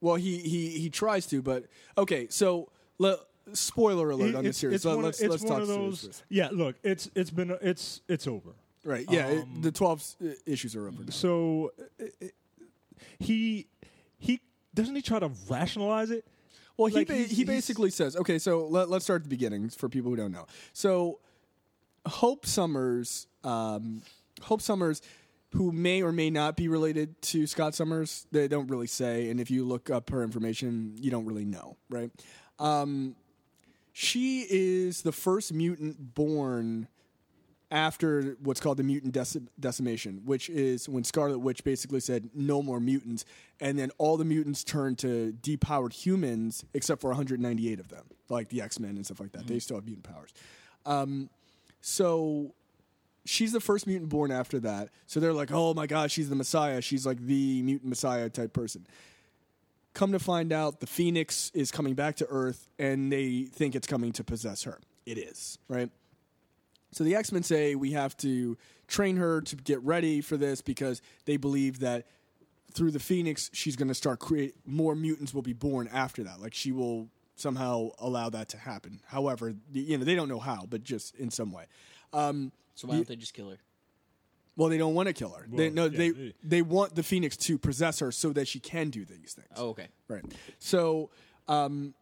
Speaker 3: Well, he he he tries to, but okay. So le- spoiler alert
Speaker 4: It-
Speaker 3: on this series. Let-
Speaker 4: one of-
Speaker 3: let's
Speaker 4: it's
Speaker 3: let's
Speaker 4: one
Speaker 3: talk
Speaker 4: of
Speaker 3: series
Speaker 4: those.
Speaker 3: first.
Speaker 4: Yeah, look, it's it's been it's it's over.
Speaker 3: Right? Yeah. it-
Speaker 4: um,
Speaker 3: the twelve s- uh, issues are over. Now.
Speaker 4: So uh, uh, he he doesn't he try to rationalize it?
Speaker 3: Well, he
Speaker 4: like,
Speaker 3: ba-
Speaker 4: he's-
Speaker 3: he
Speaker 4: he's-
Speaker 3: basically says, okay. So let, let's start at the beginning for people who don't know. So Hope Summers, um, Hope Summers, who may or may not be related to Scott Summers, they don't really say. And if you look up her information, you don't really know, right? Um, she is the first mutant born after what's called the mutant deci- decimation, which is when Scarlet Witch basically said no more mutants, and then all the mutants turned to depowered humans, except for 198 of them, like the X Men and stuff like that. They still have mutant powers. Um, so she's the first mutant born after that. So they're like, oh my god, she's the Messiah. She's like the mutant Messiah type person. Come to find out, the Phoenix is coming back to Earth, and they think it's coming to possess her. It is right. So the X Men say we have to train her to get ready for this because they believe that through the Phoenix, she's going to start create more mutants will be born after that. Like she will somehow allow that to happen. However, you know they don't know how, but just in some way. Um,
Speaker 5: So why don't they just kill her?
Speaker 3: Well, they don't want to kill her. they,
Speaker 4: Well,
Speaker 3: no,
Speaker 4: yeah,
Speaker 3: they, they
Speaker 4: they-
Speaker 3: want the Phoenix to possess her so that she can do these things.
Speaker 5: Oh, okay.
Speaker 3: Right. So, um,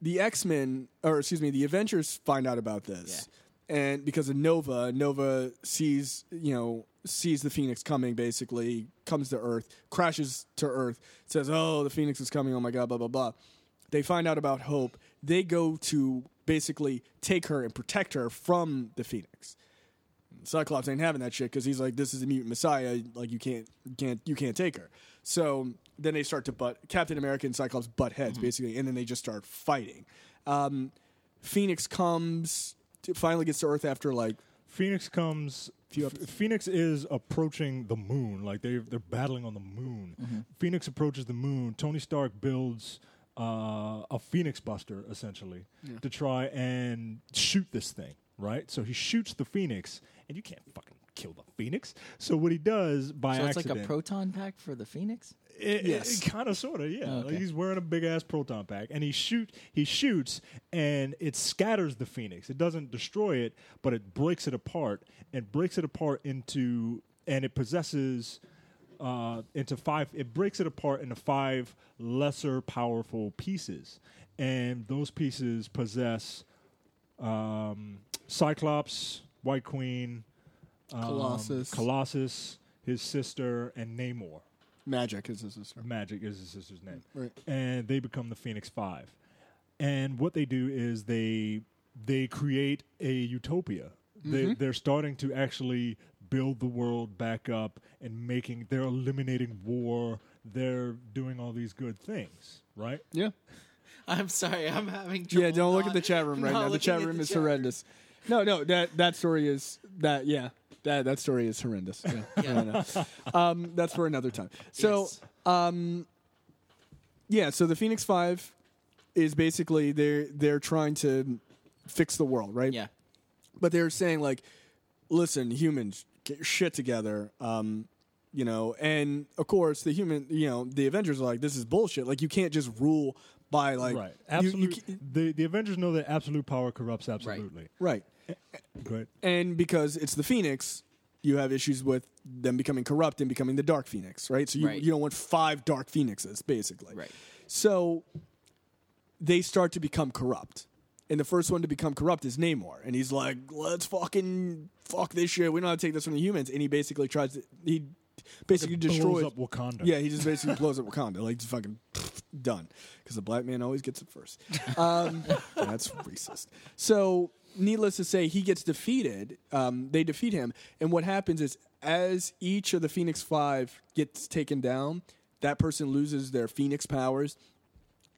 Speaker 3: the X Men, or excuse me, the Avengers find out about this, and because of Nova, Nova sees you know sees the Phoenix coming. Basically, comes to Earth, crashes to Earth, says, "Oh, the Phoenix is coming! Oh my God!" Blah blah blah. They find out about Hope. They go to basically take her and protect her from the Phoenix. Cyclops ain't having that shit because he's like, this is a mutant messiah. Like you can't, you can't, you can't take her. So then they start to butt Captain America and Cyclops butt heads basically, and then they just start fighting. Um, Phoenix comes, to, finally gets to Earth after like,
Speaker 4: Phoenix comes.
Speaker 3: Few
Speaker 4: F-
Speaker 3: episodes.
Speaker 4: Phoenix is approaching the moon. Like they they're battling on the moon.
Speaker 5: Mm-hmm.
Speaker 4: Phoenix approaches the moon. Tony Stark builds uh, a Phoenix Buster essentially to try and shoot this thing. Right. So he shoots the Phoenix, and you can't fucking kill the Phoenix. So what he does by
Speaker 5: So it's
Speaker 4: accident,
Speaker 5: like a proton pack for the Phoenix.
Speaker 4: it,
Speaker 3: Yes. Oh,
Speaker 4: kind of, sort of, yeah. Like,
Speaker 5: Okay.
Speaker 4: he's wearing a big ass proton pack, and he shoot, he shoots, and it scatters the phoenix. It doesn't destroy it, but it breaks it apart and breaks it apart into, and it possesses uh, into five. It breaks it apart into five lesser powerful pieces, and those pieces possess um, Cyclops, White Queen, um,
Speaker 3: Colossus.
Speaker 4: Colossus, his sister, and Namor.
Speaker 3: magic is his sister.
Speaker 4: Magic is his sister's name.
Speaker 3: Right.
Speaker 4: And they become the Phoenix Five. And what they do is they they create a utopia.
Speaker 3: Mm-hmm.
Speaker 4: They they're starting to actually build the world back up and making they're eliminating war. They're doing all these good things, right?
Speaker 3: Yeah,
Speaker 5: I'm sorry, I'm having trouble.
Speaker 3: yeah. Don't look
Speaker 5: not-
Speaker 3: at the chat room right
Speaker 5: not
Speaker 3: now. The
Speaker 5: looking
Speaker 3: chat
Speaker 5: at
Speaker 3: room
Speaker 5: the
Speaker 3: is
Speaker 5: chat.
Speaker 3: horrendous. No, no. That that story is that. Yeah, that that story is horrendous. Yeah.
Speaker 5: Yeah.
Speaker 3: um, that's for another time. So. um,
Speaker 5: Yes.
Speaker 3: Yeah, so the Phoenix Five is basically they're they're trying to fix the world, right?
Speaker 5: yeah.
Speaker 3: But they're saying like, listen, humans, get your shit together. Um, you know, and of course the human, you know, the Avengers are like, this is bullshit. Like you can't just rule by like,
Speaker 4: right.
Speaker 3: you- you
Speaker 4: Absolute,
Speaker 3: ca-
Speaker 4: the the Avengers know that absolute power corrupts absolutely.
Speaker 3: right.
Speaker 4: Right.
Speaker 3: And because it's the Phoenix, you have issues with them becoming corrupt and becoming the Dark Phoenix, right? So you,
Speaker 5: Right.
Speaker 3: you don't want five Dark Phoenixes, basically.
Speaker 5: Right.
Speaker 3: So they start to become corrupt. And the first one to become corrupt is Namor. And he's like, let's fucking fuck this shit. We don't have to take this from the humans. And he basically tries to, he basically destroys.
Speaker 4: Blows up Wakanda.
Speaker 3: Yeah, he just basically blows up Wakanda. Like, just fucking done. Because the black man always gets it first. Um, that's racist. So, needless to say, he gets defeated. Um, they defeat him. And what happens is, as each of the Phoenix Five gets taken down, that person loses their Phoenix powers,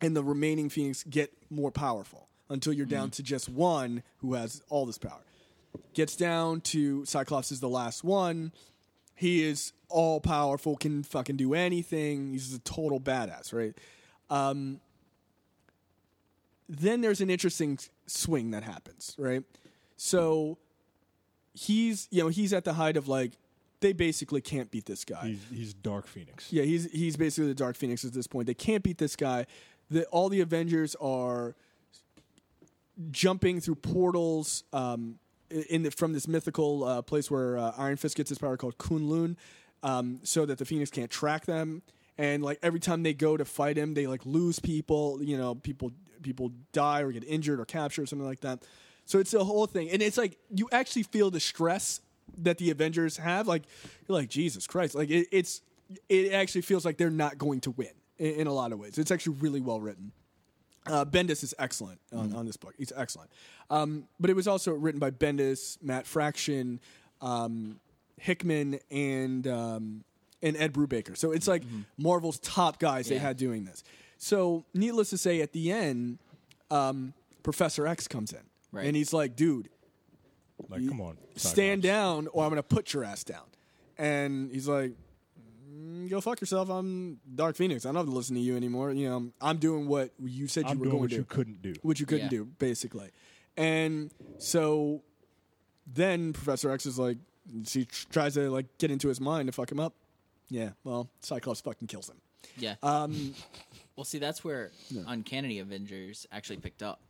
Speaker 3: and the remaining Phoenix get more powerful until you're down to just one who has all this power. Gets down to Cyclops is the last one. He is all powerful, can fucking do anything. He's a total badass, right? Um, then there's an interesting s- swing that happens, right? So he's, you know, he's at the height of like, they basically can't beat this guy.
Speaker 4: He's, he's Dark Phoenix.
Speaker 3: Yeah, he's he's basically the Dark Phoenix at this point. They can't beat this guy. The, all the Avengers are jumping through portals um, in the, from this mythical uh, place where uh, Iron Fist gets his power called Kunlun, um, so that the Phoenix can't track them. And like every time they go to fight him, they like lose people. You know, people people die or get injured or captured or something like that. So it's a whole thing, and it's like you actually feel the stress that the Avengers have. Like you're like Jesus Christ. Like it, it's it actually feels like they're not going to win in, in a lot of ways. It's actually really well written. Uh, Bendis is excellent
Speaker 4: Mm-hmm.
Speaker 3: on, on this book. He's excellent. Um, but it was also written by Bendis, Matt Fraction, um, Hickman, and um, and Ed Brubaker. So it's like
Speaker 4: Mm-hmm.
Speaker 3: Marvel's top guys they
Speaker 5: Yeah.
Speaker 3: had doing this. So needless to say, at the end, um, Professor X comes in.
Speaker 5: Right.
Speaker 3: And he's like, dude,
Speaker 4: Like, come on.
Speaker 3: stand
Speaker 4: Cyclops.
Speaker 3: down or I'm going to put your ass down. And he's like, "Mm, go fuck yourself. I'm Dark Phoenix. I don't have to listen to you anymore. You know, I'm- I'm doing what you said you
Speaker 4: I'm
Speaker 3: were
Speaker 4: doing
Speaker 3: going
Speaker 4: what
Speaker 3: to
Speaker 4: you couldn't do.
Speaker 3: what you couldn't
Speaker 5: Yeah.
Speaker 3: do, basically. And so then Professor X is like, she tr- tries to like get into his mind to fuck him up. Yeah, well, Cyclops fucking kills him.
Speaker 5: Yeah.
Speaker 3: Um,
Speaker 5: well, see, that's where Uncanny Avengers actually picked up.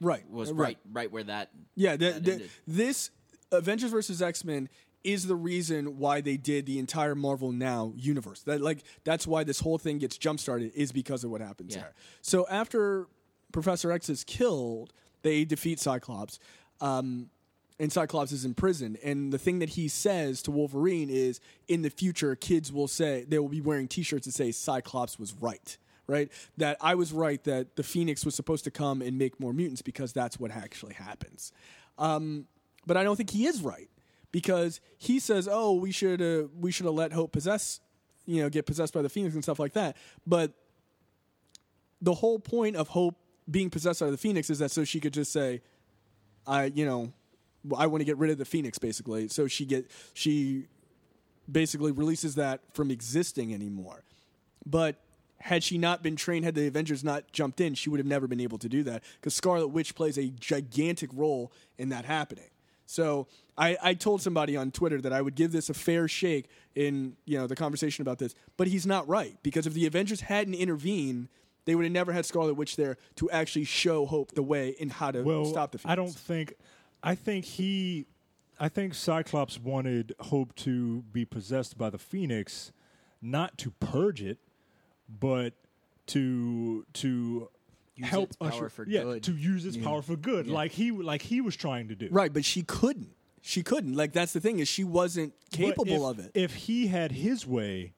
Speaker 3: right,
Speaker 5: Was
Speaker 3: uh,
Speaker 5: right, right where that.
Speaker 3: Yeah, the,
Speaker 5: that
Speaker 3: the-
Speaker 5: ended.
Speaker 3: this Avengers versus X Men is the reason why they did the entire Marvel Now universe. That like that's why this whole thing gets jump started is because of what happens
Speaker 5: Yeah.
Speaker 3: there. So after Professor X is killed, they defeat Cyclops. Um, and Cyclops is in prison. And the thing that he says to Wolverine is, in the future, kids will say they will be wearing T-shirts that say Cyclops was right. Right, that I was right that the Phoenix was supposed to come and make more mutants because that's what actually happens. Um, but I don't think he is right because he says, "Oh, we should uh, we should have let Hope possess, you know, get possessed by the Phoenix and stuff like that." But the whole point of Hope being possessed by the Phoenix is that so she could just say, I you know, I want to get rid of the Phoenix basically. So she get she basically releases that from existing anymore. But had she not been trained, had the Avengers not jumped in, she would have never been able to do that because Scarlet Witch plays a gigantic role in that happening. So I, I told somebody on Twitter that I would give this a fair shake in you know the conversation about this, but he's not right because if the Avengers hadn't intervened, they would have never had Scarlet Witch there to actually show Hope the way in how to
Speaker 4: well,
Speaker 3: stop the. Phoenix.
Speaker 4: I don't think. I think he. I think Cyclops wanted Hope to be possessed by the Phoenix, not to purge it, but to to
Speaker 5: Use
Speaker 4: help
Speaker 5: its power
Speaker 4: usher-
Speaker 5: for
Speaker 4: yeah,
Speaker 5: good.
Speaker 4: to use its power for good, like he like he was trying to do.
Speaker 3: Right, but she couldn't. She couldn't. Like that's the thing is she wasn't
Speaker 4: But
Speaker 3: capable
Speaker 4: if-
Speaker 3: of it.
Speaker 4: If he had his way,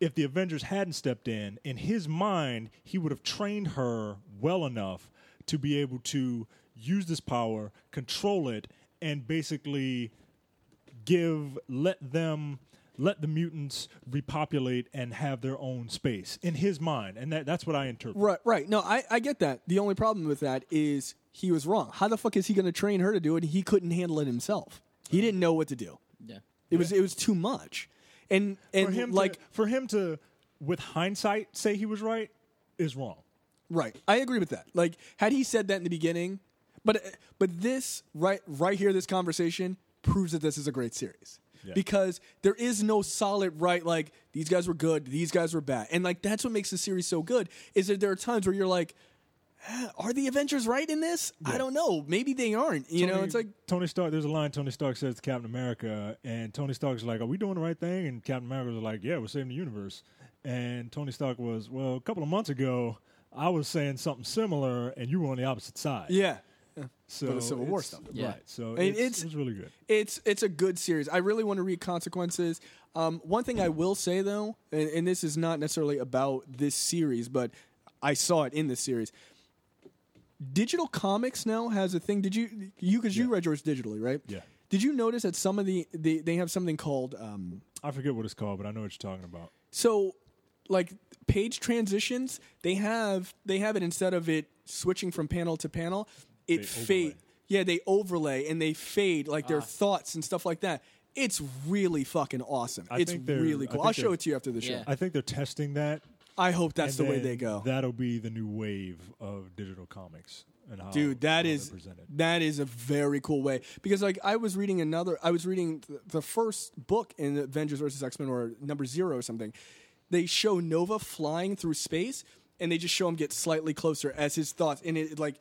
Speaker 4: if the Avengers hadn't stepped in, in his mind, he would have trained her well enough to be able to use this power, control it, and basically give let them let the mutants repopulate and have their own space in his mind and that, that's what i interpret
Speaker 3: Right, right. No, I, I get that. The only problem with that is he was wrong. How the fuck is he going to train her to do it? He couldn't handle it himself. He didn't know what to do.
Speaker 5: Yeah.
Speaker 3: It was it was too much. And and
Speaker 4: for him
Speaker 3: like
Speaker 4: to, for him to with hindsight say he was right is wrong
Speaker 3: Right. I agree with that. Like, had he said that in the beginning, but uh, but this right right here, this conversation proves that this is a great series
Speaker 4: Yeah.
Speaker 3: because there is no solid right. Like these guys were good, these guys were bad, and like that's what makes the series so good is that there are times where you're like, "Ah, are the Avengers right in this? I don't know. Maybe they aren't. You know,
Speaker 4: Tony-
Speaker 3: it's like
Speaker 4: Tony Stark. There's a line Tony Stark says to Captain America, and Tony Stark's like, "Are we doing the right thing?" And Captain America was like, "Yeah, we're saving the universe." And Tony Stark was, "Well, a couple of months ago, I was saying something similar, and you were on the opposite side."
Speaker 3: yeah.
Speaker 4: so
Speaker 3: for the Civil War
Speaker 4: it's-
Speaker 3: stuff.
Speaker 5: Yeah.
Speaker 4: right? So
Speaker 3: mean,
Speaker 4: it's,
Speaker 3: it's-
Speaker 4: it's really good.
Speaker 3: it's it's a good series. I really want to read Consequences. Um, one thing I will say though, and, and this is not necessarily about this series, but I saw it in this series. Digital Comics now has a thing. Did you you because you read yours digitally, right?
Speaker 4: Yeah.
Speaker 3: Did you notice that some of the they, they have something called um,
Speaker 4: I forget what it's called, but I know what you're talking about.
Speaker 3: so like page transitions? They have they have it instead of it switching from panel to panel, it fade.
Speaker 4: overlay.
Speaker 3: Yeah, they overlay and they fade like their thoughts and stuff like that. It's really fucking awesome.
Speaker 4: I
Speaker 3: it's
Speaker 4: think they're-
Speaker 3: really
Speaker 4: I
Speaker 3: cool.
Speaker 4: think
Speaker 3: I'll show
Speaker 4: they're-
Speaker 3: it to you after the show.
Speaker 5: Yeah.
Speaker 4: I think they're testing that.
Speaker 3: I hope that's
Speaker 4: and
Speaker 3: the way
Speaker 4: then
Speaker 3: they go.
Speaker 4: That'll be the new wave of digital comics and
Speaker 5: Oh,
Speaker 4: how
Speaker 3: Dude, that
Speaker 4: how
Speaker 3: is
Speaker 4: they're presented.
Speaker 3: that is a very cool way because like I was reading another I was reading th- the first book in Avengers versus X-Men or number 0 or something. They show Nova flying through space and they just show him get slightly closer as his thoughts and it like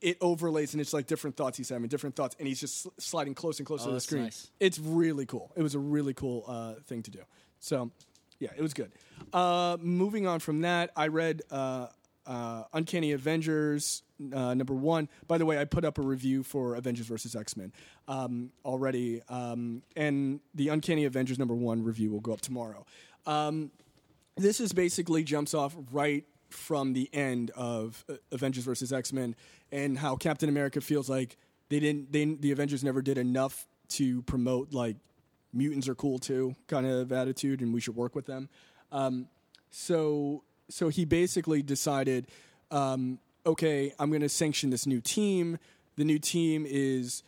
Speaker 3: it overlays and it's like different thoughts he's having, different thoughts, and he's just sl- sliding closer and closer to the
Speaker 5: Oh, that's
Speaker 3: screen.
Speaker 5: nice.
Speaker 3: It's really cool. It was a really cool uh, thing to do. So, yeah, it was good. Uh, moving on from that, I read uh, uh, Uncanny Avengers uh, number one. By the way, I put up a review for Avengers versus X Men um, already, um, and the Uncanny Avengers number one review will go up tomorrow. Um, this is basically jumps off right from the end of uh, Avengers versus X Men and how Captain America feels like they didn't they the Avengers never did enough to promote like mutants are cool too kind of attitude and we should work with them. Um, so so he basically decided, um, okay, I'm going to sanction this new team. The new team is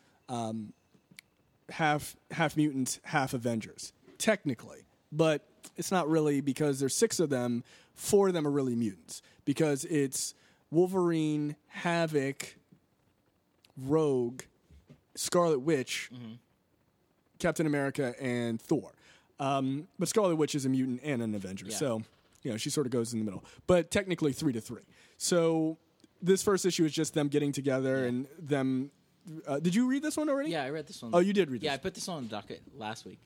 Speaker 3: half half mutants, half Avengers, technically. But it's not really because there's six of them. Four of them are really mutants because it's Wolverine, Havoc, Rogue, Scarlet Witch, Captain America, and Thor. Um, but Scarlet Witch is a mutant and an Avenger, so you know she sort of goes in the middle. But technically, three to three. So this first issue is just them getting together and them Uh, did you read this one already?
Speaker 5: Yeah, I read this one.
Speaker 3: Oh, you did read
Speaker 5: Yeah, I
Speaker 3: this.
Speaker 5: put this on the docket last week.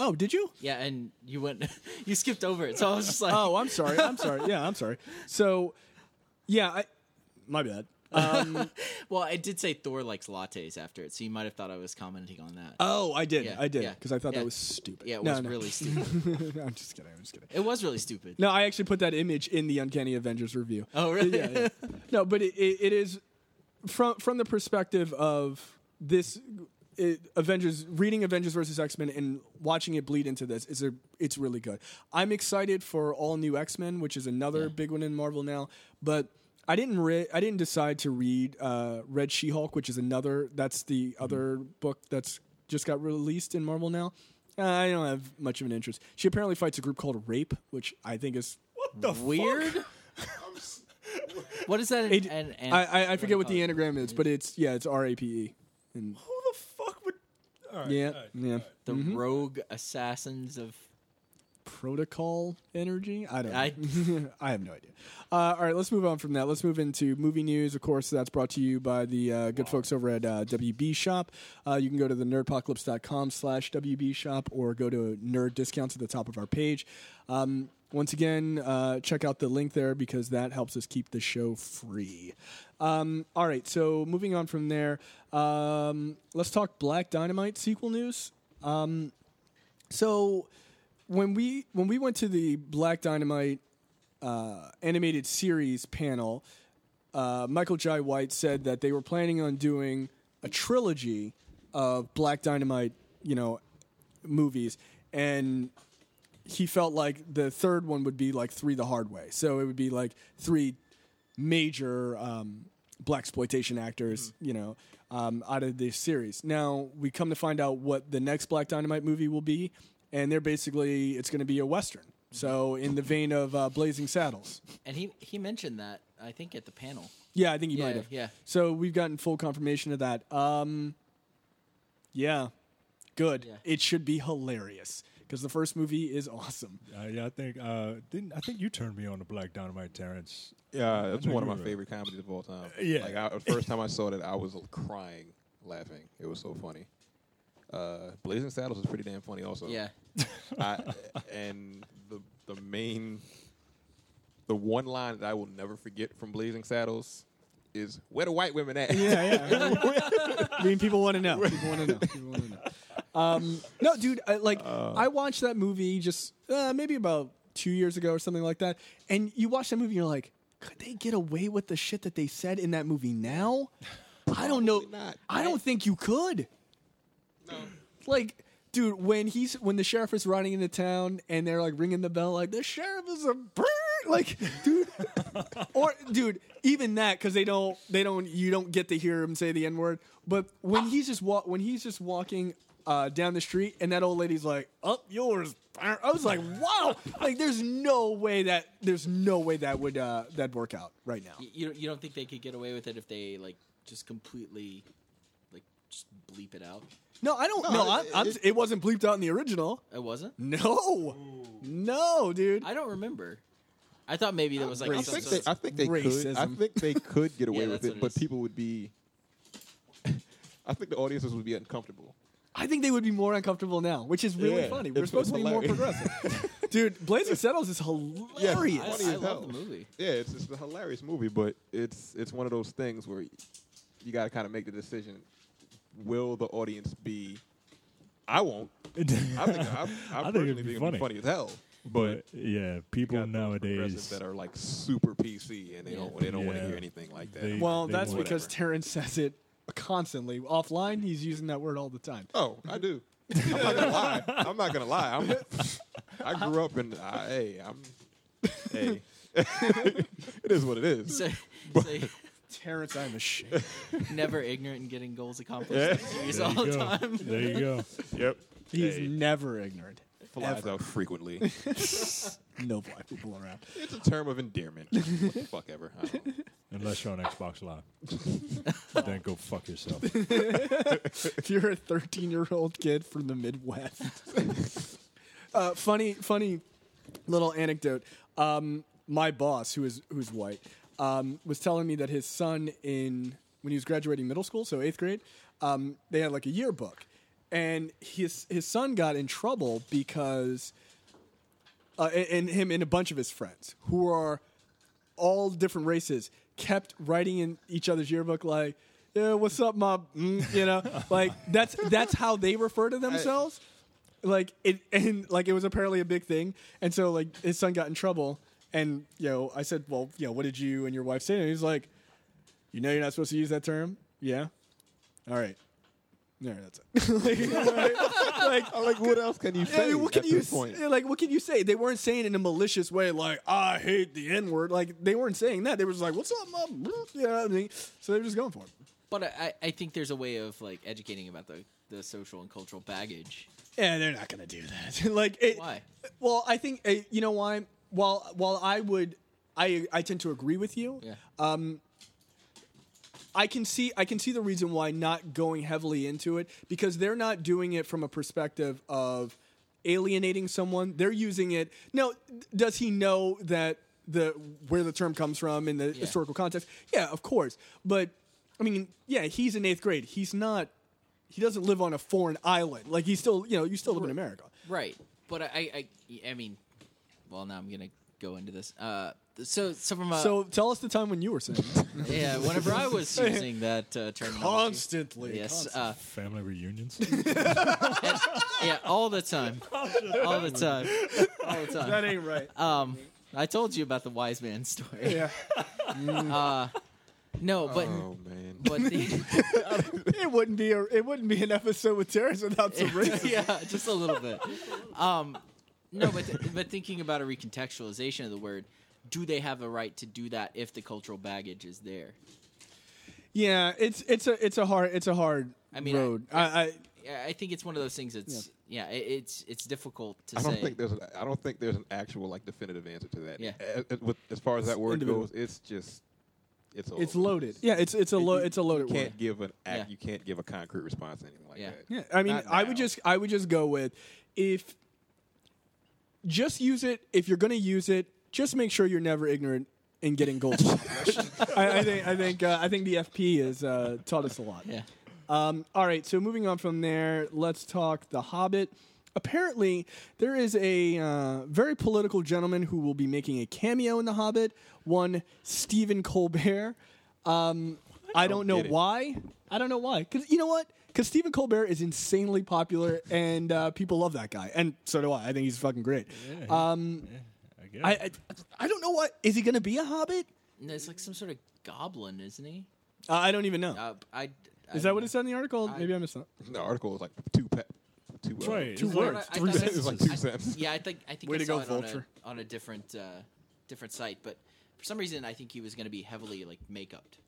Speaker 3: Oh, did you?
Speaker 5: Yeah, and you went, you skipped over it. So I was just like,
Speaker 3: Oh, I'm sorry. I'm sorry. Yeah, I'm sorry. So, yeah, I, my bad.
Speaker 5: well, I did say Thor likes lattes after it, so you might have thought I was commenting on that.
Speaker 3: Oh, I did.
Speaker 5: Yeah,
Speaker 3: I did
Speaker 5: yeah,
Speaker 3: because I thought
Speaker 5: yeah.
Speaker 3: that was stupid.
Speaker 5: yeah, it
Speaker 3: No,
Speaker 5: was
Speaker 3: no.
Speaker 5: really stupid.
Speaker 3: I'm just kidding. I'm just kidding.
Speaker 5: It was really stupid.
Speaker 3: No, I actually put that image in the Uncanny Avengers review.
Speaker 5: Oh, really?
Speaker 3: Yeah, yeah. No, but it, it, it is from from the perspective of this it, Avengers reading Avengers versus X Men and watching it bleed into this is a it's really good. I'm excited for all new X Men, which is another big one in Marvel now. But I didn't re- I didn't decide to read uh, Red She Hulk, which is another that's the
Speaker 4: Mm-hmm.
Speaker 3: other book that's just got released in Marvel now. Uh, I don't have much of an interest. She apparently fights a group called Rape, which I think is
Speaker 4: What the
Speaker 5: Weird. what is that?
Speaker 3: It-
Speaker 5: an, an,
Speaker 3: I, I, I forget what the
Speaker 5: anagram.
Speaker 3: anagram is, but it's yeah, it's R A P E. And
Speaker 4: Who the fuck would? All right,
Speaker 3: yeah,
Speaker 4: all right.
Speaker 3: yeah.
Speaker 5: the rogue assassins of
Speaker 3: Protocol energy. I don't.
Speaker 5: I-
Speaker 3: know. I have no idea. Uh, all right, let's move on from that. Let's move into movie news. Of course, that's brought to you by the uh, good folks over at uh, WB Shop. Uh, you can go to the nerdpocalypse.com slash WB Shop or go to nerd discounts at the top of our page. Um, once again, uh, check out the link there because that helps us keep the show free. Um, all right, so moving on from there, um, let's talk Black Dynamite sequel news. Um, So when we when we went to the Black Dynamite uh, animated series panel, uh, Michael Jai White said that they were planning on doing a trilogy of Black Dynamite, you know, movies, and he felt like the third one would be like three the hard way. So it would be like three major um, black exploitation actors,
Speaker 5: Mm-hmm.
Speaker 3: you know, um, out of this series. Now we come to find out what the next Black Dynamite movie will be, and they're basically it's going to be a western. So in the vein of uh, Blazing Saddles.
Speaker 5: and he he mentioned that I think at the panel.
Speaker 3: Yeah, I think you
Speaker 5: Yeah,
Speaker 3: might have.
Speaker 5: yeah.
Speaker 3: So we've gotten full confirmation of that. Um, yeah, good.
Speaker 5: Yeah.
Speaker 3: It should be hilarious because the first movie is awesome.
Speaker 4: Uh, yeah, I think uh, didn't I think you turned me on to Black Dynamite, Terrence?
Speaker 6: Yeah, that's
Speaker 4: know
Speaker 6: one of
Speaker 4: you
Speaker 6: my
Speaker 4: were.
Speaker 6: favorite comedies of all time.
Speaker 4: Yeah.
Speaker 6: like I, the first time I saw that, I was crying, laughing. It was so funny. Uh, Blazing Saddles is pretty damn funny, also.
Speaker 5: Yeah,
Speaker 6: I, and the the main, the one line that I will never forget from Blazing Saddles is "Where the white women at?"
Speaker 3: Yeah, yeah. I mean, people want to know. People want to know. People want to know. Um, no, dude, I, like I watched that movie just uh, maybe about two years ago or something like that, and you watch that movie, and you're like, could they get away with the shit that they said in that movie now? I don't know.
Speaker 6: Probably not.
Speaker 3: I don't think you could. Like. Dude, when he's when the sheriff is running into town and they're like ringing the bell, like the sheriff is a bird, like dude, or dude, even that because they don't, they don't, you don't get to hear him say the n word. But when he's just wa- when he's just walking uh, down the street, and that old lady's like, "Up yours," I was like, "Wow!" like, there's no way that there's no way that would uh, that work out right now.
Speaker 5: you you don't- you don't think they could get away with it if they like just completely like just bleep it out?
Speaker 3: No, I don't. No, I'm, I'm, it, wasn't bleeped out in the original.
Speaker 5: It wasn't.
Speaker 3: No, no, dude.
Speaker 5: I don't remember. I thought maybe there was like
Speaker 6: I
Speaker 5: some
Speaker 6: think,
Speaker 5: sort
Speaker 6: they,
Speaker 5: of-
Speaker 6: I think they could. I
Speaker 3: Racism.
Speaker 6: think they could get
Speaker 5: Yeah,
Speaker 6: away with
Speaker 5: that's what
Speaker 6: it,
Speaker 5: it
Speaker 6: but
Speaker 5: is.
Speaker 6: people would be. I think the audiences would be uncomfortable.
Speaker 3: I think they would be more uncomfortable now, which is really
Speaker 6: Yeah.
Speaker 3: funny. We're
Speaker 6: It's-
Speaker 3: supposed to be
Speaker 6: it's
Speaker 3: more
Speaker 6: hilarious.
Speaker 3: progressive, dude. Blazing Saddles is hilarious.
Speaker 5: I,
Speaker 6: funny
Speaker 5: I love
Speaker 6: as hell.
Speaker 5: the movie.
Speaker 6: Yeah, it's, it's a hilarious movie, but it's it's one of those things where you got to kind of make the decision: will the audience be? I won't. I think I'm, I'm
Speaker 4: I think it'd
Speaker 6: personally
Speaker 4: be
Speaker 6: think it'd
Speaker 4: funny.
Speaker 6: be funny as hell.
Speaker 4: But yeah,
Speaker 6: You got
Speaker 4: people
Speaker 6: those progressives
Speaker 4: nowadays.
Speaker 6: that are like super PC and they don't they don't want to
Speaker 4: Yeah.
Speaker 6: hear anything like that.
Speaker 4: They-
Speaker 3: Well,
Speaker 4: they
Speaker 3: that's
Speaker 4: won't.
Speaker 3: because Terrence says it constantly. Offline, he's using that word all the time.
Speaker 6: Oh, I do. I'm not gonna lie. I'm not gonna lie. I'm, I grew up in. I, hey, I'm. Hey, it is what it is.
Speaker 5: So, so
Speaker 3: Terrence, I'm ashamed.
Speaker 5: never ignorant and getting goals accomplished. Serious
Speaker 4: There
Speaker 5: all
Speaker 4: you
Speaker 5: the
Speaker 4: go.
Speaker 5: time.
Speaker 4: There you go.
Speaker 6: Yep.
Speaker 3: He's never ignorant.
Speaker 6: Flies
Speaker 3: ever.
Speaker 6: out frequently.
Speaker 3: No black people around.
Speaker 6: it's a term of endearment. what the fuck ever. I don't know.
Speaker 4: Unless you're on Xbox Live, then go fuck yourself.
Speaker 3: If you're a 13 year old kid from the Midwest, uh, funny, funny little anecdote. Um, my boss, who is who's white, um, was telling me that his son in when he was graduating middle school, so eighth grade, um, they had like a yearbook, and his his son got in trouble because, uh, and, and him and a bunch of his friends who are all different races kept writing in each other's yearbook like. Yeah, what's up, mob? Mm, you know, like that's that's how they refer to themselves like it and like it was apparently a big thing and so like his son got in trouble and you know i said well you know what did you and your wife say and he's like you know you're not supposed to use that term yeah all right all right that's it like, like,
Speaker 6: Like, what else can you
Speaker 3: I
Speaker 6: say?
Speaker 3: mean, what can
Speaker 6: at
Speaker 3: you
Speaker 6: this point?
Speaker 3: say? like what can you say they weren't saying it in a malicious way like i hate the n word like they weren't saying that they were just like what's up mom you know what i mean so they were just going for it
Speaker 5: But I, I I think there's a way of like educating about the, the social and cultural baggage.
Speaker 3: Yeah, they're not gonna do that. like, it,
Speaker 5: Why?
Speaker 3: Well, I think uh, you know why. While while I would, I I tend to agree with you.
Speaker 5: Yeah.
Speaker 3: I can see I can see the reason why not going heavily into it because they're not doing it from a perspective of alienating someone. They're using it. Now, does he know that the where the term comes from in the historical context? Yeah, of course. But I mean, yeah, he's in eighth grade. He's not. He doesn't live on a foreign island. Like he's still, you know, you still live in America.
Speaker 5: Right. But I, I, I mean, well, now I'm gonna go into this. Uh, so, so from a,
Speaker 3: So tell us the time when you were saying that.
Speaker 5: yeah, whenever I was using that uh, terminology,
Speaker 3: Constantly,
Speaker 5: yes, uh,
Speaker 4: Family reunions.
Speaker 5: yeah, all the time, all the time, all the time.
Speaker 3: ain't right.
Speaker 5: Um, I told you about the wise man story.
Speaker 3: yeah,
Speaker 5: No, but
Speaker 6: Oh man.
Speaker 5: but the,
Speaker 3: it wouldn't be a, it wouldn't be an episode with Terrence without some racism.
Speaker 5: yeah, just a little bit. Um, no, but th- but thinking about a recontextualization of the word, do they have a right to do that if the cultural baggage is there?
Speaker 3: Yeah, it's it's a it's a hard it's a hard
Speaker 5: I mean, I-
Speaker 3: road. I, I
Speaker 5: Yeah, I think it's one of those things. That's yeah, it, it's it's difficult to
Speaker 6: I
Speaker 5: say.
Speaker 6: don't think there's an, I don't think there's an actual like definitive answer to that.
Speaker 5: Yeah.
Speaker 6: A- a- with- as far as that word
Speaker 3: individual.
Speaker 6: goes, it's just it's all
Speaker 3: it's
Speaker 6: over.
Speaker 3: loaded. Yeah, it's it's a lo-
Speaker 6: You-
Speaker 3: it's a loaded
Speaker 6: You
Speaker 3: word.
Speaker 6: can't give an ac-
Speaker 5: Yeah.
Speaker 6: you can't give a concrete response to anything like
Speaker 5: Yeah.
Speaker 6: that.
Speaker 3: Yeah, I mean,
Speaker 6: Not
Speaker 3: I would
Speaker 6: now.
Speaker 3: just I would just go with if just use it if you're going to use it. Just make sure you're never ignorant in getting gold. I, I think I think uh, I think the FP has uh, taught us a lot.
Speaker 5: Yeah.
Speaker 3: Um, all right, so moving on from there, let's talk The Hobbit. Apparently, there is a uh, very political gentleman who will be making a cameo in The Hobbit. One Stephen Colbert. Um, I don't know
Speaker 6: get it.
Speaker 3: why. I don't know why. Because you know what? Because Stephen Colbert is insanely popular, and uh, people love that guy, and so do I. I think he's fucking great. Um,
Speaker 4: I guess.
Speaker 3: I, I I don't know what is he going to be a Hobbit?
Speaker 5: No, it's like some sort of goblin, isn't he?
Speaker 3: Uh, I don't even know.
Speaker 5: Uh, I, I
Speaker 3: is that what it said in the article?
Speaker 5: I-
Speaker 3: Maybe I missed that.
Speaker 6: The article is like two pa- two
Speaker 4: That's
Speaker 6: uh,
Speaker 4: right.
Speaker 6: two
Speaker 4: It's
Speaker 5: I- I-
Speaker 4: like-
Speaker 3: words.
Speaker 5: I
Speaker 3: Three
Speaker 5: thought I-
Speaker 6: sentences, like
Speaker 5: I-
Speaker 6: two sentences.
Speaker 5: Yeah, I think I think
Speaker 3: Way
Speaker 5: I
Speaker 3: to
Speaker 5: saw
Speaker 3: go,
Speaker 5: it on
Speaker 3: Vulture.
Speaker 5: a, on a different uh, different site, but for some reason I think he was going to be heavily like makeuped.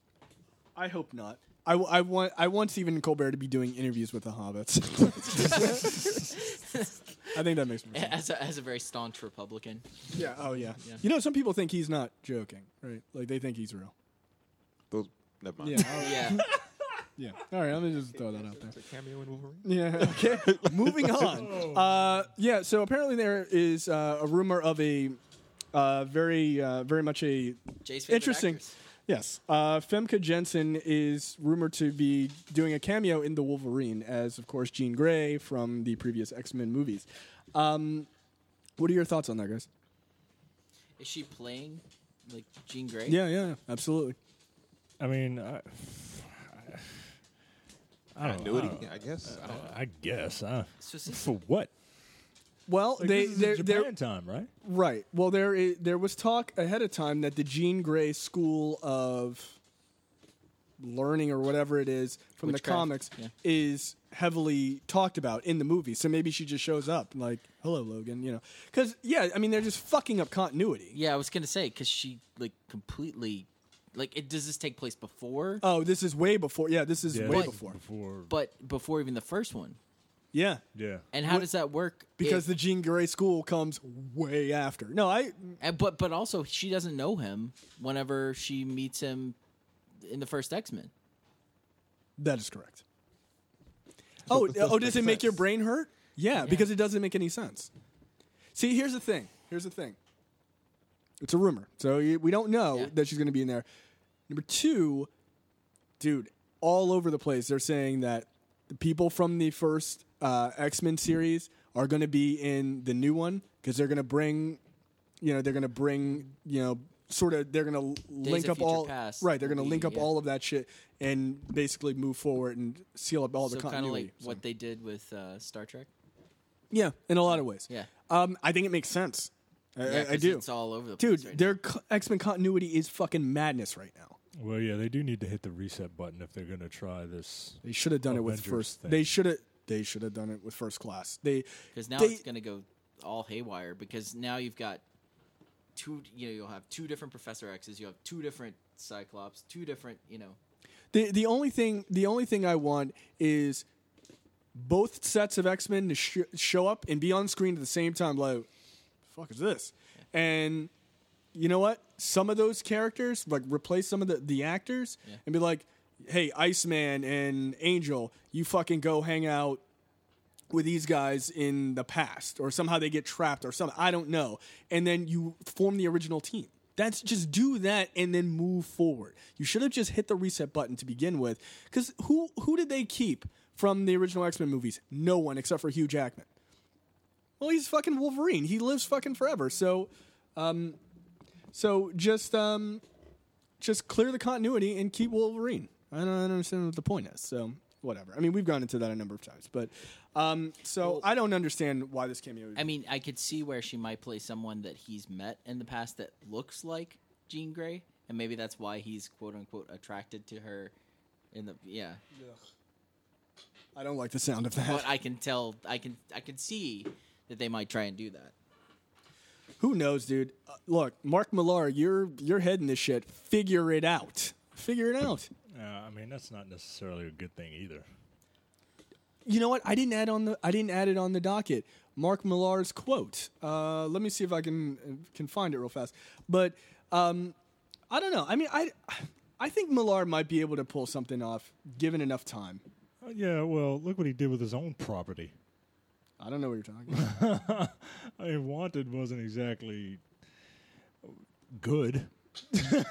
Speaker 3: I hope not. I, w- I want I want Stephen Colbert to be doing interviews with the hobbits. I think that makes more sense.
Speaker 5: As a, as a very staunch Republican,
Speaker 3: Yeah. Oh yeah. You know, some people think he's not joking, right? Like they think he's real.
Speaker 6: Those never mind.
Speaker 3: Yeah. I'll-
Speaker 5: yeah,
Speaker 3: yeah. All right. I'm gonna just throw that out there.
Speaker 6: It's a cameo in Wolverine.
Speaker 3: Yeah. Okay. Moving on. Uh, yeah. So apparently there is uh, a rumor of a uh, very uh, very much a
Speaker 5: Jay's favorite
Speaker 3: interesting.
Speaker 5: actress.
Speaker 3: Yes, uh, Femke Jensen is rumored to be doing a cameo in The Wolverine as, of course, Jean Grey from the previous X Men movies. Um, what are your thoughts on that, guys?
Speaker 5: Is she playing like Jean Grey?
Speaker 3: Yeah, yeah, yeah, absolutely.
Speaker 4: I mean, I, I, don't know. I,
Speaker 6: Continuity,
Speaker 4: don't know.
Speaker 6: I guess. I don't know.
Speaker 4: I guess. Uh,
Speaker 5: So is this-
Speaker 4: for what?
Speaker 3: Well,
Speaker 4: Like,
Speaker 3: they
Speaker 4: this is
Speaker 3: they're,
Speaker 4: in
Speaker 3: they're
Speaker 4: Japan time, right?
Speaker 3: right. Well, there is, there was talk ahead of time that the Jean Grey school of learning or whatever it is from the
Speaker 5: Witchcraft,
Speaker 3: comics
Speaker 5: yeah.
Speaker 3: is heavily talked about in the movie. So maybe she just shows up like, "Hello, Logan," you know? Because yeah, I mean, they're just fucking up continuity.
Speaker 5: yeah. I was going to say because she like completely like it, does this take place before?
Speaker 3: Oh, this is way before. Yeah, this is way
Speaker 4: it's
Speaker 3: before.
Speaker 4: Before.
Speaker 5: but before even the first one.
Speaker 3: Yeah,
Speaker 4: yeah.
Speaker 5: And how does that work?
Speaker 3: because
Speaker 5: if-
Speaker 3: the Jean Grey school comes way after. No, I
Speaker 5: And, but but also she doesn't know him whenever she meets him in the first X Men.
Speaker 3: that is correct. Oh,
Speaker 6: That
Speaker 3: oh,
Speaker 6: doesn't
Speaker 3: does
Speaker 6: make
Speaker 3: it make your
Speaker 6: sense.
Speaker 3: brain hurt? Yeah, because it doesn't make any sense. See, here's the thing. Here's the thing. It's a rumor, so you- we don't know
Speaker 5: Yeah.
Speaker 3: that she's going to be in there. Number two, dude, all over the place. They're saying that the people from the first uh, X Men series are going to be in the new one because they're going to bring, you know, they're going to bring, you know, sort of they're going to link
Speaker 5: of
Speaker 3: up
Speaker 5: Future
Speaker 3: all
Speaker 5: Past
Speaker 3: right, They're going to
Speaker 5: will
Speaker 3: link
Speaker 5: be,
Speaker 3: up
Speaker 5: yeah.
Speaker 3: all of that shit and basically move forward and seal up all
Speaker 5: so
Speaker 3: the
Speaker 5: kind of
Speaker 3: continuity.
Speaker 5: like what they did with uh, Star Trek.
Speaker 3: yeah, in a lot of ways.
Speaker 5: Yeah.
Speaker 3: um, I think it makes sense. I,
Speaker 5: Yeah,
Speaker 3: I, I
Speaker 5: 'cause
Speaker 3: do.
Speaker 5: It's all over the
Speaker 3: Dude,
Speaker 5: place. right now.
Speaker 3: their X Men continuity is fucking madness right now.
Speaker 4: Well, yeah, they do need to hit the reset button if they're going to try this.
Speaker 3: They should have done it with
Speaker 4: Avengers
Speaker 3: first.
Speaker 4: thing.
Speaker 3: They should have. They should have done it with first class. They
Speaker 5: because now
Speaker 3: they-
Speaker 5: it's going to go all haywire because now you've got two you know you'll have two different professor x's you have two different cyclops two different you know
Speaker 3: the the only thing the only thing I want is both sets of X Men to sh- show up and be on screen at the same time. Like, fuck is this? And you know what? Some of those characters like replace some of the the actors and be like, hey, Iceman and Angel, you fucking go hang out with these guys in the past or somehow they get trapped or something i don't know and then you form the original team that's just do that and then move forward you should have just hit the reset button to begin with because who who did they keep from the original x-men movies no one except for hugh jackman well he's fucking wolverine he lives fucking forever so um so just um just clear the continuity and keep Wolverine. I don't, I don't understand what the point is. So whatever. I mean, we've gone into that a number of times, but um, so I don't understand why this cameo.
Speaker 5: i mean i could see where she might play someone that he's met in the past that looks like jean gray and maybe that's why he's quote unquote attracted to her in the yeah
Speaker 3: I don't like the sound of
Speaker 5: but
Speaker 3: that.
Speaker 5: i can tell i can i can see that they might try and do that
Speaker 3: Who knows, dude? Uh, look, Mark Millar, you're you're heading this shit. Figure it out. Figure it out.
Speaker 4: Uh, I mean, that's not necessarily a good thing either.
Speaker 3: You know what? I didn't add on the I didn't add it on the docket. Mark Millar's quote. Uh, let me see if I can can find it real fast. But um, I don't know. I mean, I I think Millar might be able to pull something off given enough time.
Speaker 4: Uh, yeah, well, look what he did with his own property.
Speaker 3: I don't know what you're talking about.
Speaker 4: I mean, Wanted wasn't exactly good.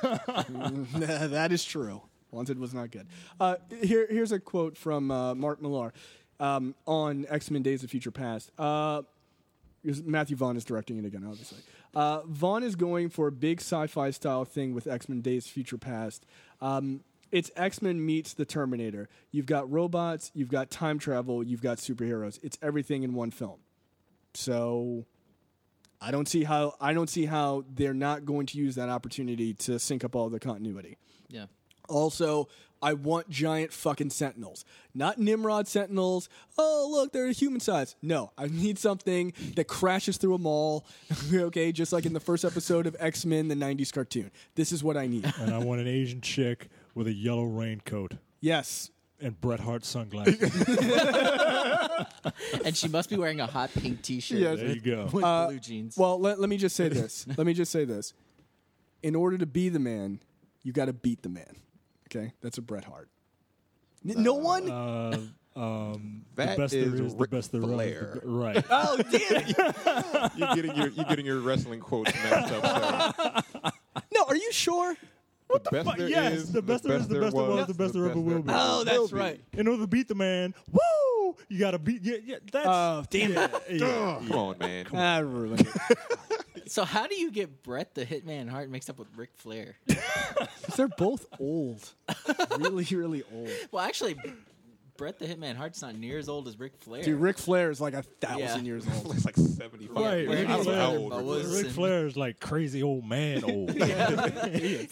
Speaker 3: Nah, that is true. Wanted was not good. Uh, here, here's a quote from uh, Mark Millar um, on X Men Days of Future Past. Uh, because Matthew Vaughn is directing it again, obviously. Uh, Vaughn is going for a big sci fi style thing with X Men Days Future Past. Um, it's X Men meets the Terminator. You've got robots, you've got time travel, you've got superheroes. It's everything in one film. So I don't see how I don't see how they're not going to use that opportunity to sync up all the continuity.
Speaker 5: yeah
Speaker 3: Also, I want giant fucking sentinels. Not Nimrod sentinels. Oh, look, they're human size. No, I need something that crashes through a mall, okay, just like in the first episode of X Men, the 90s cartoon. This is what I need.
Speaker 4: And I want an Asian chick with a yellow raincoat
Speaker 3: yes.
Speaker 4: and Bret Hart sunglasses.
Speaker 5: and she must be wearing a hot pink t-shirt
Speaker 3: Yes. uh,
Speaker 4: there you go.
Speaker 5: with blue jeans
Speaker 3: Well, let, let me just say this. let me just say this. In order to be the man, you got to beat the man, okay? That's a Bret Hart. N- no one?
Speaker 4: Uh,
Speaker 6: That
Speaker 4: the best
Speaker 6: is
Speaker 4: there is, the
Speaker 6: Ric
Speaker 4: best there
Speaker 6: Flair.
Speaker 4: is. the be- Right.
Speaker 3: oh, damn it.
Speaker 6: you're getting your you're getting your wrestling quotes messed up. sir.
Speaker 3: No, are you sure?
Speaker 6: the best
Speaker 4: fuck?
Speaker 6: there
Speaker 4: Yes,
Speaker 6: is,
Speaker 4: the best there is, the best there was, the best there ever will be. Oh,
Speaker 6: that's
Speaker 5: right.
Speaker 4: In order to beat the man, woo! You got to beat. Yeah, yeah. That's.
Speaker 3: Oh, damn it.
Speaker 4: yeah.
Speaker 6: Come on, man.
Speaker 3: I ruined it.
Speaker 5: so how do you get brett the hitman hart mixed up with Ric flair
Speaker 3: They're both old. really, really old.
Speaker 5: Well, actually, Brett the Hitman Hart's not near as old as Ric Flair.
Speaker 3: Dude, Ric Flair is like a thousand
Speaker 5: Yeah.
Speaker 3: years old.
Speaker 6: It's like seventy five.
Speaker 4: Right.
Speaker 5: Where
Speaker 6: I
Speaker 5: did
Speaker 6: don't know
Speaker 5: his
Speaker 6: how
Speaker 5: other
Speaker 6: old Ric
Speaker 5: boas
Speaker 6: Flair is.
Speaker 4: Ric
Speaker 5: and-
Speaker 4: Flair is like crazy old man old.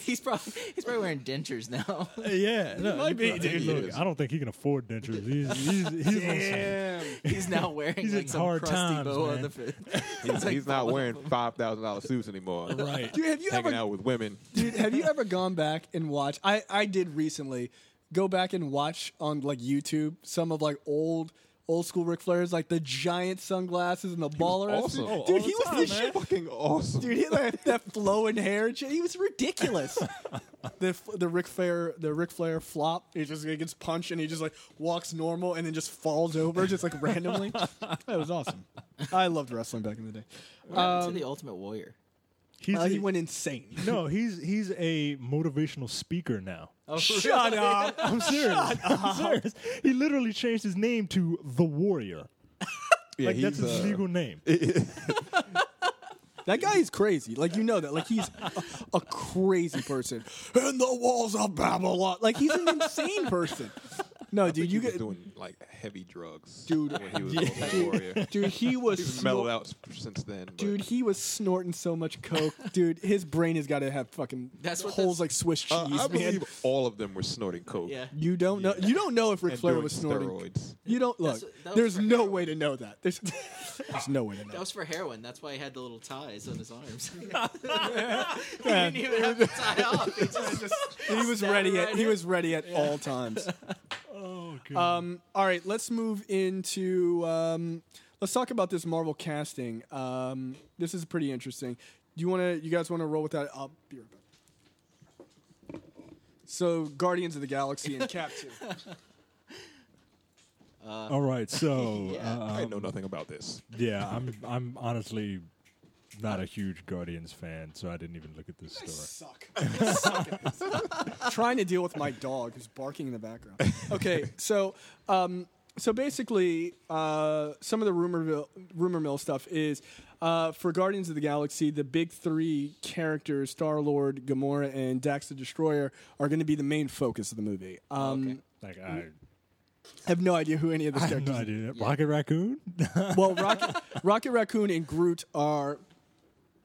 Speaker 5: he's probably he's probably wearing dentures now.
Speaker 4: yeah, no,
Speaker 3: might be,
Speaker 4: he-
Speaker 3: dude.
Speaker 4: Look, I don't think he can afford dentures. He's he's he's, on some-
Speaker 5: he's now wearing
Speaker 4: He's in
Speaker 5: like some
Speaker 4: hard
Speaker 5: crusty
Speaker 4: times,
Speaker 5: boa.
Speaker 4: man.
Speaker 5: The fi-
Speaker 6: He's, he's not wearing five thousand dollar suits anymore.
Speaker 4: right.
Speaker 3: Dude, have you
Speaker 6: Hanging
Speaker 3: ever
Speaker 6: out with women.
Speaker 3: dude, have you ever gone back and watched I, I did recently go back and watch on like YouTube some of like old old school Ric Flair's like the giant sunglasses and the baller.
Speaker 6: awesome. Oh,
Speaker 3: Dude,
Speaker 4: all
Speaker 3: he
Speaker 4: the
Speaker 3: was
Speaker 4: time,
Speaker 3: the
Speaker 4: man.
Speaker 3: shit.
Speaker 6: Fucking awesome.
Speaker 3: Dude, he had like, that flowing hair. and shit. He was ridiculous. the the Ric Flair the Ric Flair flop. He just he gets punched and he just like walks normal and then just falls over just like randomly. That was awesome. I loved wrestling back in the day. Um,
Speaker 5: What happened to the Ultimate Warrior.
Speaker 4: He's
Speaker 3: Uh, he
Speaker 4: a-
Speaker 3: went insane.
Speaker 4: no, he's he's a motivational speaker now.
Speaker 5: Oh,
Speaker 3: Shut up.
Speaker 4: I'm serious. I'm serious. He literally changed his name to The Warrior.
Speaker 6: Yeah,
Speaker 4: like that's
Speaker 6: he's,
Speaker 4: his
Speaker 6: uh,
Speaker 4: legal name.
Speaker 3: That guy is crazy. Like you know that. Like he's a, a crazy person. In the walls of Babylon. Like he's an insane person. No, dude,
Speaker 6: He
Speaker 3: you
Speaker 6: was
Speaker 3: get
Speaker 6: doing like heavy drugs,
Speaker 3: Dude,
Speaker 6: When he was yeah. warrior,
Speaker 3: dude. He was
Speaker 6: he's
Speaker 3: snor-
Speaker 6: mellowed out since then. but-
Speaker 3: Dude, he was snorting so much coke. Dude, his brain has got to have fucking
Speaker 5: That's what
Speaker 3: holes
Speaker 5: this-
Speaker 3: like Swiss cheese,
Speaker 6: Uh, I
Speaker 3: man.
Speaker 6: believe all of them were snorting coke.
Speaker 5: Yeah.
Speaker 3: You don't know. You don't know if Ric
Speaker 6: And
Speaker 3: Flair
Speaker 6: doing
Speaker 3: was snorting.
Speaker 6: steroids.
Speaker 3: You don't look.
Speaker 5: That's- that was
Speaker 3: there's
Speaker 5: for
Speaker 3: no
Speaker 5: heroin.
Speaker 3: way to know that. There's, there's no way to know.
Speaker 5: That was for heroin. That's why he had the little ties on his arms. he didn't even have to tie off. He just,
Speaker 3: he was
Speaker 5: Stab
Speaker 3: ready
Speaker 5: right
Speaker 3: at he
Speaker 5: here.
Speaker 3: was ready at all times.
Speaker 4: Oh,
Speaker 3: Um, all right, let's move into um, let's talk about this Marvel casting. Um, this is pretty interesting. Do you want to? You guys want to roll with that? I'll be right back. So, Guardians of the Galaxy and Captain.
Speaker 4: All right, so
Speaker 5: Yeah.
Speaker 4: uh,
Speaker 6: I know nothing about this.
Speaker 4: yeah, I'm I'm honestly not a huge Guardians fan, so I didn't even look at this story.
Speaker 3: suck. Suck at this. Trying to deal with my dog who's barking in the background. Okay, so um, so basically, uh, some of the rumor mill, rumor mill stuff is uh, for Guardians of the Galaxy, the big three characters, Star Lord, Gamora, and Dax the Destroyer, are going to be the main focus of the movie. Um,
Speaker 4: Like I,
Speaker 3: I have no idea who any of the
Speaker 4: Oh, I have
Speaker 3: characters.
Speaker 4: no
Speaker 3: are.
Speaker 4: idea. Rocket Raccoon?
Speaker 3: Well, Rocket, Rocket Raccoon and Groot are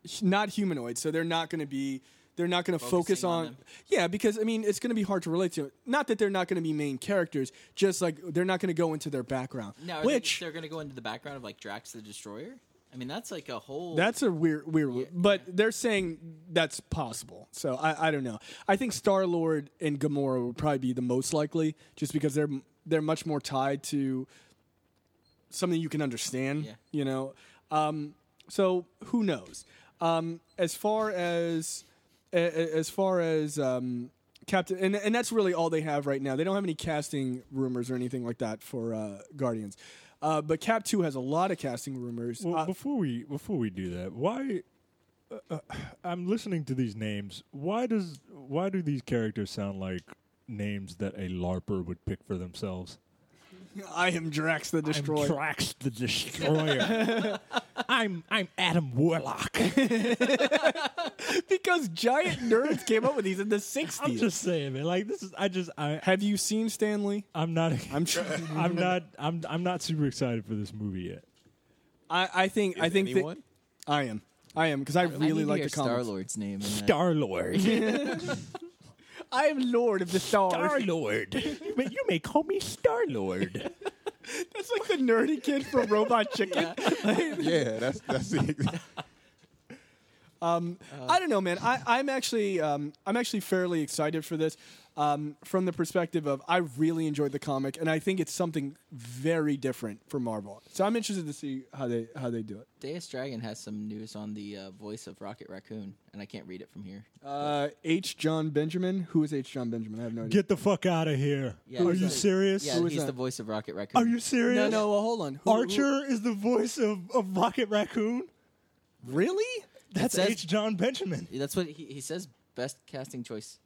Speaker 3: h- not humanoid, so they're not going to be. They're not going to focus
Speaker 5: Focusing on
Speaker 3: on.
Speaker 5: them.
Speaker 3: yeah, because I mean, it's going to be hard to relate to. Not that they're not going to be main characters, just like they're not going to go into their background.
Speaker 5: now, are
Speaker 3: which
Speaker 5: they, are going to go into the background of like Drax the Destroyer. I mean, that's like a whole.
Speaker 3: that's a weird, weird. but they're saying that's possible. So I, I don't know. I think Star Lord and Gamora would probably be the most likely, just because they're they're much more tied to something you can understand.
Speaker 5: Yeah.
Speaker 3: You know, um, so who knows? Um, as far as a- a- as far as um, Captain, and, and that's really all they have right now. They don't have any casting rumors or anything like that for uh, Guardians. Uh, but Cap Two has a lot of casting rumors.
Speaker 4: Well,
Speaker 3: Uh,
Speaker 4: before we before we do that, why? Uh, uh, I'm listening to these names. Why does why do these characters sound like names that a larper would pick for themselves?
Speaker 3: I am Drax the Destroyer.
Speaker 4: I'm Drax the Destroyer. I'm I'm Adam Warlock.
Speaker 3: because giant nerds came up with these in the 60s.
Speaker 4: I'm just saying, man. Like this is I just I
Speaker 3: Have you seen Stanley?
Speaker 4: I'm not
Speaker 3: I'm trying.
Speaker 4: I'm not I'm I'm not super excited for this movie yet.
Speaker 3: I, I think I
Speaker 6: Is
Speaker 3: think that-
Speaker 6: anyone?
Speaker 3: I am. I am because I really like the
Speaker 5: Star
Speaker 3: comics.
Speaker 5: Lord's name.
Speaker 4: Star Lord.
Speaker 3: I am Lord of the Stars.
Speaker 4: Star Lord. You may call me Star Lord.
Speaker 3: That's like the nerdy kid from Robot Chicken.
Speaker 6: Yeah, that's that's the
Speaker 3: I don't know, man. I, I'm actually um, I'm actually fairly excited for this um, from the perspective of I really enjoyed the comic and I think it's something very different for Marvel. So I'm interested to see how they how they do it.
Speaker 5: Deus Dragon has some news on the uh, voice of Rocket Raccoon, and I can't read it from here.
Speaker 3: Uh, H. John Benjamin. Who is H. John Benjamin? I have no idea.
Speaker 4: Get the fuck out of here.
Speaker 5: Yeah,
Speaker 4: Are
Speaker 5: he's
Speaker 4: you
Speaker 5: the-
Speaker 4: serious?
Speaker 5: Yeah,
Speaker 3: Who is
Speaker 5: he's
Speaker 3: that?
Speaker 5: the voice of Rocket Raccoon.
Speaker 4: Are you
Speaker 3: no,
Speaker 4: serious?
Speaker 3: no. Well, hold on. Who- who-
Speaker 4: Archer is the voice of, of Rocket Raccoon?
Speaker 3: Really?
Speaker 4: That's
Speaker 5: says-
Speaker 4: H. John Benjamin.
Speaker 5: Yeah, That's what he, he says. Best casting choice.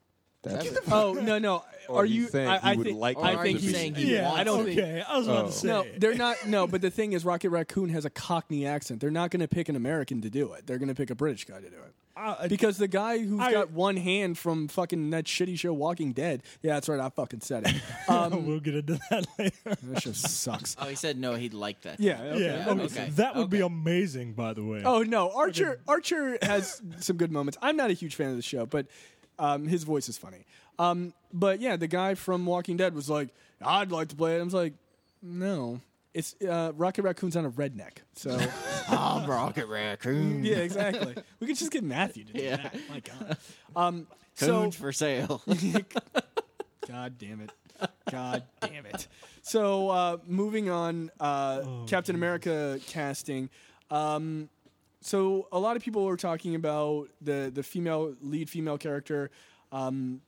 Speaker 5: That's
Speaker 3: Oh no no!
Speaker 6: Or
Speaker 3: Are
Speaker 6: he's
Speaker 3: you?
Speaker 6: saying
Speaker 3: I,
Speaker 6: he
Speaker 3: I
Speaker 6: would
Speaker 3: think,
Speaker 6: like
Speaker 3: I
Speaker 5: to
Speaker 3: think
Speaker 5: be.
Speaker 3: he's
Speaker 5: saying he
Speaker 4: Yeah,
Speaker 5: wants
Speaker 3: I don't
Speaker 5: it.
Speaker 3: think.
Speaker 4: okay. I was about
Speaker 6: Oh.
Speaker 4: to say.
Speaker 3: No, they're not. No, but the thing is, Rocket Raccoon has a Cockney accent. They're not going to pick an American to do it. They're going to pick a British guy to do it.
Speaker 4: Uh, I- I-
Speaker 3: Because the guy who's
Speaker 4: I-
Speaker 3: got one hand from fucking that shitty show Walking Dead. Yeah, that's right. I fucking said it. Um,
Speaker 4: we'll get into that later.
Speaker 3: that show sucks.
Speaker 5: Oh, he said no. He'd like that.
Speaker 3: Yeah. Okay.
Speaker 4: Yeah,
Speaker 5: Yeah,
Speaker 4: okay.
Speaker 5: okay.
Speaker 4: that would be amazing. By the way,
Speaker 3: Oh no, Archer. Archer has some good moments. I'm not a huge fan of the show, but um, his voice is funny. Um, but yeah, the guy from Walking Dead was like, "I'd like to play it." I was like, "No, it's uh, Rocket Raccoon's on a redneck." So
Speaker 5: I'm Rocket Raccoon.
Speaker 3: yeah, exactly. We could just get Matthew to do
Speaker 5: Yeah.
Speaker 3: that. My God. Um, so
Speaker 5: Coons for sale.
Speaker 3: God damn it. God damn it. So uh, moving on, uh, Captain America casting. Um, so a lot of people were talking about the the female lead female character, um,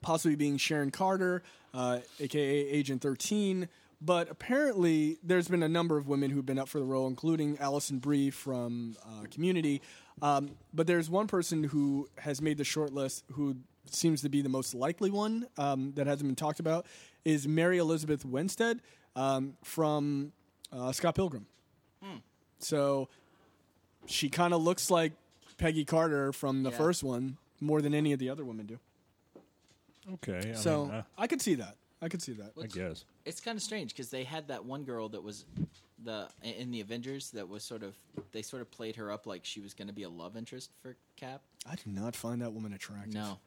Speaker 3: possibly being Sharon Carter, uh, aka Agent Thirteen. But apparently, there's been a number of women who've been up for the role, including Allison Brie from uh, Community. Um, but there's one person who has made the short list who seems to be the most likely one um, that hasn't been talked about is Mary Elizabeth Winstead um, from uh, Scott Pilgrim. So she kind of looks like Peggy Carter from the
Speaker 5: Yeah.
Speaker 3: first one more than any of the other women do.
Speaker 4: Okay. I
Speaker 3: so
Speaker 4: mean, uh,
Speaker 3: I could see that. I could see that.
Speaker 4: I guess.
Speaker 5: It's kind of strange because they had that one girl that was the in the Avengers that was sort of they sort of played her up like she was going to be a love interest for Cap.
Speaker 3: I do not find that woman attractive.
Speaker 5: No,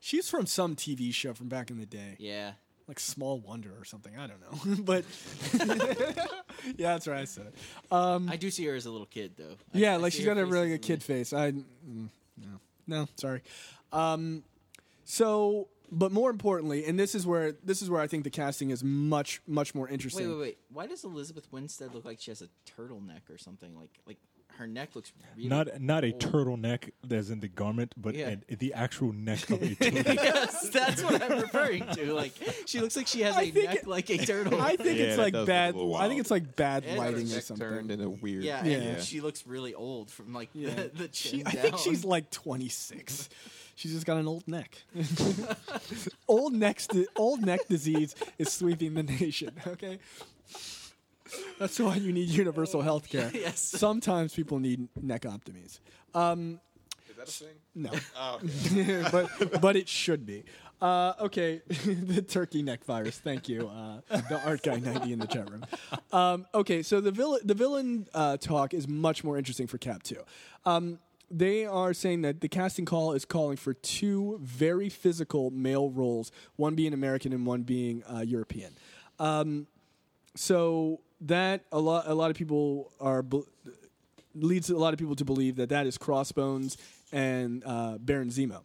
Speaker 3: She's from some TV show from back in the day,
Speaker 5: yeah,
Speaker 3: like Small Wonder or something. I don't know. but yeah, that's right. I said it.
Speaker 5: I do see her as a little kid though. I-
Speaker 3: Um, Yeah,
Speaker 5: I
Speaker 3: like
Speaker 5: see
Speaker 3: she's
Speaker 5: her
Speaker 3: got a
Speaker 5: face
Speaker 3: really
Speaker 5: as
Speaker 3: good kid face. I mm, no, no, sorry. Um, so, but more importantly, and this is where this is where I think the casting is much much more interesting.
Speaker 5: Wait, wait, wait. Why does Elizabeth Winstead look like she has a turtleneck or something? Like, like her neck looks really
Speaker 4: Not not a
Speaker 5: old.
Speaker 4: turtleneck as in the garment, but
Speaker 5: oh. Yeah.
Speaker 4: an- the actual neck of a turtle.
Speaker 5: yes, that's what I'm referring to. Like, she looks like she has
Speaker 3: I
Speaker 5: a
Speaker 3: think
Speaker 5: neck
Speaker 3: it-
Speaker 5: like a turtle.
Speaker 3: I think
Speaker 6: Yeah,
Speaker 3: it's
Speaker 6: that
Speaker 3: like
Speaker 6: does look a
Speaker 3: bad.
Speaker 6: little
Speaker 3: I think
Speaker 6: wild.
Speaker 3: it's like bad
Speaker 5: Yeah,
Speaker 3: lighting
Speaker 5: it's
Speaker 3: or
Speaker 6: Neck turned
Speaker 3: something.
Speaker 6: in a weird.
Speaker 5: yeah,
Speaker 3: yeah.
Speaker 5: and she looks really old from like the, the chin
Speaker 3: She, I
Speaker 5: down.
Speaker 3: think she's like 26. She's just got an old neck. old neck, old neck disease is sweeping the nation. Okay, that's why you need universal health care.
Speaker 5: Yes.
Speaker 3: Sometimes people need neck optomies.
Speaker 6: Is that a thing?
Speaker 3: No,
Speaker 6: Oh, okay.
Speaker 3: but but it should be. Uh, okay, the turkey neck virus. Thank you, uh, the art guy ninety in the chat room. Um, okay, so the villain the villain uh, talk is much more interesting for Cap two. Um, they are saying that the casting call is calling for two very physical male roles, one being American and one being uh, European so that a lot a lot of people are bel- leads a lot of people to believe that that is Crossbones and uh, Baron Zemo.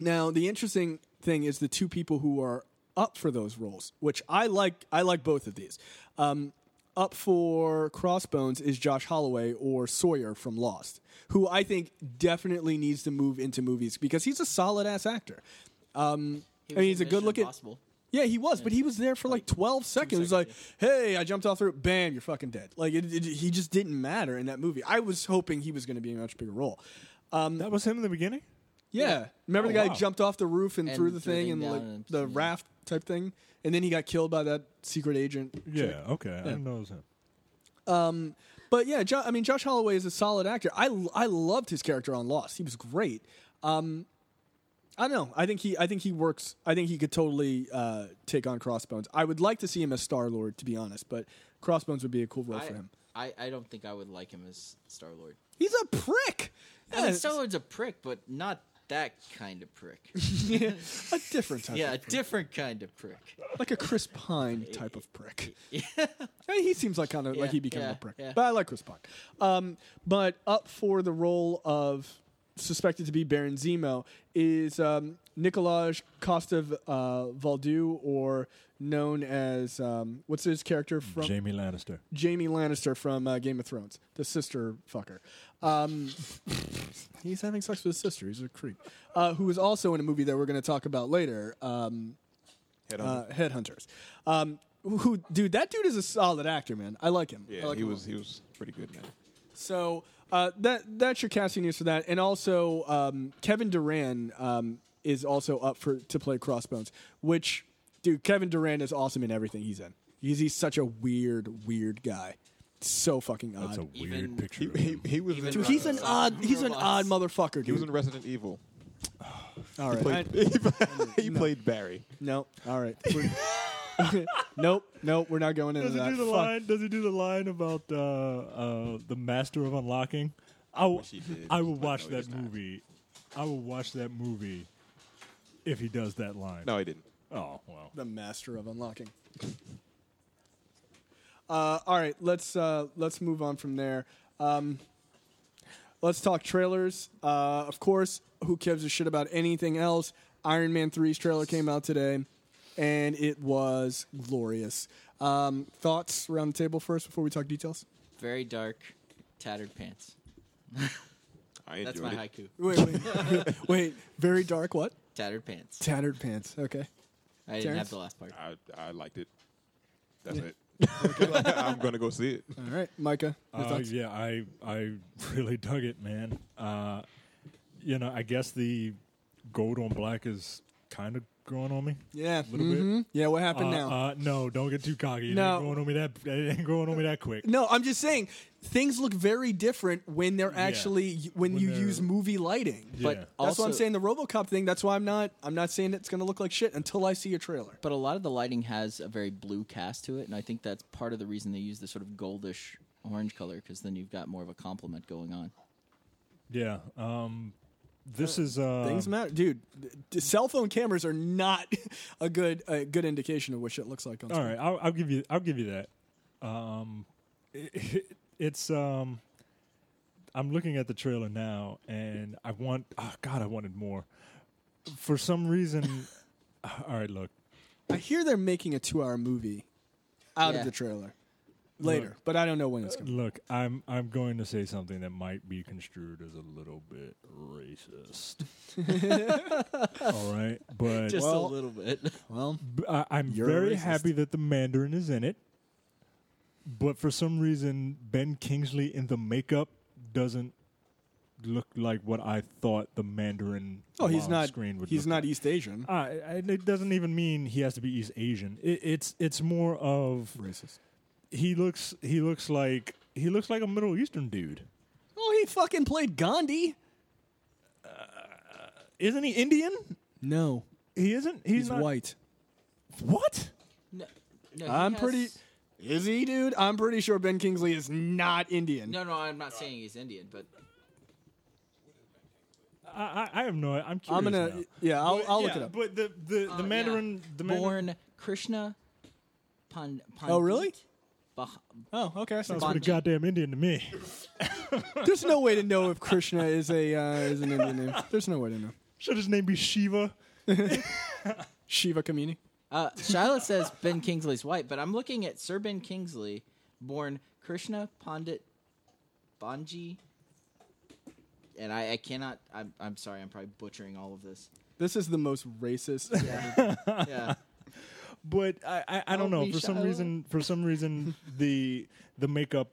Speaker 3: Now the interesting thing is the two people who are up for those roles, which I like. I like both of these. Um, up for Crossbones is Josh Holloway or Sawyer from Lost, who I think definitely needs to move into movies because he's a solid ass actor. Um,
Speaker 5: He
Speaker 3: I mean,
Speaker 5: in
Speaker 3: he's a
Speaker 5: Mission
Speaker 3: good-looking-
Speaker 5: Impossible.
Speaker 3: Yeah, he was, but he was there for like 12 seconds. It was like,
Speaker 5: seconds,
Speaker 3: hey, I jumped off the roof. Bam, you're fucking dead. Like, it, it- he just didn't matter in that movie. I was hoping he was going to be in a much bigger role.
Speaker 4: that was him in the beginning.
Speaker 3: Yeah. Remember
Speaker 4: Oh,
Speaker 3: the guy who
Speaker 4: wow.
Speaker 3: jumped off the roof and,
Speaker 5: And
Speaker 3: threw the
Speaker 5: threw
Speaker 3: thing
Speaker 5: the
Speaker 3: and
Speaker 5: thing
Speaker 3: like
Speaker 5: down and-
Speaker 3: the
Speaker 5: yeah.
Speaker 3: raft type thing? And then he got killed by that secret agent. chick.
Speaker 4: Yeah. Okay. I didn't know it was him.
Speaker 3: But yeah, jo- I mean, Josh Holloway is a solid actor. I, I loved his character on Lost. He was great. Um, I don't know. I think he I think he works. I think he could totally uh, take on Crossbones. I would like to see him as Star Lord, to be honest. But Crossbones would be a cool role
Speaker 5: I,
Speaker 3: for him.
Speaker 5: I, I don't think I would like him as Star Lord.
Speaker 3: He's a prick.
Speaker 5: I mean,
Speaker 3: Yes.
Speaker 5: Star Lord's a prick, but not that kind of prick.
Speaker 3: a different type.
Speaker 5: yeah, a
Speaker 3: of prick.
Speaker 5: different kind of prick.
Speaker 3: like a Chris Pine type of prick. I mean, he seems like kind of like
Speaker 5: Yeah,
Speaker 3: he became
Speaker 5: yeah,
Speaker 3: a prick,
Speaker 5: yeah.
Speaker 3: but I like Chris Pine. Um, but up for the role of suspected to be Baron Zemo is um, Nicolaj Costa uh, Valdu, or known as um, what's his character from
Speaker 4: Jamie Lannister.
Speaker 3: Jamie Lannister from uh, Game of Thrones, the sister fucker. Um, he's having sex with his sister. He's a creep. Uh, who is also in a movie that we're going to talk about later, um,
Speaker 6: Head on.
Speaker 3: uh, Headhunters. Um, who, dude? That dude is a solid actor, man. I like him. I
Speaker 6: yeah,
Speaker 3: like
Speaker 6: he
Speaker 3: him a
Speaker 6: was he was pretty good, man.
Speaker 3: so uh, that that's your casting news for that, and also um, Kevin Duran um, is also up for to play Crossbones. Which, dude, Kevin Duran is awesome in everything he's in. He's he's such a weird, weird guy. So fucking odd.
Speaker 4: That's a
Speaker 5: Even-
Speaker 4: weird picture.
Speaker 6: He,
Speaker 4: of
Speaker 6: he,
Speaker 4: him.
Speaker 6: he was
Speaker 5: Even
Speaker 6: in,
Speaker 3: dude, he's an
Speaker 5: Robots.
Speaker 3: odd he's an odd motherfucker. Dude.
Speaker 6: he was in Resident Evil.
Speaker 3: all right.
Speaker 6: Played- he played Barry.
Speaker 3: no, all right. We're- nope, nope. We're not going into
Speaker 4: Does he
Speaker 3: that.
Speaker 4: do the
Speaker 3: Fuck.
Speaker 4: line? Does he do the line about uh, uh, the master of unlocking? I will-
Speaker 6: wish he did.
Speaker 4: I will
Speaker 6: But
Speaker 4: watch
Speaker 6: no, he
Speaker 4: that
Speaker 6: does not.
Speaker 4: movie. I will watch that movie if he does that line.
Speaker 6: No, he didn't.
Speaker 4: Oh well.
Speaker 3: the master of unlocking. Uh, all right, let's uh, let's move on from there. Um, let's talk trailers. Uh, of course, who gives a shit about anything else? Iron Man 3's trailer came out today, and it was glorious. Um, thoughts around the table first before we talk details.
Speaker 5: Very dark, tattered pants.
Speaker 6: I
Speaker 5: That's
Speaker 6: enjoyed
Speaker 5: my
Speaker 6: it.
Speaker 5: haiku.
Speaker 3: Wait, wait, wait. Very dark. What?
Speaker 5: Tattered pants.
Speaker 3: Tattered pants. Okay.
Speaker 5: I didn't
Speaker 3: Terrence?
Speaker 5: have the last part.
Speaker 6: I I liked it. That's it. I'm gonna go see it.
Speaker 3: All right, Micah. your
Speaker 4: Uh,
Speaker 3: thoughts?
Speaker 4: yeah, I I really dug it, man. Uh, you know, I guess the gold on black is kind of growing on me.
Speaker 3: Yeah.
Speaker 4: little bit.
Speaker 3: mhm. Yeah, what happened
Speaker 4: uh,
Speaker 3: now?
Speaker 4: Uh, no, don't get too cocky. It
Speaker 3: No.
Speaker 4: ain't growing on me that it ain't growing on me that quick.
Speaker 3: no, I'm just saying things look very different when they're actually when,
Speaker 4: When
Speaker 3: you
Speaker 4: they're-
Speaker 3: use movie lighting.
Speaker 4: Yeah.
Speaker 5: But
Speaker 3: That's why I'm
Speaker 5: also-
Speaker 3: saying the RoboCop thing. That's why I'm not. I'm not saying it's going to look like shit until I see a trailer.
Speaker 5: But a lot of the lighting has a very blue cast to it, and I think that's part of the reason they use the sort of goldish orange color because then you've got more of a complement going on.
Speaker 4: Yeah. Um, this is uh,
Speaker 3: Things
Speaker 5: um,
Speaker 3: matter, dude. d- d- cell phone cameras are not a good a good indication of what shit looks like on.
Speaker 4: All
Speaker 3: screen.
Speaker 4: right, I'll, I'll give you. I'll give you that. Um, it- it's um, I'm looking at the trailer now, and I want. Oh God, I wanted more. For some reason, all right. Look,
Speaker 3: I hear they're making a two-hour movie out
Speaker 5: Yeah.
Speaker 3: of the trailer later, but I don't know when it's coming.
Speaker 4: look. I'm I'm going to say something that might be construed as a little bit racist. all right, but
Speaker 5: Just
Speaker 3: Well-
Speaker 5: a little bit.
Speaker 3: Well,
Speaker 4: B- I, am
Speaker 3: You're
Speaker 4: very
Speaker 3: racist.
Speaker 4: happy that the Mandarin is in it, but for some reason, Ben Kingsley in the makeup doesn't look like what I thought the Mandarin
Speaker 3: oh, he's
Speaker 4: on
Speaker 3: not.
Speaker 4: screen would
Speaker 3: He's
Speaker 4: look
Speaker 3: not East Asian.
Speaker 4: like. Uh, and it doesn't even mean he has to be East Asian. It, it's it's more of
Speaker 3: Racist.
Speaker 4: he looks he looks like he looks like a Middle Eastern dude.
Speaker 3: Oh, he fucking played Gandhi.
Speaker 4: Isn't he Indian?
Speaker 3: No,
Speaker 4: He isn't. He's,
Speaker 3: he's,
Speaker 4: not-
Speaker 3: white.
Speaker 4: What?
Speaker 5: No, no, he
Speaker 3: I'm
Speaker 5: has-
Speaker 3: pretty. Is he, dude? I'm pretty sure Ben Kingsley is not Indian.
Speaker 5: No, no, I'm not saying he's Indian, but
Speaker 4: I, I, I have no. I'm curious.
Speaker 3: I'm gonna.
Speaker 4: now.
Speaker 3: Yeah, I'll,
Speaker 4: But,
Speaker 3: I'll look
Speaker 4: yeah,
Speaker 3: it up. Uh,
Speaker 4: But the the, the
Speaker 5: uh, yeah.
Speaker 4: Mandarin the Mandarin,
Speaker 5: born Krishna Pan. Pandit
Speaker 3: Oh, really?
Speaker 5: Bah-
Speaker 3: Oh, okay. I see.
Speaker 4: Sounds pretty goddamn Indian to me.
Speaker 3: There's no way to know if Krishna is a uh, is an Indian name. There's no way to know.
Speaker 4: Should his name be Shiva?
Speaker 3: Shiva Kamini.
Speaker 5: Uh, Shiloh says Ben Kingsley's white, but I'm looking at Sir Ben Kingsley, born Krishna Pandit Banji. And I, I cannot. I'm, I'm sorry. I'm probably butchering all of this.
Speaker 3: This is the most racist.
Speaker 5: Yeah.
Speaker 4: But I, I, I
Speaker 5: Don't
Speaker 4: don't know.
Speaker 5: be
Speaker 4: For some
Speaker 5: Shiloh.
Speaker 4: reason, for some reason, the the makeup.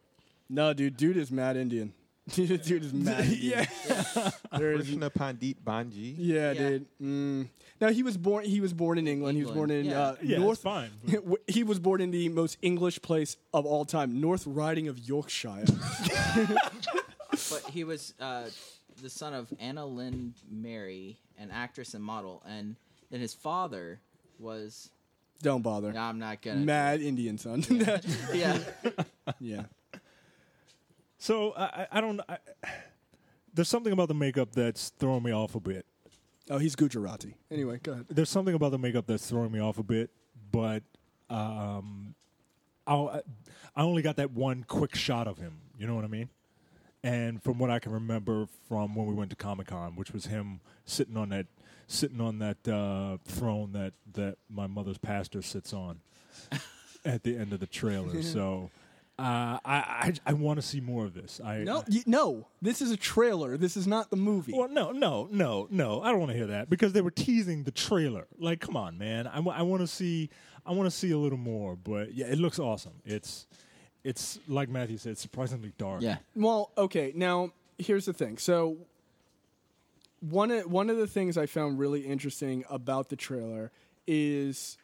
Speaker 3: no, dude. Dude is mad Indian. dude is mad. Indian.
Speaker 4: Yeah,
Speaker 3: There is-
Speaker 6: Krishna Pandit Banji.
Speaker 3: yeah,
Speaker 5: Yeah.
Speaker 3: dude. Mm. Now he was born. He was born in England. He was born
Speaker 5: England,
Speaker 3: in
Speaker 5: yeah.
Speaker 3: uh,
Speaker 4: yeah, it's
Speaker 3: North.
Speaker 4: fine.
Speaker 3: He was born in the most English place of all time, North Riding of Yorkshire.
Speaker 5: But he was uh, the son of Anna Lynn Mary, an actress and model, and then his father was.
Speaker 3: Don't bother.
Speaker 5: No, I'm not gonna.
Speaker 3: Mad Indian son.
Speaker 5: Yeah.
Speaker 3: yeah.
Speaker 4: So I, I- I don't. I, there's something about the makeup that's throwing me off a bit.
Speaker 3: Oh, he's Gujarati. Anyway, go ahead.
Speaker 4: There's something about the makeup that's throwing me off a bit. But um, I'll, I only got that one quick shot of him. You know what I mean? and from what I can remember from when we went to Comic Con, which was him sitting on that sitting on that uh, throne that that my mother's pastor sits on at the end of the trailer. so uh, I I, I want to see more of this. I
Speaker 3: No, y no. This is a trailer. This is not the movie.
Speaker 4: well, no, no, no, no. I don't want to hear that because they were teasing the trailer. Like, come on, man. I, want to see. I want to see a little more. But yeah, it looks awesome. It's, it's like Matthew said, surprisingly dark.
Speaker 5: Yeah.
Speaker 3: Well, okay. Now here's the thing. So one of, one of the things I found really interesting about the trailer is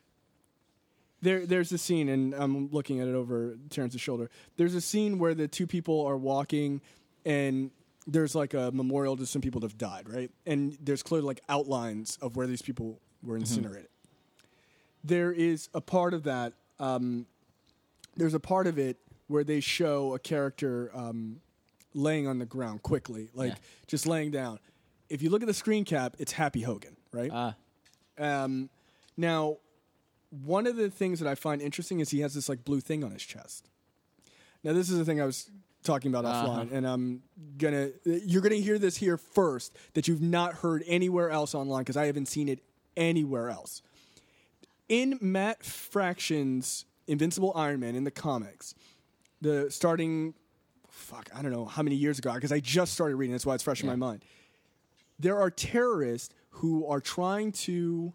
Speaker 3: there there's a scene, and I'm looking at it over Terrence's shoulder. There's a scene where the two people are walking, and there's like a memorial to some people that have died, right? And there's clearly like outlines of where these people were incinerated. There is a part of that um, there's a part of it where they show a character um, laying on the ground quickly, like
Speaker 5: Yeah.
Speaker 3: just laying down. If you look at the screen cap, it's Happy Hogan, right?
Speaker 5: Uh,
Speaker 3: Um, now, one of the things that I find interesting is he has this like blue thing on his chest. Now, this is the thing I was talking about offline, and I'm gonna you're gonna hear this here first that you've not heard anywhere else online because I haven't seen it anywhere else. In Matt Fraction's Invincible Iron Man in the comics, the starting fuck I don't know how many years ago because I just started reading that's why it's fresh in my mind there are terrorists who are trying to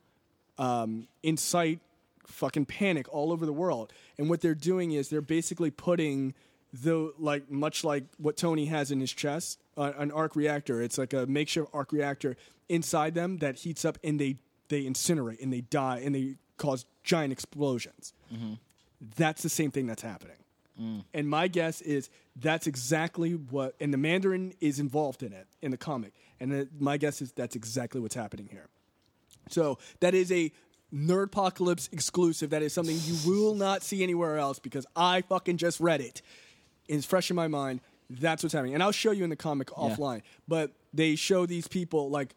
Speaker 3: um, incite fucking panic all over the world. And what they're doing is they're basically putting the like much like what Tony has in his chest, uh, an arc reactor. It's like a makeshift arc reactor inside them that heats up and they they incinerate and they die and they cause giant explosions. That's the same thing that's happening. And my guess is that's exactly what, and the Mandarin is involved in it in the comic. And the, my guess is that's exactly what's happening here. So that is a Nerdpocalypse exclusive. That is something you will not see anywhere else because I fucking just read it. It's fresh in my mind. That's what's happening. And I'll show you in the comic offline. But they show these people like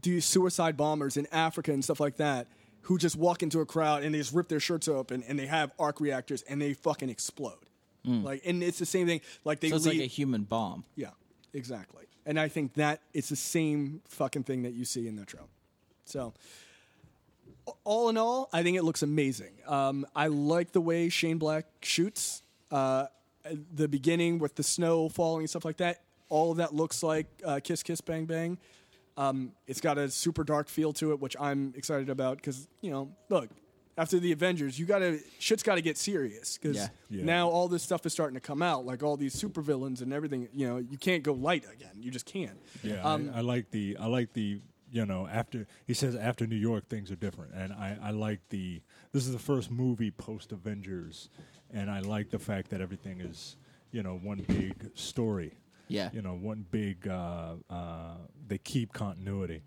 Speaker 3: do suicide bombers in Africa and stuff like that who just walk into a crowd and they just rip their shirts open and they have arc reactors and they fucking explode. Like and it's the same thing. Like they
Speaker 5: Mm. So it's like
Speaker 3: leave-
Speaker 5: a human bomb.
Speaker 3: yeah, exactly. And I think that it's the same fucking thing that you see in the trail. So, a- all in all, I think it looks amazing. Um, I like the way Shane Black shoots. Uh, the beginning with the snow falling and stuff like that. All of that looks like uh, Kiss Kiss Bang Bang. Um, it's got a super dark feel to it, which I'm excited about because you know, look, after the Avengers, you gotta shit's gotta get serious because
Speaker 5: Yeah.
Speaker 4: Yeah.
Speaker 3: now all this stuff is starting to come out, like all these supervillains and everything. You know, you can't go light again. You just can't. Um,
Speaker 4: Yeah, I, I like the I like the you know after he says after New York things are different, and I I like the this is the first movie post Avengers, and I like the fact that everything is you know one big story.
Speaker 5: Yeah.
Speaker 4: you know one big uh, uh, they keep continuity.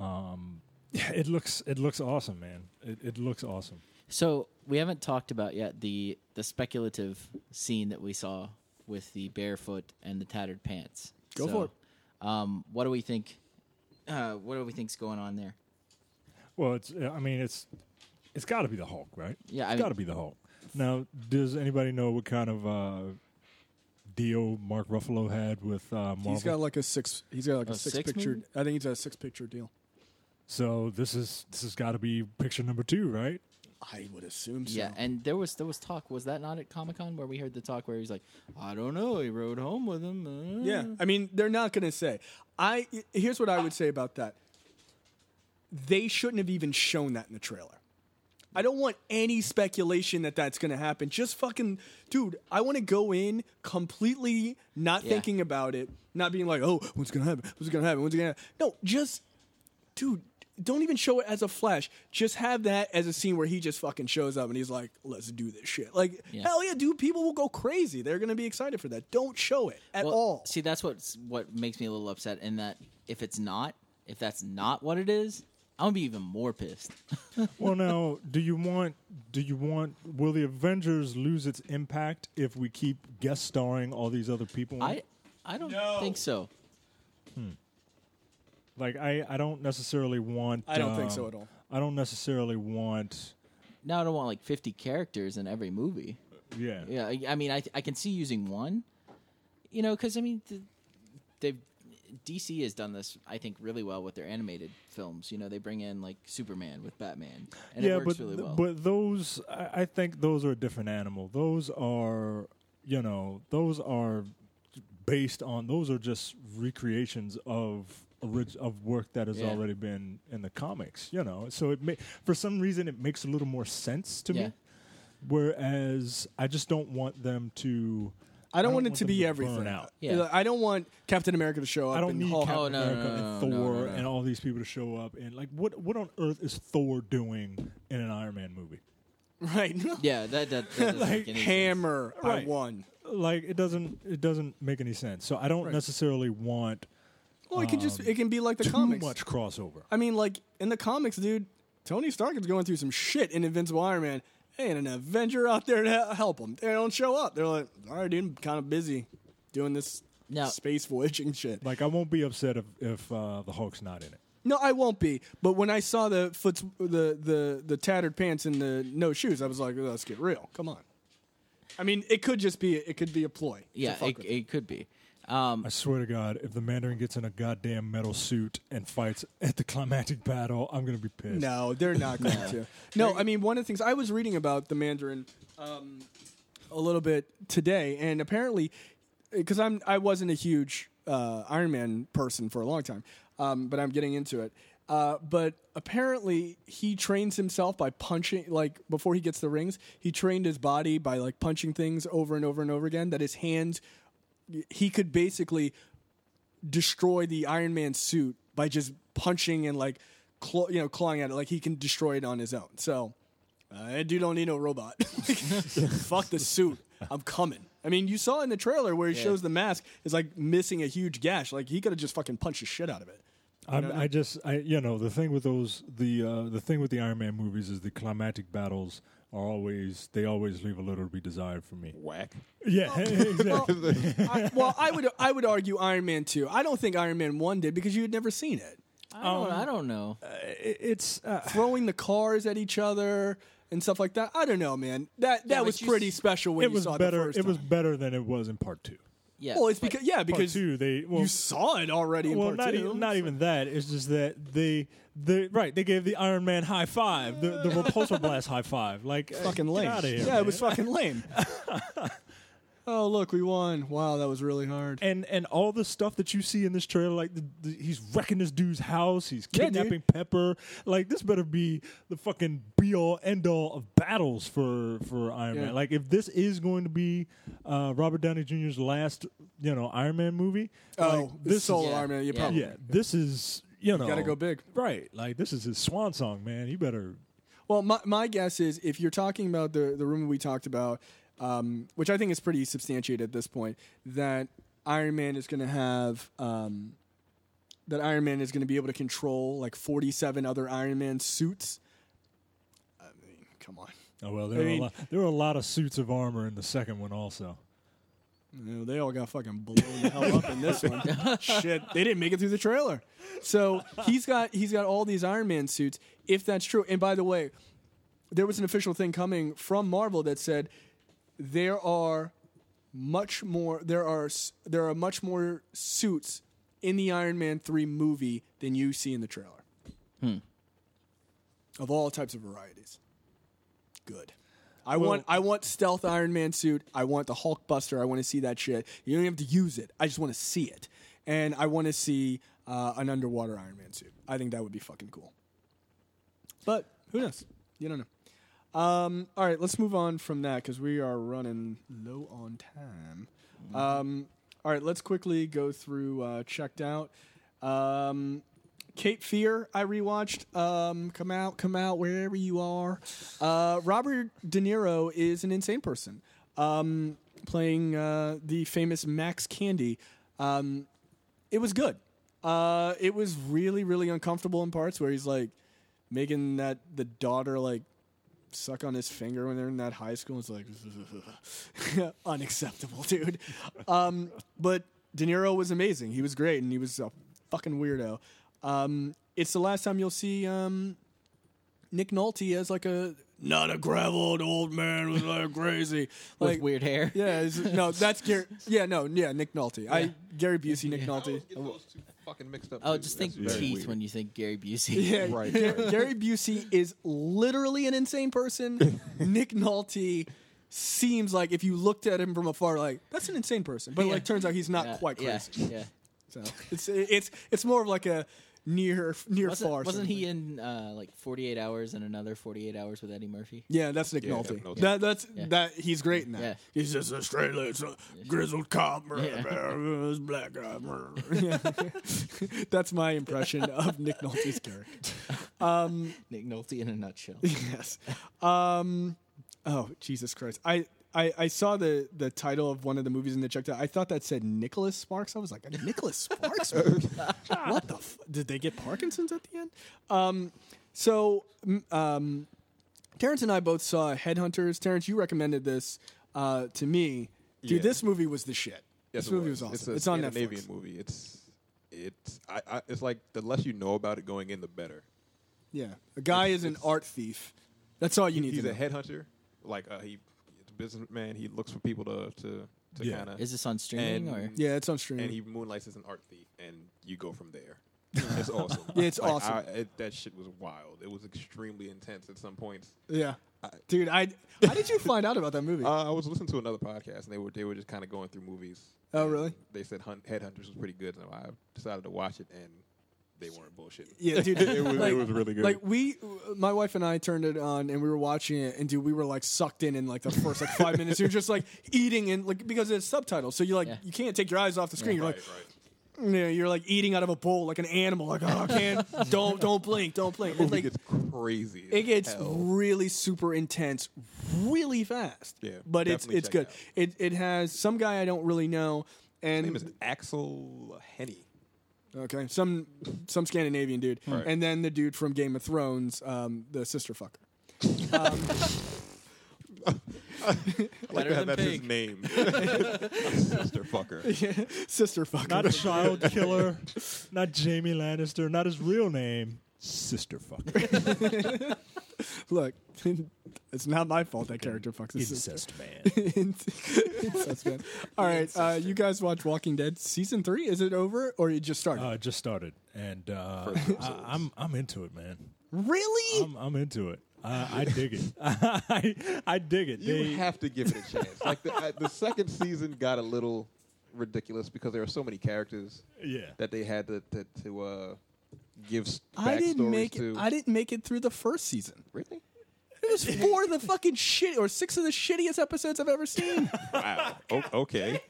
Speaker 4: Um, yeah, it looks it looks awesome, man. It, it looks awesome.
Speaker 5: So we haven't talked about yet the the speculative scene that we saw with the barefoot and the tattered pants.
Speaker 3: Go
Speaker 5: So,
Speaker 3: for it.
Speaker 5: Um, what do we think? Uh, what do we think's going on there?
Speaker 4: Well, it's I mean it's it's got to be the Hulk, right?
Speaker 5: Yeah, I
Speaker 4: it's
Speaker 5: mean-
Speaker 4: got to be the Hulk. Now, does anybody know what kind of uh, deal Mark Ruffalo had with uh, Marvel?
Speaker 3: He's got like a six. He's got like a,
Speaker 5: A
Speaker 3: six,
Speaker 5: six
Speaker 3: picture.
Speaker 5: maybe?
Speaker 3: I think he's got a six picture deal.
Speaker 4: so this is this has got to be picture number two, right?
Speaker 3: I would assume so.
Speaker 5: Yeah, and there was there was talk. Was that not at Comic Con where we heard the talk where he's like, I don't know, he rode home with him. uh."
Speaker 3: Yeah, I mean, they're not going to say. I here's what I would say about that. They shouldn't have even shown that in the trailer. I don't want any speculation that that's going to happen. Just fucking, dude. I want to go in completely not
Speaker 5: Yeah.
Speaker 3: thinking about it, not being like, oh, what's going to happen? What's going to happen? What's going to happen? No, just, dude. Don't even show it as a flash. Just have that as a scene where he just fucking shows up and he's like, "Let's do this shit." Like,
Speaker 5: Yeah.
Speaker 3: hell yeah, dude! People will go crazy. They're gonna be excited for that. Don't show it at
Speaker 5: Well,
Speaker 3: all.
Speaker 5: See, that's what's what makes me a little upset. In that, if it's not, if that's not what it is, I'm gonna be even more pissed.
Speaker 4: well, now, do you want do you want will the Avengers lose its impact if we keep guest starring all these other people?
Speaker 5: I I don't think so.
Speaker 4: like I I don't necessarily want.
Speaker 3: I don't think
Speaker 4: um,
Speaker 3: so at all.
Speaker 4: I don't necessarily want.
Speaker 5: Now I don't want like 50 characters in every movie.
Speaker 4: Yeah.
Speaker 5: Yeah, I, I mean, I I can see using one, you know, because I mean, the, they've DC has done this, I think, really well with their animated films. You know, they bring in like Superman with Batman, and it works
Speaker 4: but
Speaker 5: really
Speaker 4: th-
Speaker 5: well.
Speaker 4: but those I, I think those are a different animal. Those are you know those are based on those are just recreations of orig- of work that has
Speaker 5: Yeah.
Speaker 4: already been in the comics. You know, so it ma- for some reason it makes a little more sense to
Speaker 5: Yeah.
Speaker 4: me. Whereas I just don't want them to.
Speaker 3: I don't, want it
Speaker 4: want
Speaker 3: to
Speaker 4: them
Speaker 3: be
Speaker 4: burn
Speaker 3: everything.
Speaker 4: out.
Speaker 5: Yeah.
Speaker 3: I don't want Captain America to show up.
Speaker 4: I don't
Speaker 3: and
Speaker 4: need
Speaker 3: Hulk.
Speaker 4: Captain
Speaker 5: Oh, no, no,
Speaker 4: America
Speaker 5: no,
Speaker 4: and
Speaker 5: no, no,
Speaker 4: Thor
Speaker 5: no, no.
Speaker 4: and all these people to show up and like what what on earth is Thor doing in an Iron Man movie?
Speaker 3: right.
Speaker 5: yeah, that that, that doesn't
Speaker 4: Like,
Speaker 5: make any sense.
Speaker 3: Hammer. I
Speaker 4: Right.
Speaker 3: won.
Speaker 4: like it doesn't it doesn't make any sense. So I don't necessarily want
Speaker 3: Well, it can just it can be like the
Speaker 4: Um, too
Speaker 3: comics.
Speaker 4: much crossover.
Speaker 3: I mean, like in the comics, dude. Tony Stark is going through some shit in Invincible Iron Man. Hey, and an Avenger out there to help him. They don't show up. They're like, all right, dude, I'm kind of busy doing this
Speaker 5: Now-
Speaker 3: space voyaging shit.
Speaker 4: Like I won't be upset if if uh, the Hulk's not in it.
Speaker 3: No, I won't be. But when I saw the foots, the the the tattered pants and the no shoes, I was like, "Oh, let's get real. Come on. I mean, it could just be it could be a ploy. to
Speaker 5: Yeah,
Speaker 3: fuck
Speaker 5: it,
Speaker 3: with
Speaker 5: it could
Speaker 3: Mm.
Speaker 5: be. Um,
Speaker 4: I swear to God, if the Mandarin gets in a goddamn metal suit and fights at the climactic battle, I'm gonna be pissed.
Speaker 3: No, they're not going to. No, I mean, one of the things I was reading about the Mandarin um, a little bit today, and apparently, because uh, I'm I wasn't a huge uh, Iron Man person for a long time, um, but I'm getting into it. Uh, but apparently, he trains himself by punching. Like before he gets the rings, he trained his body by like punching things over and over and over again. That his hands, he could basically destroy the Iron Man suit by just punching and like, claw, you know, clawing at it. Like he can destroy it on his own. So uh, that dude don't need no robot. Fuck the suit. I'm coming. I mean, you saw in the trailer where he shows the mask is like missing a huge gash. Like he could have just fucking punched the shit out of it.
Speaker 4: I'm, I just, I you know, the thing with those, the uh, the thing with the Iron Man movies is the climactic battles are always they always leave a little to be desired for me.
Speaker 6: Whack.
Speaker 4: Yeah,
Speaker 3: Oh.
Speaker 4: exactly.
Speaker 3: I, well, I would I would argue Iron Man two. I don't think Iron Man one did because you had never seen it.
Speaker 5: I don't,
Speaker 3: Um,
Speaker 5: I don't know.
Speaker 4: it's uh,
Speaker 3: Throwing the cars at each other and stuff like that. I don't know, man. That that
Speaker 5: but
Speaker 3: was
Speaker 5: you
Speaker 3: pretty
Speaker 5: s-
Speaker 3: special when
Speaker 4: it
Speaker 3: you
Speaker 4: was
Speaker 3: saw it the
Speaker 4: better.
Speaker 3: first
Speaker 4: It was
Speaker 3: time.
Speaker 4: better than it was in part two.
Speaker 5: yeah.
Speaker 3: well, it's
Speaker 5: but-
Speaker 3: because yeah,
Speaker 4: Part
Speaker 3: because
Speaker 4: two, they well,
Speaker 3: you saw it already in
Speaker 4: well,
Speaker 3: part
Speaker 4: not,
Speaker 3: two.
Speaker 4: e- not even that. It's just that they, they right, they gave the Iron Man high five, the, the repulsor blast high five, like
Speaker 3: fucking
Speaker 4: uh,
Speaker 3: lame.
Speaker 4: Get outta here,
Speaker 3: yeah,
Speaker 4: man.
Speaker 3: it was fucking lame. oh look, we won! Wow, that was really hard.
Speaker 4: and and all the stuff that you see in this trailer, like the, the, he's wrecking this dude's house, he's
Speaker 3: Yeah, dude.
Speaker 4: kidnapping Pepper. Like this better be the fucking be all end all of battles for for Iron
Speaker 3: Yeah.
Speaker 4: Man. Like if this is going to be uh, Robert Downey Jr.'s last, you know, Iron Man movie.
Speaker 3: oh,
Speaker 4: like,
Speaker 3: this
Speaker 4: is,
Speaker 3: solo
Speaker 5: yeah,
Speaker 3: arm, man. You
Speaker 5: yeah.
Speaker 3: probably
Speaker 4: yeah, this is you know
Speaker 3: gotta go big.
Speaker 4: right? Like this is his swan song, man. You better.
Speaker 3: Well, my, my guess is if you're talking about the, the rumor we talked about, um, which I think is pretty substantiated at this point, that Iron Man is going to have. Um, that Iron Man is going to be able to control like 47 other Iron Man suits. I mean, come on.
Speaker 4: Oh well, there
Speaker 3: I
Speaker 4: were
Speaker 3: mean-
Speaker 4: a lot, there were a lot of suits of armor in the second one also.
Speaker 3: You know, they all got fucking blown the hell up in this one. Shit, they didn't make it through the trailer. So he's got he's got all these Iron Man suits. If that's true, and by the way, there was an official thing coming from Marvel that said there are much more there are s- there are much more suits in the Iron Man three movie than you see in the trailer. Of all types of varieties. Good. I want I want stealth Iron Man suit. I want the Hulk Buster. I want to see that shit. You don't even have to use it. I just want to see it, and I want to see uh, an underwater Iron Man suit. I think that would be fucking cool. But who knows? You don't know. Um, all right, let's move on from that because we are running low on time. Um, all right, let's quickly go through uh, checked out. Um, Cape Fear, I rewatched. Um, come out, come out, wherever you are. Uh, Robert De Niro is an insane person, um, playing uh, the famous Max Candy. Um, it was good. Uh, it was really, really uncomfortable in parts where he's like making that the daughter like suck on his finger when they're in that high school. It's like unacceptable, dude. Um, but De Niro was amazing. He was great, and he was a fucking weirdo. Um, it's the last time you'll see um, Nick Nolte as like a not a graveled old man was like crazy
Speaker 5: with
Speaker 3: like
Speaker 5: weird hair.
Speaker 3: Yeah, it's- no, that's Gary. Yeah, no, yeah, Nick Nolte. I Gary Busey, Nick Nolte.
Speaker 6: Get those two fucking mixed up.
Speaker 5: Oh,
Speaker 6: dude.
Speaker 5: just
Speaker 6: That's
Speaker 5: think
Speaker 6: very
Speaker 5: teeth
Speaker 6: weird.
Speaker 5: when you think Gary Busey.
Speaker 3: Yeah,
Speaker 6: Right.
Speaker 3: Ga- Gary Busey is literally an insane person. Nick Nolte seems like if you looked at him from afar, like that's an insane person, but like turns out he's not
Speaker 5: Yeah,
Speaker 3: quite crazy.
Speaker 5: Yeah. yeah.
Speaker 3: So it's it's it's more of like a near near
Speaker 5: Wasn't,
Speaker 3: far.
Speaker 5: wasn't
Speaker 3: sort of
Speaker 5: he
Speaker 3: thing.
Speaker 5: in uh, like 48 hohours and another 48 hours with Eddie Murphy?
Speaker 3: Yeah, that's Nick
Speaker 6: Yeah,
Speaker 3: Nolte.
Speaker 6: Nick Nolte.
Speaker 3: That that's
Speaker 5: Yeah.
Speaker 3: that he's great in that.
Speaker 5: Yeah.
Speaker 3: He's just a straight laced grizzled cop, he's black guy. Yeah. that's my impression of Nick Nolte's character.
Speaker 5: Nick Nolte in a nutshell.
Speaker 3: yes. Um, oh Jesus Christ! I, I I saw the the title of one of the movies in the checked out. I thought that said Nicholas Sparks. I was like, a Nicholas Sparks? movie? what the? F- did they get Parkinson's at the end? Um, so m- um, Terrence and I both saw Headhunters. Terrence, you recommended this uh, to me. Dude,
Speaker 6: Yeah.
Speaker 3: this movie was the shit.
Speaker 6: Yes,
Speaker 3: this
Speaker 6: it
Speaker 3: movie was, awesome.
Speaker 6: It's,
Speaker 3: It's,
Speaker 6: a
Speaker 3: on
Speaker 6: Scandinavian
Speaker 3: Netflix.
Speaker 6: movie. It's it's I, I it's like the less you know about it going in, the better.
Speaker 3: Yeah, a guy is an art thief. That's all you need
Speaker 6: He's
Speaker 3: to
Speaker 6: a
Speaker 3: know.
Speaker 6: headhunter. Like uh, he, he's a businessman. He looks for people to to, to
Speaker 4: Yeah.
Speaker 6: kind of.
Speaker 5: Is this on streaming or?
Speaker 3: yeah, it's on streaming.
Speaker 6: and he moonlights as an art thief, and you go from there. it's awesome.
Speaker 3: Yeah, it's
Speaker 6: Like,
Speaker 3: awesome.
Speaker 6: I, it, that shit was wild. It was extremely intense at some points.
Speaker 3: Yeah. Dude, I how did you find out about that movie?
Speaker 6: Uh, I was listening to another podcast, and they were they were just kind of going through movies.
Speaker 3: Oh,
Speaker 6: And
Speaker 3: really?
Speaker 6: They said Hunt, Headhunters was pretty good, and I decided to watch it, and they weren't bullshitting.
Speaker 3: Yeah, dude.
Speaker 6: It was,
Speaker 3: like-
Speaker 6: it was really good.
Speaker 3: Like we, my wife and I turned it on and we were watching it, and dude, we were like sucked in in like the first like five minutes. You're just like eating and like because it's subtitles, so you like
Speaker 5: Yeah.
Speaker 3: you can't take your eyes off the screen. you're
Speaker 6: right,
Speaker 3: like,
Speaker 6: right.
Speaker 3: you know, you're like eating out of a bowl like an animal. Like, oh, I can't, don't, don't blink, don't blink. And,
Speaker 6: It
Speaker 3: like
Speaker 6: gets crazy. as
Speaker 3: it gets
Speaker 6: hell.
Speaker 3: really super intense, really fast.
Speaker 6: Yeah,
Speaker 3: but it's
Speaker 6: definitely
Speaker 3: it's
Speaker 6: check
Speaker 3: good.
Speaker 6: it out.
Speaker 3: It it has some guy I don't really know, and
Speaker 6: His name is Axel Henny.
Speaker 3: Okay, some some Scandinavian dude,
Speaker 6: Right.
Speaker 3: and then the dude from Game of Thrones, um, the sister fucker.
Speaker 6: I like
Speaker 5: Better
Speaker 6: how
Speaker 5: than
Speaker 6: that's
Speaker 5: pig.
Speaker 6: his name. Sister fucker.
Speaker 3: Sister fucker.
Speaker 4: Not a child killer, not Jamie Lannister, not his real name, sister fucker,
Speaker 3: Look, it's not my fault that character fucks his sister.
Speaker 4: incest man.
Speaker 3: Incest, man. All right, uh, you guys watch Walking Dead season three? Is it over or it just started?
Speaker 4: Uh, just started, and uh,
Speaker 6: First
Speaker 4: I,
Speaker 6: episodes.
Speaker 4: I'm I'm into it, man.
Speaker 3: really?
Speaker 4: I'm I'm into it. I, I dig it. I I dig it.
Speaker 6: You
Speaker 4: They-
Speaker 6: have to give it a chance. Like the, uh, the second season got a little ridiculous because there are so many characters
Speaker 4: yeah.
Speaker 6: that they had to to, to uh, give s- backstories
Speaker 3: I didn't make
Speaker 6: to.
Speaker 3: it. I didn't make it through the first season.
Speaker 6: really?
Speaker 3: It was four of the fucking shit or six of the shittiest episodes I've ever seen.
Speaker 6: Wow. O- okay.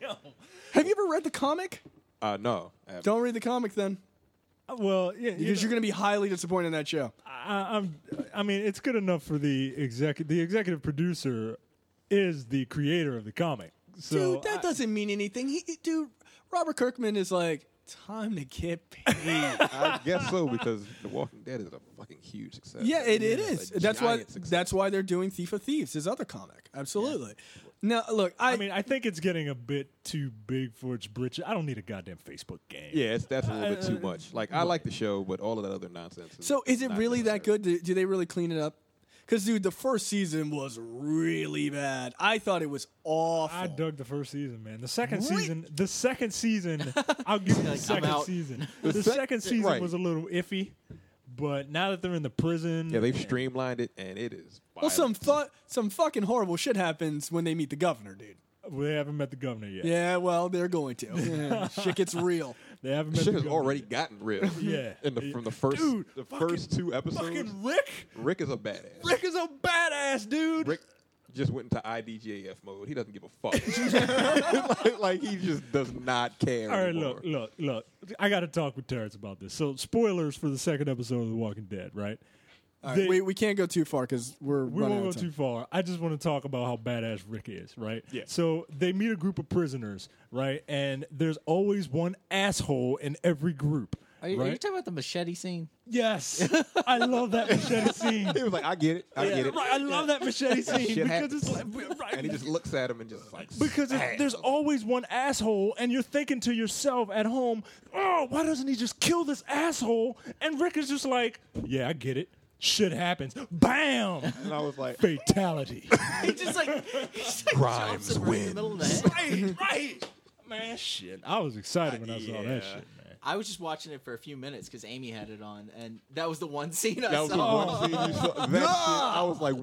Speaker 3: Have you ever read the comic?
Speaker 6: Uh, no. I haven't.
Speaker 3: Don't read the comic then,
Speaker 4: Well, yeah. you
Speaker 3: because
Speaker 4: know,
Speaker 3: you're going to be highly disappointed in that show.
Speaker 4: I, I'm. I mean, it's good enough for the exec. The executive producer is the creator of the comic. So
Speaker 3: dude, that
Speaker 4: I-
Speaker 3: doesn't mean anything. He, he- dude, Robert Kirkman is like, time to get paid.
Speaker 6: I guess so because The Walking Dead is a fucking huge success.
Speaker 3: yeah, it, it
Speaker 6: It's
Speaker 3: is.
Speaker 6: a
Speaker 3: That's why.
Speaker 6: giant success.
Speaker 3: That's why they're doing Thief of Thieves, his other comic. Absolutely. Now, look, I,
Speaker 4: I mean, I think it's getting a bit too big for its britches. I don't need a goddamn Facebook game.
Speaker 6: Yeah, it's, that's a little
Speaker 4: Uh,
Speaker 6: bit too much. Like I like the show, but all of that other nonsense.
Speaker 3: so is it
Speaker 6: not
Speaker 3: really that
Speaker 6: necessary.
Speaker 3: good? Do, do they really clean it up? Because dude, the first season was really bad. I thought it was awful.
Speaker 4: I dug the first season, man. The second
Speaker 3: Really?
Speaker 4: season, the second season, I'll give you the
Speaker 5: Like, I'm
Speaker 4: second
Speaker 5: out.
Speaker 4: season. The,
Speaker 6: sec-
Speaker 4: second season
Speaker 6: right.
Speaker 4: was a little iffy, but now that they're in the prison,
Speaker 6: Yeah, they've streamlined it, and it is.
Speaker 3: well,
Speaker 6: Violent.
Speaker 3: some fu- some fucking horrible shit happens when they meet the governor, dude.
Speaker 4: well, they haven't met the governor yet.
Speaker 3: Yeah, well, they're going to. Yeah, shit gets real.
Speaker 4: They haven't met the
Speaker 6: shit has
Speaker 4: governor
Speaker 6: already
Speaker 4: yet.
Speaker 6: gotten real.
Speaker 4: Yeah.
Speaker 6: in the, from the first
Speaker 4: Dude,
Speaker 6: the
Speaker 4: fucking-
Speaker 6: first two episodes,
Speaker 4: Fucking Rick.
Speaker 6: Rick is a badass.
Speaker 4: Rick is a badass dude.
Speaker 6: Rick just went into IDJF mode. He doesn't give a fuck. like, like, he just does not care.
Speaker 4: All right,
Speaker 6: anymore.
Speaker 4: look, look, look. I got to talk with Terrence about this. So, spoilers for the second episode of The Walking Dead, right?
Speaker 3: All right,
Speaker 4: They-
Speaker 3: we, we can't go too far because we're
Speaker 4: we
Speaker 3: running
Speaker 4: won't
Speaker 3: out
Speaker 4: go
Speaker 3: of time.
Speaker 4: too far. I just want to talk about how badass Rick is, right? Yeah. So they meet a group of prisoners, right? And there's always one asshole in every group.
Speaker 5: Are you, are you
Speaker 4: right?
Speaker 5: talking about the machete scene?
Speaker 4: yes, I love that machete scene.
Speaker 6: He was like, I get it. I get it.
Speaker 4: Right, I love that machete scene
Speaker 6: Shit
Speaker 4: because
Speaker 6: happens.
Speaker 4: it's like, right,
Speaker 6: And he just looks at him and just like
Speaker 4: because it's-
Speaker 6: "Smash."
Speaker 4: there's always one asshole, and you're thinking to yourself at home, "Oh, why doesn't he just kill this asshole?" And Rick is just like, "Yeah, I get it. Shit happens. Bam,
Speaker 6: and I was like,
Speaker 4: fatality."
Speaker 5: He just like, he just like
Speaker 6: Grimes
Speaker 5: jumps him right in the
Speaker 6: wins.
Speaker 5: middle of the head.
Speaker 4: right, right. Man, shit. I was excited when I saw that shit, man.
Speaker 5: I was just watching it for a few minutes because Amy had it on, and that was the one scene I
Speaker 6: that was the
Speaker 5: saw.
Speaker 6: one scene you saw. That shit, I was like,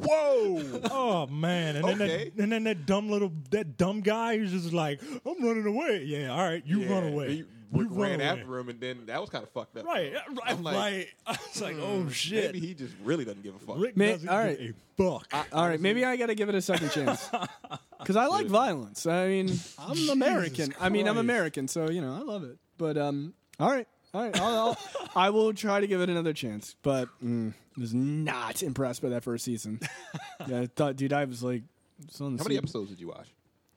Speaker 6: whoa.
Speaker 4: Oh man, and then
Speaker 6: Okay.
Speaker 4: that, and then that dumb little that dumb guy who's just like, I'm running away. Yeah, all right, you run
Speaker 6: Yeah,
Speaker 4: away.
Speaker 6: He
Speaker 4: you
Speaker 6: w-
Speaker 4: run
Speaker 6: ran
Speaker 4: away.
Speaker 6: after him, and then that was kind of fucked up.
Speaker 4: Right, right,
Speaker 6: I'm like, "Hmm,
Speaker 4: right. I was like, oh shit.
Speaker 6: Maybe he just really doesn't give a fuck.
Speaker 4: Rick
Speaker 3: Man,
Speaker 4: doesn't
Speaker 3: all right.
Speaker 4: give a fuck.
Speaker 3: All right, maybe I got to give it a second chance because I like violence. I mean, I'm American. I mean, I'm
Speaker 4: Christ.
Speaker 3: American, so you know, I love it. But um, all right, all right, I'll, I'll, I will try to give it another chance. But mm, was not impressed by that first season. yeah, I thought, dude, I was like, son,
Speaker 6: How many episodes did you watch?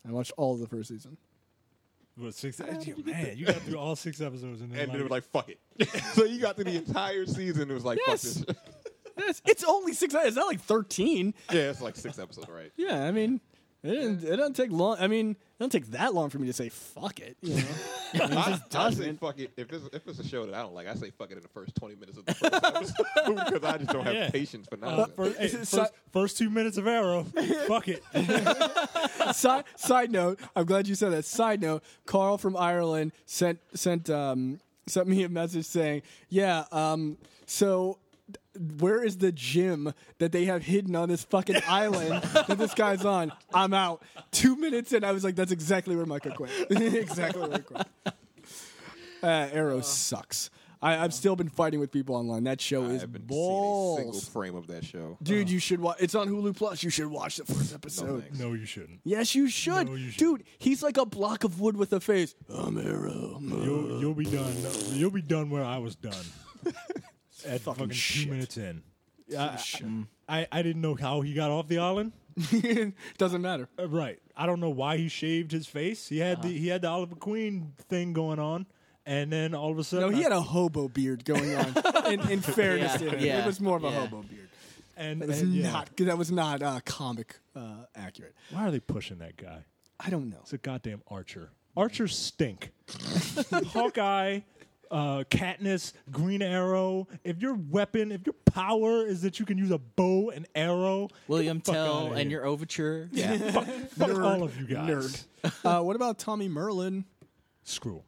Speaker 3: I watched all of the first season.
Speaker 4: What, six, man, you got through all six episodes and then
Speaker 6: And they were like, fuck it. so you got through the entire season. and It was like,
Speaker 3: Yes.
Speaker 6: fuck this.
Speaker 3: It's, it's only six. It's not like thirteen.
Speaker 6: yeah, it's like six episodes, right?
Speaker 3: Yeah, I mean, it didn't, it doesn't take long. I mean, it doesn't take that long for me to say fuck it. You know?
Speaker 6: I, I say fuck it. If it's, if it's a show that I don't like, I say fuck it in the first 20 minutes of the first episode because I just don't have
Speaker 4: Yeah.
Speaker 6: patience for
Speaker 4: Uh,
Speaker 6: nonsense.
Speaker 4: first, hey,
Speaker 3: It's-
Speaker 4: first, first two minutes of Arrow, fuck it.
Speaker 3: side, side note, I'm glad you said that. Side note, Carl from Ireland sent sent um sent me a message saying, "Yeah, um so th- where is the gym that they have hidden on this fucking island that this guy's on? I'm out." 2 minutes in, I was like, "That's exactly where Micah quit." exactly where I quit. Uh, Arrow sucks. I, I've still been fighting with people online. That show
Speaker 6: I
Speaker 3: is
Speaker 6: haven't
Speaker 3: balls.
Speaker 6: seen a single frame of that show.
Speaker 3: Dude, you should watch. It's on Hulu Plus. You should watch the first episode.
Speaker 6: thanks.
Speaker 4: No, you shouldn't.
Speaker 3: yes, you should.
Speaker 4: No, you should.
Speaker 3: dude. He's like a block of wood with a face. I'm arrow.
Speaker 4: You'll, you'll be done. You'll be done where I was done. At fucking,
Speaker 3: shit.
Speaker 4: two minutes in. I,
Speaker 3: mm.
Speaker 4: I, I didn't know how he got off the island.
Speaker 3: Doesn't matter.
Speaker 4: Uh, Right. I don't know why he shaved his face. He had
Speaker 3: Uh-huh.
Speaker 4: the he had the Oliver Queen thing going on, and then all of a
Speaker 3: No,
Speaker 4: sudden,
Speaker 3: he
Speaker 4: I-
Speaker 3: had a hobo beard going on. in, in fairness, to
Speaker 5: Yeah,
Speaker 3: him. it
Speaker 5: yeah,
Speaker 3: was more of a
Speaker 5: yeah.
Speaker 3: hobo beard.
Speaker 4: and,
Speaker 3: That was
Speaker 4: and, yeah.
Speaker 3: not. That was not uh, comic uh, accurate.
Speaker 4: Why are they pushing that guy?
Speaker 3: I don't know.
Speaker 4: It's a goddamn Archer. Archers stink. Hawkeye, uh, Katniss, Green Arrow. If your weapon, if your power is that you can use a bow and arrow,
Speaker 5: William
Speaker 4: get the fuck
Speaker 5: Tell
Speaker 4: outta
Speaker 5: and
Speaker 4: here.
Speaker 5: your overture.
Speaker 4: yeah, fuck, fuck all of you guys.
Speaker 3: Nerd. Uh, what about Tommy Merlin?
Speaker 4: Screw. 'em.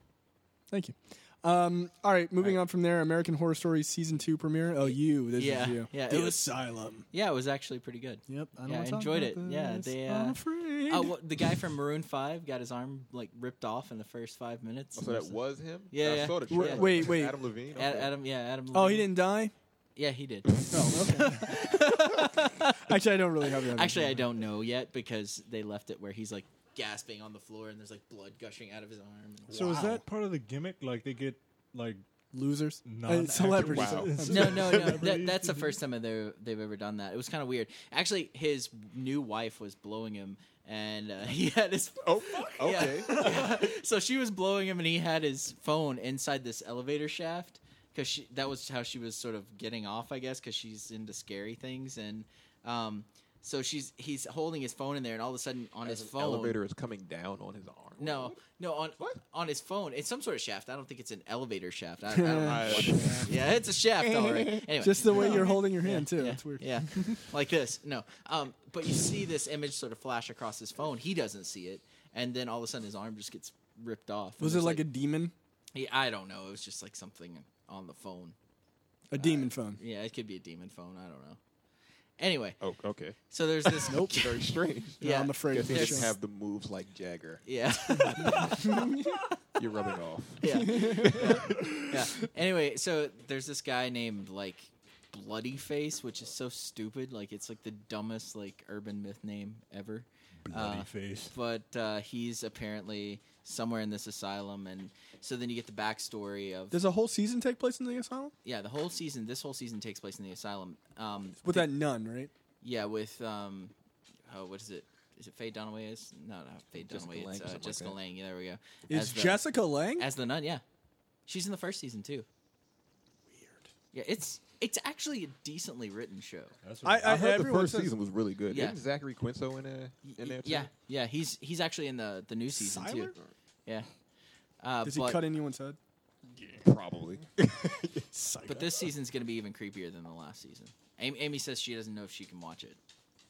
Speaker 3: Thank you. Um, all right, moving on from there. American Horror Story season two premiere. Oh, you. This
Speaker 5: Yeah,
Speaker 3: is you.
Speaker 5: yeah,
Speaker 3: The
Speaker 5: it was-
Speaker 3: Asylum.
Speaker 5: Yeah, it was actually pretty good.
Speaker 3: Yep. I don't
Speaker 5: Yeah, I
Speaker 3: wanna talk
Speaker 5: enjoyed
Speaker 3: about
Speaker 5: it. Yeah,
Speaker 3: this.
Speaker 5: they,
Speaker 3: I'm
Speaker 5: uh,
Speaker 3: afraid.
Speaker 5: Oh, well, the guy from Maroon Five got his arm like ripped off in the first five minutes.
Speaker 6: So that was him.
Speaker 5: Yeah,
Speaker 6: I
Speaker 5: yeah.
Speaker 6: saw the
Speaker 5: Wait,
Speaker 6: trailer.
Speaker 3: wait, wait.
Speaker 6: Adam Levine.
Speaker 5: Ad- Adam, yeah, Adam.
Speaker 3: oh, he
Speaker 5: Levine.
Speaker 3: didn't die.
Speaker 5: Yeah, he did.
Speaker 3: Actually, I don't really have that.
Speaker 5: Actually, I don't know yet because they left it where he's like gasping on the floor and there's like blood gushing out of his arm.
Speaker 4: So is that part of the gimmick? Like they get like
Speaker 3: losers,
Speaker 4: non
Speaker 3: Uh, celebrities.
Speaker 6: Wow.
Speaker 5: no, no, no. That,
Speaker 4: Celebrities.
Speaker 5: that's the first time they've they've ever done that. It was kind of weird. Actually, his new wife was blowing him, and uh, he had his.
Speaker 6: Oh, okay.
Speaker 5: So she was blowing him, and he had his phone inside this elevator shaft because she that was how she was sort of getting off, I guess, because she's into scary things, and um, so she's he's holding his phone in there, and all of a sudden on his
Speaker 6: An
Speaker 5: phone
Speaker 6: Elevator is coming down on his arm.
Speaker 5: No, no, on
Speaker 6: What?
Speaker 5: on his phone. It's some sort of shaft. I don't think it's an elevator shaft. I, I don't know.
Speaker 6: I-
Speaker 5: yeah, it's a shaft, all right. Anyway,
Speaker 3: uh, Just the way you're holding your hand too.
Speaker 5: yeah,
Speaker 3: That's weird.
Speaker 5: Yeah, like this. No, um, but you see this image sort of flash across his phone. He doesn't see it, and then all of a sudden his arm just gets ripped off. And
Speaker 3: Was it
Speaker 5: there's,
Speaker 3: like a demon?
Speaker 5: he- I don't know. It was just like something on the phone. Uh,
Speaker 3: A demon phone.
Speaker 5: Yeah, it could be a demon phone. I don't know. Anyway,
Speaker 6: Oh, okay.
Speaker 5: so there's this.
Speaker 6: Nope. Very strange.
Speaker 5: Yeah,
Speaker 3: I'm afraid
Speaker 6: Guess
Speaker 3: of
Speaker 6: he
Speaker 3: this
Speaker 6: didn't
Speaker 3: show.
Speaker 6: have the moves like Jagger.
Speaker 5: Yeah.
Speaker 6: You're rubbing off.
Speaker 5: yeah. yeah. Anyway, so there's this guy named like Bloody Face, which is so stupid. Like it's like the dumbest like urban myth name ever.
Speaker 4: bloody
Speaker 5: Uh,
Speaker 4: face.
Speaker 5: But uh, he's apparently somewhere in this asylum, and so then you get the backstory of
Speaker 3: Does a whole season take place in the asylum
Speaker 5: yeah. The whole season, this whole season takes place in the asylum. Um,
Speaker 3: with that nun, right?
Speaker 5: yeah, with um, oh, what is it? Is it Faye Dunaway? Is no, not Faye
Speaker 6: Jessica
Speaker 5: Dunaway.
Speaker 6: Lange or
Speaker 5: It's uh,
Speaker 6: something like
Speaker 5: Jessica
Speaker 6: that.
Speaker 5: Lange. Yeah, there we go.
Speaker 3: Is
Speaker 5: As the-
Speaker 3: Jessica Lang?
Speaker 5: As the nun, yeah. She's in the first season too. Weird. Yeah, it's it's actually a decently written show.
Speaker 4: That's
Speaker 3: I,
Speaker 4: what
Speaker 3: I,
Speaker 6: I heard the
Speaker 3: everyone
Speaker 6: first
Speaker 3: says-
Speaker 6: season was really good.
Speaker 5: Yeah.
Speaker 6: Isn't Zachary Quinto in there? In there too?
Speaker 5: yeah, yeah, he's he's actually in the the new season
Speaker 3: Siler?
Speaker 5: too. Yeah. Uh,
Speaker 3: Does he
Speaker 5: but,
Speaker 3: cut anyone's head?
Speaker 6: probably.
Speaker 5: but this season's going to be even creepier than the last season. Amy, Amy says she doesn't know if she can watch it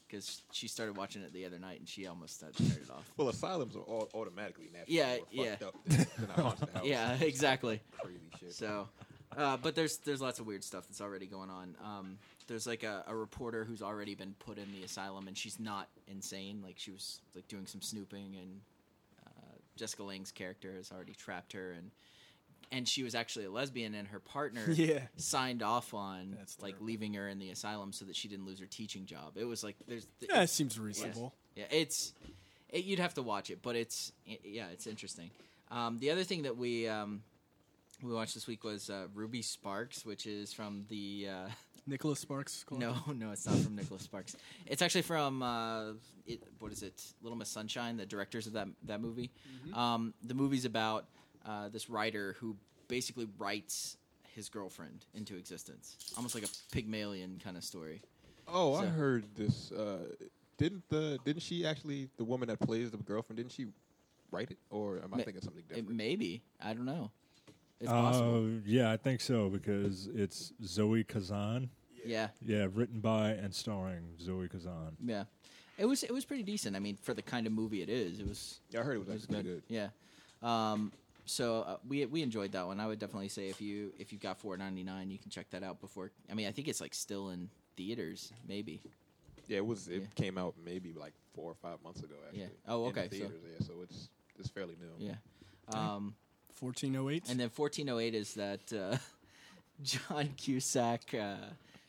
Speaker 5: because she started watching it the other night and she almost had turned it off.
Speaker 6: well, asylums are all automatically naturally
Speaker 5: Yeah,
Speaker 6: more fucked
Speaker 5: yeah.
Speaker 6: up than- than a haunted house.
Speaker 5: Yeah, exactly.
Speaker 6: crazy shit.
Speaker 5: So, uh, but there's there's lots of weird stuff that's already going on. Um, there's like a, a reporter who's already been put in the asylum, and she's not insane. Like she was like doing some snooping, and uh, Jessica Lang's character has already trapped her, and and she was actually a lesbian, and her partner
Speaker 3: Yeah.
Speaker 5: signed off on
Speaker 3: That's
Speaker 5: like
Speaker 3: terrible.
Speaker 5: leaving her in the asylum so that she didn't lose her teaching job. It was like there's
Speaker 3: Yeah, it seems
Speaker 5: yeah.
Speaker 3: reasonable.
Speaker 5: Yeah, it's it, you'd have to watch it, but it's i- yeah, it's interesting. Um, the other thing that we um, we watched this week was uh, Ruby Sparks, which is from the uh,
Speaker 3: Nicholas Sparks. called
Speaker 5: no,
Speaker 6: Oh.
Speaker 5: no, it's not from Nicholas Sparks. It's actually from uh, it, what is it? Little Miss Sunshine, the directors of that that movie.
Speaker 6: Mm-hmm.
Speaker 5: Um, the movie's about uh, this writer who basically writes his girlfriend into existence, almost like a Pygmalion kind of story.
Speaker 6: Oh, I
Speaker 5: So-
Speaker 6: heard this. Uh, didn't the didn't she actually the woman that plays the girlfriend? Didn't she write it, or am I
Speaker 5: Ma-
Speaker 6: thinking something
Speaker 5: It,
Speaker 6: different?
Speaker 5: maybe I don't know. It's possible.
Speaker 4: Uh, yeah, I think so because it's Zoe Kazan.
Speaker 5: yeah.
Speaker 4: Yeah, written by and starring Zoe Kazan.
Speaker 5: Yeah, it was it was pretty decent. I mean, for the kind of movie it is, it was
Speaker 6: yeah, I heard it was,
Speaker 5: it was
Speaker 6: actually
Speaker 5: good.
Speaker 6: good.
Speaker 5: Yeah, um, so uh, we we enjoyed that one. I would definitely say if you if you've got four ninety nine, you can check that out before. I mean, I think it's like still in theaters, maybe.
Speaker 6: Yeah, it was. It
Speaker 5: Yeah.
Speaker 6: came out maybe like four or five months ago. Actually.
Speaker 5: Yeah. Oh,
Speaker 6: In the
Speaker 5: okay, so-
Speaker 6: theaters, yeah, so it's it's fairly new.
Speaker 5: Yeah, um,
Speaker 3: 1408.
Speaker 5: and then fourteen oh eight is oh that uh, John Cusack, uh,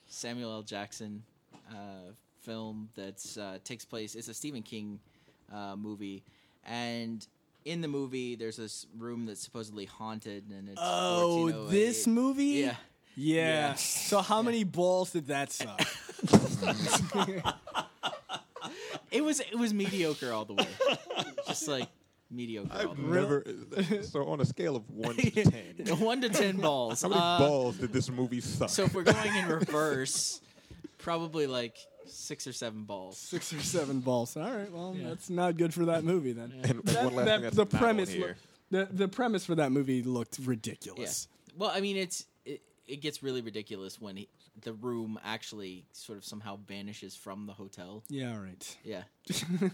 Speaker 5: Samuel L. Jackson uh, film that uh, takes place. It's a Stephen King uh, movie, and in the movie, there's this room that's supposedly haunted, and it's
Speaker 3: Oh,
Speaker 5: 1408.
Speaker 3: this movie?
Speaker 5: Yeah,
Speaker 3: Yeah. So how many balls did that suck?
Speaker 5: it was it was mediocre all the way, just like mediocre. all
Speaker 6: I've
Speaker 5: the way.
Speaker 6: never. So on a scale of one to ten,
Speaker 5: One to ten balls.
Speaker 6: how many
Speaker 5: Uh,
Speaker 6: balls did this movie suck?
Speaker 5: So if we're going in reverse, probably like six or seven balls.
Speaker 3: Six or seven balls. All right. Well, that's not good for that movie then.
Speaker 6: and one
Speaker 3: That-
Speaker 6: last thing
Speaker 3: that-
Speaker 6: that's
Speaker 3: the
Speaker 6: not on
Speaker 3: premise
Speaker 6: here.
Speaker 3: loo- the, the premise for that movie looked
Speaker 5: Yeah.
Speaker 3: ridiculous.
Speaker 5: Well, I mean, it's it, it gets really ridiculous when he, the room actually sort of somehow vanishes from the hotel.
Speaker 3: Yeah, all right.
Speaker 5: Yeah,
Speaker 6: No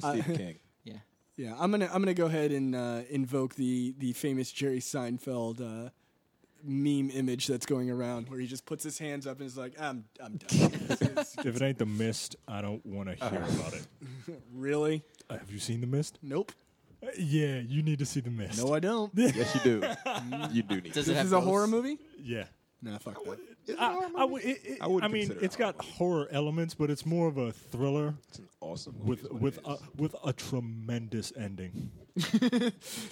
Speaker 6: Steve King.
Speaker 5: yeah.
Speaker 3: Yeah, I'm gonna I'm gonna go ahead and uh, invoke the the famous Jerry Seinfeld uh, meme image that's going around, where he just puts his hands up and is like, "I'm I'm done."
Speaker 4: If it ain't the mist, I don't want to hear
Speaker 5: Uh-huh.
Speaker 4: about it.
Speaker 3: really?
Speaker 4: Uh, Have you seen the mist?
Speaker 3: Nope.
Speaker 4: Uh, yeah, you need to see the mist.
Speaker 3: No, I don't.
Speaker 6: Yes, you do. you do need.
Speaker 5: Does
Speaker 6: to.
Speaker 5: it
Speaker 3: this
Speaker 5: have
Speaker 3: is a horror
Speaker 5: ghosts?
Speaker 3: movie.
Speaker 4: yeah.
Speaker 3: Nah, fuck that.
Speaker 6: Is it
Speaker 4: I,
Speaker 6: a horror
Speaker 4: I
Speaker 6: movie?
Speaker 4: would- it- it-
Speaker 6: I wouldn't
Speaker 4: I mean,
Speaker 6: consider it
Speaker 4: it's
Speaker 6: a horror
Speaker 4: got horror elements, but it's more of a thriller
Speaker 6: It's an awesome movie.
Speaker 4: with
Speaker 6: is what
Speaker 4: with
Speaker 6: it
Speaker 4: a,
Speaker 6: is.
Speaker 4: with a tremendous ending.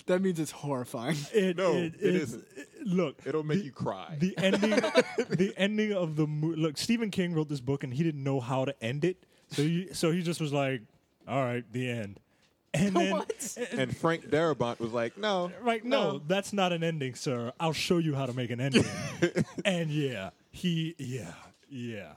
Speaker 3: That means it's horrifying.
Speaker 4: It,
Speaker 6: No,
Speaker 4: it,
Speaker 6: it
Speaker 4: it's-
Speaker 6: isn't.
Speaker 4: it- look,
Speaker 6: It'll make
Speaker 4: the-
Speaker 6: you cry.
Speaker 4: The ending, the ending of the movie. Look, Stephen King wrote this book, and he didn't know how to end it, so he, so he just was like, "All right, the end." And then, eh,
Speaker 6: and Frank Darabont was like, "No,
Speaker 4: right? No, that's not an ending, sir. I'll show you how to make an ending. and yeah, he, yeah, yeah.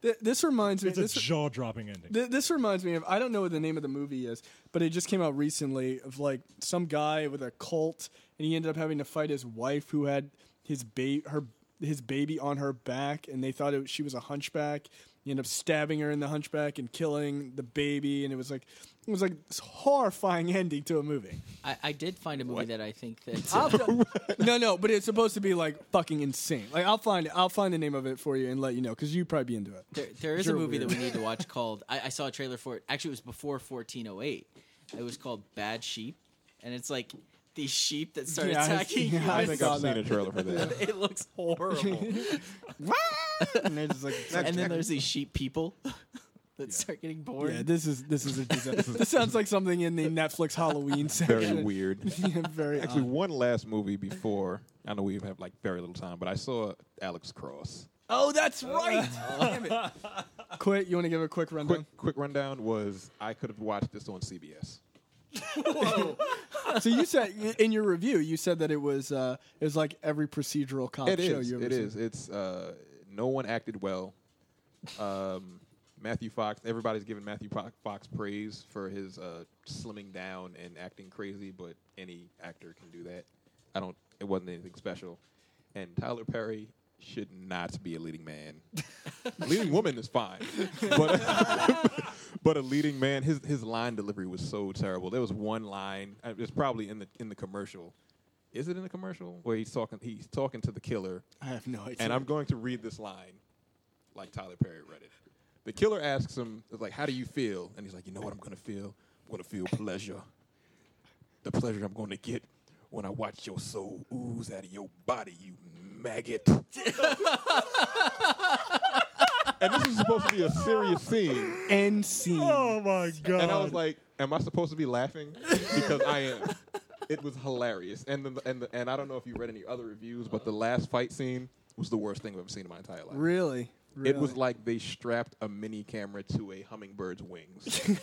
Speaker 3: Th- this reminds me.
Speaker 4: It's a
Speaker 3: This,
Speaker 4: jaw dropping ending.
Speaker 3: th- this reminds me of I don't know what the name of the movie is, but it just came out recently of like some guy with a cult, and he ended up having to fight his wife who had his ba- her his baby on her back, and they thought it, she was a hunchback. He ended up stabbing her in the hunchback and killing the baby, and it was like it was like this horrifying ending to a movie.
Speaker 5: I, I did find a movie that I think that uh,
Speaker 3: I'll fi- no, no, but it's supposed to be like fucking insane. Like I'll find it. I'll find the name of it for you and let you know because you'd probably be into it.
Speaker 5: There, there is
Speaker 3: You're
Speaker 5: a movie
Speaker 3: weird.
Speaker 5: that we need to watch called. I, I saw a trailer for it. Actually, it was before 1408. It was called Bad Sheep, and it's like these sheep that start
Speaker 3: Yeah, I-
Speaker 5: attacking
Speaker 3: yeah, I
Speaker 6: I
Speaker 5: humans.
Speaker 6: think
Speaker 3: saw
Speaker 6: I've seen
Speaker 3: that.
Speaker 6: a trailer for that."
Speaker 5: it looks horrible.
Speaker 3: and they're just like,
Speaker 5: and then there's these sheep people that start getting bored.
Speaker 3: yeah, this is this is a disaster. this sounds like something in the Netflix Halloween section.
Speaker 6: Very weird.
Speaker 3: Yeah, very
Speaker 6: Actually,
Speaker 3: odd.
Speaker 6: one last movie before. I know we have like very little time, but I saw Alex Cross.
Speaker 3: Oh, that's right. Damn it. Quick, you want to give a quick rundown?
Speaker 6: Quick, quick rundown was I could have watched this on CBS.
Speaker 3: So you said in your review, you said that it was uh, it was like every procedural cop
Speaker 6: It
Speaker 3: show
Speaker 6: is.
Speaker 3: you ever
Speaker 6: It
Speaker 3: seen.
Speaker 6: is. It's uh, no one acted well. Um, Matthew Fox. Everybody's giving Matthew Fo- Fox praise for his uh, slimming down and acting crazy, but any actor can do that. I don't. It wasn't anything special. And Tyler Perry should not be a leading man. leading woman is fine, but but a leading man. His his line delivery was so terrible. There was one line. uh, It's probably in the in the commercial. Is it in the commercial where he's talking? He's talking to the killer,
Speaker 3: I have no idea.
Speaker 6: and I'm going to read this line like Tyler Perry read it. The killer asks him, it's like, how do you feel? And he's like, you know what I'm going to feel? I'm going to feel pleasure. The pleasure I'm going to get when I watch your soul ooze out of your body, you maggot. and this is supposed to be a serious scene.
Speaker 3: end scene.
Speaker 4: oh my god!
Speaker 6: And I was like, "Am I supposed to be laughing?" Because I am. It was hilarious. And the, and the, and I don't know if you read any other reviews, but the last fight scene was the worst thing I've ever seen in my entire life.
Speaker 3: Really, really.
Speaker 6: It was like they strapped a mini camera to a hummingbird's wings.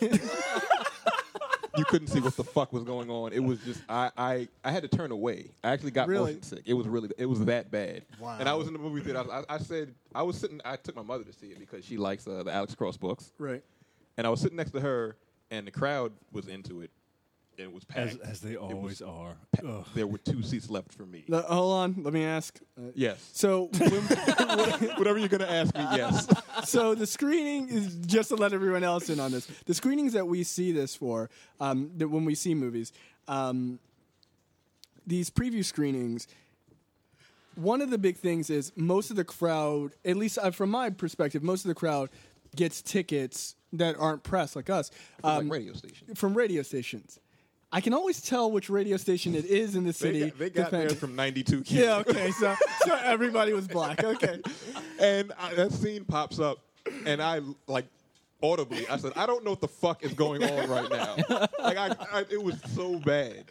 Speaker 6: you couldn't see what the fuck was going on. It was just I I, I had to turn away. I actually got
Speaker 3: Really?
Speaker 6: motion sick. It was really it was that bad.
Speaker 3: Wow.
Speaker 6: And I was in the movie theater. I, I, I said I was sitting. I took my mother to see it because she likes uh, the Alex Cross books
Speaker 3: right.
Speaker 6: and I was sitting next to her, and the crowd was into it, and it was
Speaker 4: as,
Speaker 6: packed.
Speaker 4: as they always are. Ugh.
Speaker 6: there were two seats left for me.
Speaker 3: Le- hold on, let me ask. Uh,
Speaker 6: yes.
Speaker 3: So
Speaker 6: Whatever you're gonna ask me, yes.
Speaker 3: so the screening is just to let everyone else in on this. The screenings that we see this for, um, that when we see movies, um, these preview screenings. One of the big things is most of the crowd, at least uh, from my perspective, most of the crowd gets tickets that aren't press like us. Um,
Speaker 6: like radio station.
Speaker 3: from radio stations. I can always tell which radio station it is in the city.
Speaker 6: They got, they got there
Speaker 3: depending-
Speaker 6: from '92 kids.
Speaker 3: yeah, okay, so, so everybody was black. Okay.
Speaker 6: and I, that scene pops up, and I like audibly, I said, "I don't know what the fuck is going on right now." like, I, I, it was so bad.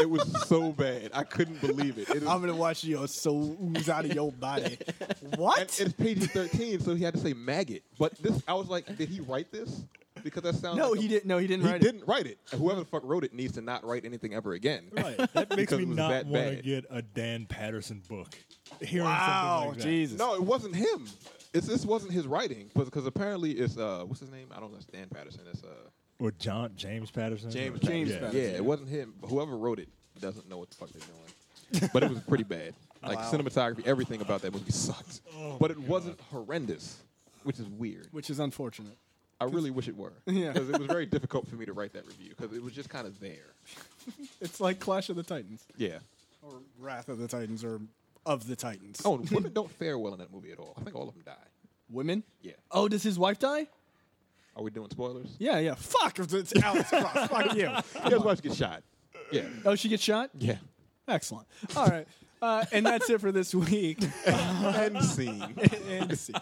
Speaker 6: It was so bad. I couldn't believe it. it is,
Speaker 3: I'm gonna watch your soul ooze out of your body.
Speaker 6: and
Speaker 3: What?
Speaker 6: it's PG-13, so he had to say maggot. But this, I was like, did he write this? Because that sounds
Speaker 3: No,
Speaker 6: like a-
Speaker 3: he didn't. No, he didn't
Speaker 6: He
Speaker 3: write it.
Speaker 6: didn't write it. And Whoever the fuck wrote it needs to not write anything ever again.
Speaker 4: Right. That makes
Speaker 6: Because
Speaker 4: me
Speaker 6: it was
Speaker 4: not
Speaker 6: that
Speaker 4: want to
Speaker 6: bad.
Speaker 4: get a Dan Patterson book. Hearing something
Speaker 3: Wow,
Speaker 4: like that.
Speaker 3: Jesus.
Speaker 6: No, it wasn't him. It's, this wasn't his writing because apparently it's uh what's his name? I don't know. It's Dan Patterson. It's uh
Speaker 4: Or John James Patterson.
Speaker 6: James
Speaker 4: Or-
Speaker 6: James
Speaker 4: yeah.
Speaker 6: Patterson. Yeah, it wasn't him. Whoever wrote it doesn't know what the fuck they're doing. but it was pretty bad.
Speaker 3: Oh,
Speaker 6: Like cinematography, everything about that movie sucked. but it wasn't horrendous, which is weird.
Speaker 3: Which is unfortunate.
Speaker 6: I really wish it were.
Speaker 3: Yeah.
Speaker 6: Because it was very difficult for me to write that review because it was just kind of there.
Speaker 3: It's like Clash of the Titans
Speaker 6: Yeah.
Speaker 3: or Wrath of the Titans or Of the Titans.
Speaker 6: Oh, and women don't fare well in that movie at all. I think all of them die.
Speaker 3: women.
Speaker 6: Yeah.
Speaker 3: Oh, does his wife die?
Speaker 6: Are we doing spoilers?
Speaker 3: Yeah, yeah. Fuck. It's Alex Cross. Fuck you.
Speaker 6: His wife gets shot. Yeah.
Speaker 3: Oh, she gets shot.
Speaker 6: Yeah.
Speaker 3: Excellent. All right. Uh, and that's it for this week.
Speaker 6: End scene.
Speaker 3: and see.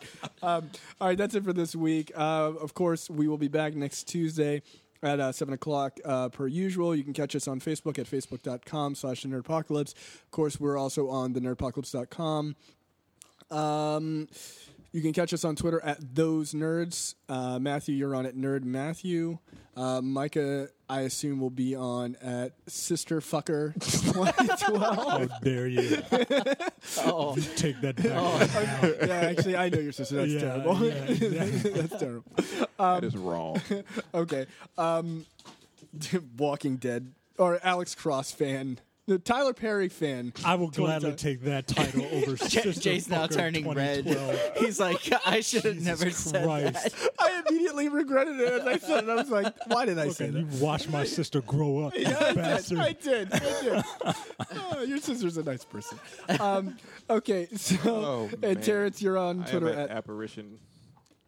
Speaker 3: Um, all right, that's it for this week. Uh, of course, we will be back next Tuesday at uh, 7 o'clock uh, per usual. You can catch us on Facebook at facebook.com slash the nerdpocalypse. Of course, we're also on the nerdpocalypse.com. Um, you can catch us on Twitter at those nerds. Uh, Matthew, you're on at nerd Matthew. Uh, Micah, I assume, will be on at sister fucker 2012.
Speaker 4: How Oh, dare you? You Take that back.
Speaker 3: Oh, yeah, actually, I know your sister. That's
Speaker 4: Yeah,
Speaker 3: terrible.
Speaker 4: yeah, exactly.
Speaker 3: That's terrible.
Speaker 6: that is wrong.
Speaker 3: Okay. Um, Walking Dead or Alex Cross fan, the Tyler Perry fan.
Speaker 4: I will gladly
Speaker 3: 2012.
Speaker 4: take that title over Sister
Speaker 5: Jay's now
Speaker 4: Fucker
Speaker 5: turning red.
Speaker 4: 2012.
Speaker 5: He's like, I should have
Speaker 4: Jesus
Speaker 5: never said
Speaker 4: Christ.
Speaker 5: that.
Speaker 3: I immediately regretted it as I said it. I was like, why did I say
Speaker 4: Fucking,
Speaker 3: that?
Speaker 4: you watched my sister grow up, you
Speaker 3: I
Speaker 4: bastard.
Speaker 3: did. I did. I did. Oh, your sister's a nice person. Um, okay, so
Speaker 6: Oh,
Speaker 3: and
Speaker 6: man.
Speaker 3: Terrence, you're on
Speaker 6: I
Speaker 3: Twitter
Speaker 6: am
Speaker 3: at,
Speaker 6: at apparition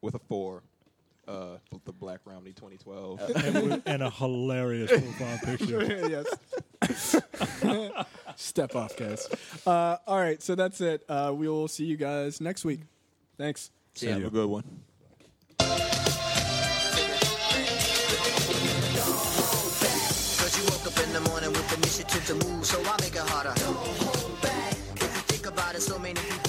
Speaker 6: with a four. Uh, with the Black Romney 2012.
Speaker 4: and, with- and a hilarious profile picture.
Speaker 3: yes. Step off, guys. Uh, all right, so that's it. Uh, we will see you guys next week. Thanks.
Speaker 5: Yeah.
Speaker 6: Have a good one.
Speaker 8: Cause you woke up in the morning with initiative to move, so I make it harder. If you think about it, so many people